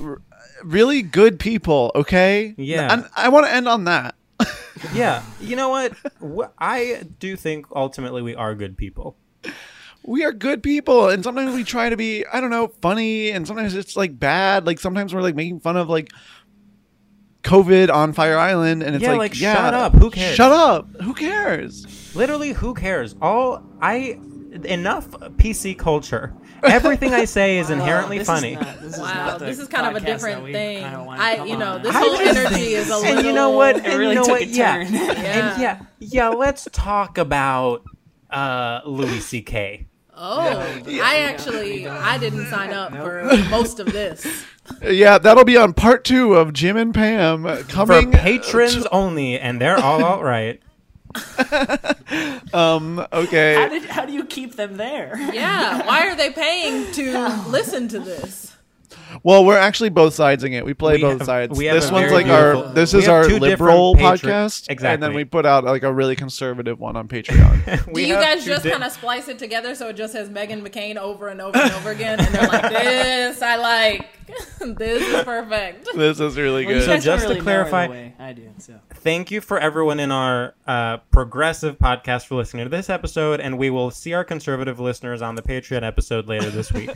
[SPEAKER 1] r- really good people okay
[SPEAKER 4] Yeah.
[SPEAKER 1] and i want to end on that
[SPEAKER 4] Yeah, you know what? Wh- I do think ultimately we are good people.
[SPEAKER 1] we are good people and sometimes we try to be i don't know funny and sometimes it's like bad like sometimes we're like making fun of like covid on fire island and it's
[SPEAKER 4] Yeah,
[SPEAKER 1] like,
[SPEAKER 4] like,
[SPEAKER 1] yeah
[SPEAKER 4] shut up, who cares?
[SPEAKER 1] shut up who cares
[SPEAKER 4] Literally, who cares? All I enough PC culture. Everything I say is inherently
[SPEAKER 2] This is
[SPEAKER 4] funny.
[SPEAKER 2] not- this is
[SPEAKER 5] Wow,
[SPEAKER 2] not the
[SPEAKER 5] this is kind of a
[SPEAKER 2] podcast that
[SPEAKER 5] different
[SPEAKER 2] we
[SPEAKER 5] thing.
[SPEAKER 2] kinda wanted.
[SPEAKER 5] I,
[SPEAKER 2] Come
[SPEAKER 5] you know,
[SPEAKER 2] on.
[SPEAKER 5] this
[SPEAKER 4] I
[SPEAKER 5] whole
[SPEAKER 4] just
[SPEAKER 5] energy
[SPEAKER 4] think-
[SPEAKER 5] is a little.
[SPEAKER 4] and you know what? And you
[SPEAKER 2] really
[SPEAKER 4] know
[SPEAKER 2] took
[SPEAKER 4] what?
[SPEAKER 2] a
[SPEAKER 4] yeah.
[SPEAKER 2] turn.
[SPEAKER 4] And yeah, yeah. Let's talk about uh, Louis C.K.
[SPEAKER 5] Oh, I actually, I didn't sign up for most of this.
[SPEAKER 1] yeah that'll be on part two of jim and pam uh,
[SPEAKER 4] For
[SPEAKER 1] coming
[SPEAKER 4] patrons only, and they're all all right.
[SPEAKER 1] um
[SPEAKER 2] How,
[SPEAKER 1] okay
[SPEAKER 2] did, how do you keep them there?
[SPEAKER 5] Yeah, why are they paying to listen to this?
[SPEAKER 1] well we're actually both siding it we play
[SPEAKER 4] We
[SPEAKER 1] both
[SPEAKER 4] have-
[SPEAKER 1] sides
[SPEAKER 4] we have
[SPEAKER 1] this
[SPEAKER 4] a
[SPEAKER 1] one's
[SPEAKER 4] very
[SPEAKER 1] like
[SPEAKER 4] beautiful-
[SPEAKER 1] our this
[SPEAKER 4] we
[SPEAKER 1] is
[SPEAKER 4] have
[SPEAKER 1] our
[SPEAKER 4] two different
[SPEAKER 1] liberal
[SPEAKER 4] patron-
[SPEAKER 1] podcast and
[SPEAKER 4] Exactly.
[SPEAKER 1] then we put out like a really conservative one on patreon
[SPEAKER 4] We
[SPEAKER 5] Do you
[SPEAKER 4] have
[SPEAKER 5] guys
[SPEAKER 4] two
[SPEAKER 5] just
[SPEAKER 4] di-
[SPEAKER 5] kind of splice it together so it just has Megan McCain over and over and over again? And they're like, this I like. this is perfect.
[SPEAKER 1] This is really
[SPEAKER 2] You
[SPEAKER 1] good.
[SPEAKER 2] guys
[SPEAKER 4] just to
[SPEAKER 2] don't really know
[SPEAKER 4] clarify-
[SPEAKER 2] in a way. I do. So.
[SPEAKER 4] Thank you for everyone in our uh, progressive podcast for listening to this episode, and we will see our conservative listeners on the Patreon episode later this week.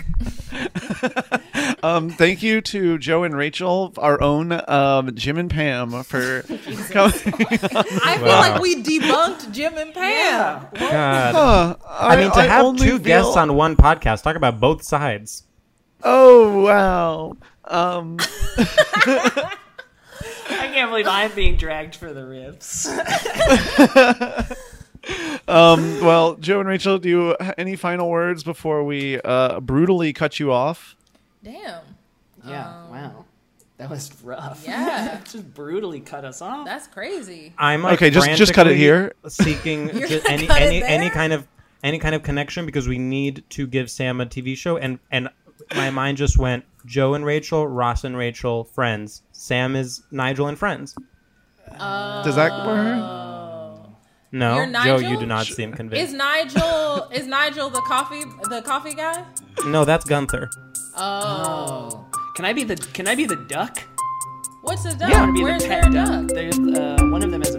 [SPEAKER 1] um, thank you to Joe and Rachel, our own um, Jim and Pam, for coming.
[SPEAKER 5] I feel
[SPEAKER 4] Wow.
[SPEAKER 5] like we debunked Jim and Pam.
[SPEAKER 4] God.
[SPEAKER 1] Uh,
[SPEAKER 4] I mean, to have
[SPEAKER 1] only
[SPEAKER 4] two guests
[SPEAKER 1] feel-
[SPEAKER 4] on one podcast, talk about both sides.
[SPEAKER 1] Oh wow. Um,
[SPEAKER 2] I can't believe I'm being dragged for the ribs.
[SPEAKER 1] um, well, Joe and Rachel, do you ha- any final words before we uh, brutally cut you off?
[SPEAKER 5] Damn.
[SPEAKER 2] Yeah. Wow. That was
[SPEAKER 5] Um,
[SPEAKER 2] rough.
[SPEAKER 5] Yeah.
[SPEAKER 2] just brutally cut us off.
[SPEAKER 5] That's crazy.
[SPEAKER 4] I'm like
[SPEAKER 1] Okay, just- just cut it
[SPEAKER 4] frantically
[SPEAKER 1] here.
[SPEAKER 4] Seeking
[SPEAKER 5] You're
[SPEAKER 4] Mm, just
[SPEAKER 5] gonna
[SPEAKER 4] any
[SPEAKER 5] cut it
[SPEAKER 4] any any
[SPEAKER 5] there?
[SPEAKER 4] kind of any kind of connection because we need to give Sam a TV show and and my mind just went Joe and Rachel, Ross and Rachel, Friends. Sam is Nigel and Friends. Uh,
[SPEAKER 1] Does that work?
[SPEAKER 4] No,
[SPEAKER 5] You're
[SPEAKER 4] Joe, Oh, you
[SPEAKER 5] Nigel?
[SPEAKER 4] do not seem
[SPEAKER 5] Is
[SPEAKER 4] convinced.
[SPEAKER 5] Nigel is Nigel the coffee the coffee guy?
[SPEAKER 4] no, that's Gunther.
[SPEAKER 2] Oh. Can I be the Can I be the duck?
[SPEAKER 5] What's the duck?
[SPEAKER 2] I want to be
[SPEAKER 5] Where's
[SPEAKER 2] the
[SPEAKER 5] there
[SPEAKER 2] pet
[SPEAKER 5] a duck?
[SPEAKER 2] duck. There's uh, one of them has